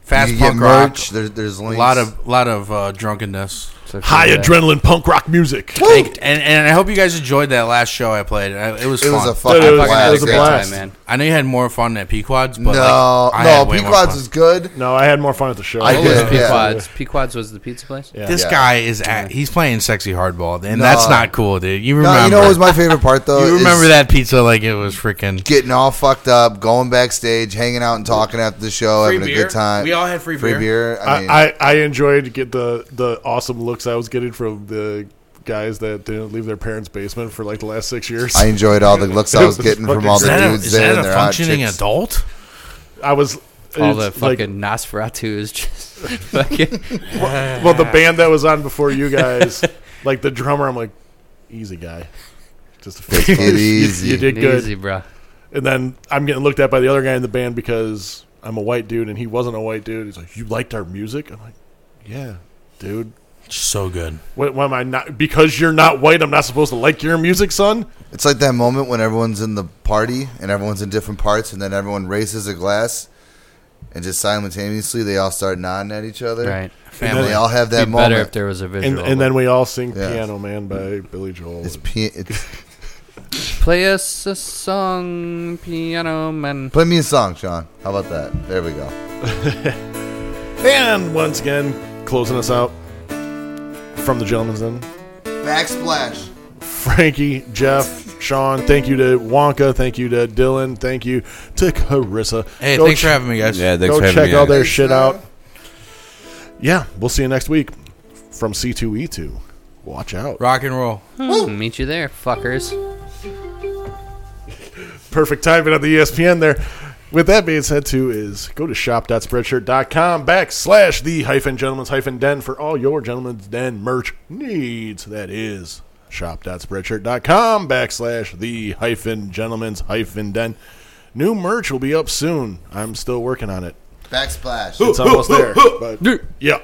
[SPEAKER 7] Fast
[SPEAKER 6] you can
[SPEAKER 7] punk
[SPEAKER 6] get
[SPEAKER 7] rock.
[SPEAKER 6] merch. There's there's
[SPEAKER 7] A
[SPEAKER 6] links.
[SPEAKER 7] lot of lot of uh, drunkenness.
[SPEAKER 3] So if you uh,
[SPEAKER 2] high
[SPEAKER 3] do that-
[SPEAKER 2] adrenaline punk rock music.
[SPEAKER 7] Thank- and and I hope you guys enjoyed that last show I played. I, it was
[SPEAKER 6] It
[SPEAKER 7] fun.
[SPEAKER 6] was a
[SPEAKER 2] Dude,
[SPEAKER 6] fucking
[SPEAKER 2] it was-
[SPEAKER 3] Fucking had
[SPEAKER 2] it
[SPEAKER 3] a
[SPEAKER 2] was
[SPEAKER 6] blast.
[SPEAKER 2] a
[SPEAKER 3] great
[SPEAKER 2] blast.
[SPEAKER 3] time, man.
[SPEAKER 7] I know you had more fun at Pequods, but
[SPEAKER 6] No,
[SPEAKER 7] like, I
[SPEAKER 6] no,
[SPEAKER 7] had way more
[SPEAKER 6] Pequod's
[SPEAKER 7] fun.
[SPEAKER 6] is good.
[SPEAKER 2] No, I had more fun at the show.
[SPEAKER 6] I
[SPEAKER 3] What was
[SPEAKER 6] Yeah.
[SPEAKER 3] Pequod's? Pequod's was the pizza place.
[SPEAKER 2] Yeah.
[SPEAKER 7] This
[SPEAKER 6] Yeah.
[SPEAKER 7] guy is at, he's playing sexy hardball, and
[SPEAKER 6] No.
[SPEAKER 7] that's not cool, dude. You remember?
[SPEAKER 6] No, you know what was my favorite part though?
[SPEAKER 7] You
[SPEAKER 6] is
[SPEAKER 7] remember that pizza like it was freaking
[SPEAKER 6] Getting all fucked up, going backstage, hanging out and talking after the show,
[SPEAKER 7] Free
[SPEAKER 6] having a
[SPEAKER 7] beer.
[SPEAKER 6] good time.
[SPEAKER 7] We all had free
[SPEAKER 6] free beer. I mean,
[SPEAKER 2] I, I, I enjoyed get the the awesome looks I was getting from the guys that didn't leave their parents' basement for like the last six years.
[SPEAKER 6] I
[SPEAKER 2] I,
[SPEAKER 6] enjoyed all the looks I was getting from all
[SPEAKER 7] Is
[SPEAKER 6] the
[SPEAKER 7] that a,
[SPEAKER 6] dudes
[SPEAKER 7] is
[SPEAKER 6] there
[SPEAKER 7] that
[SPEAKER 6] and
[SPEAKER 7] a
[SPEAKER 6] their hot
[SPEAKER 7] functioning
[SPEAKER 6] chicks.
[SPEAKER 7] adult?
[SPEAKER 2] was
[SPEAKER 3] All the
[SPEAKER 2] it's like-
[SPEAKER 3] fucking Nosferatu is just fucking.
[SPEAKER 2] well, the band that was on before you guys, like the drummer, I'm like, easy guy, just a fist
[SPEAKER 6] Take
[SPEAKER 2] bump.
[SPEAKER 6] it
[SPEAKER 2] You-
[SPEAKER 6] easy.
[SPEAKER 2] You, did good.
[SPEAKER 3] Easy, bro.
[SPEAKER 2] And then I'm getting looked at by the other guy in the band because I'm a white dude and he wasn't a white dude. He's like, you liked our music? I'm like, yeah, dude.
[SPEAKER 7] So good.
[SPEAKER 2] What, why am I not? Because you're not white, I'm not supposed to like your music, son.
[SPEAKER 6] It's like that moment when everyone's in the party and everyone's in different parts, and then everyone raises a glass, and just simultaneously they all start nodding at each other.
[SPEAKER 3] Right.
[SPEAKER 6] And
[SPEAKER 7] Family.
[SPEAKER 6] they all have
[SPEAKER 3] It'd
[SPEAKER 6] that
[SPEAKER 3] be
[SPEAKER 6] moment.
[SPEAKER 3] better if there was a
[SPEAKER 2] And,
[SPEAKER 3] visual.
[SPEAKER 2] and then we all sing
[SPEAKER 6] Yeah.
[SPEAKER 2] "Piano Man" by Billy Joel.
[SPEAKER 6] it's, pe- it's
[SPEAKER 3] play us a song, piano man.
[SPEAKER 6] Play me a song, Sean. How about that? There we go.
[SPEAKER 2] and once again, closing us out from the gentleman's den.
[SPEAKER 6] Backsplash.
[SPEAKER 2] Frankie, Jeff, Sean. Thank you to Wonka. Thank you to Dylan. Thank you to Carissa.
[SPEAKER 7] Hey,
[SPEAKER 2] Go
[SPEAKER 7] thanks
[SPEAKER 2] ch-
[SPEAKER 7] for having me, guys.
[SPEAKER 1] Yeah, thanks
[SPEAKER 2] Go
[SPEAKER 1] for having
[SPEAKER 2] check
[SPEAKER 1] me.
[SPEAKER 2] all
[SPEAKER 1] on.
[SPEAKER 2] their shit out. Yeah, we'll see you next week from C2E2. Watch out.
[SPEAKER 7] Rock and roll.
[SPEAKER 3] Meet you there, fuckers.
[SPEAKER 2] Perfect timing on the E ESPN there. With that being said, too, is go to shop.spreadshirt.com backslash the hyphen gentleman's hyphen den for all your gentleman's den merch needs. That is shop.spreadshirt.com backslash the hyphen gentleman's hyphen den. New merch will be up soon. I'm still working on it.
[SPEAKER 6] Backsplash.
[SPEAKER 2] It's almost there. But yeah.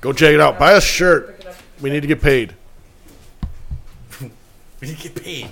[SPEAKER 2] Go check it out. Buy a shirt. We need to get paid.
[SPEAKER 7] We get paid.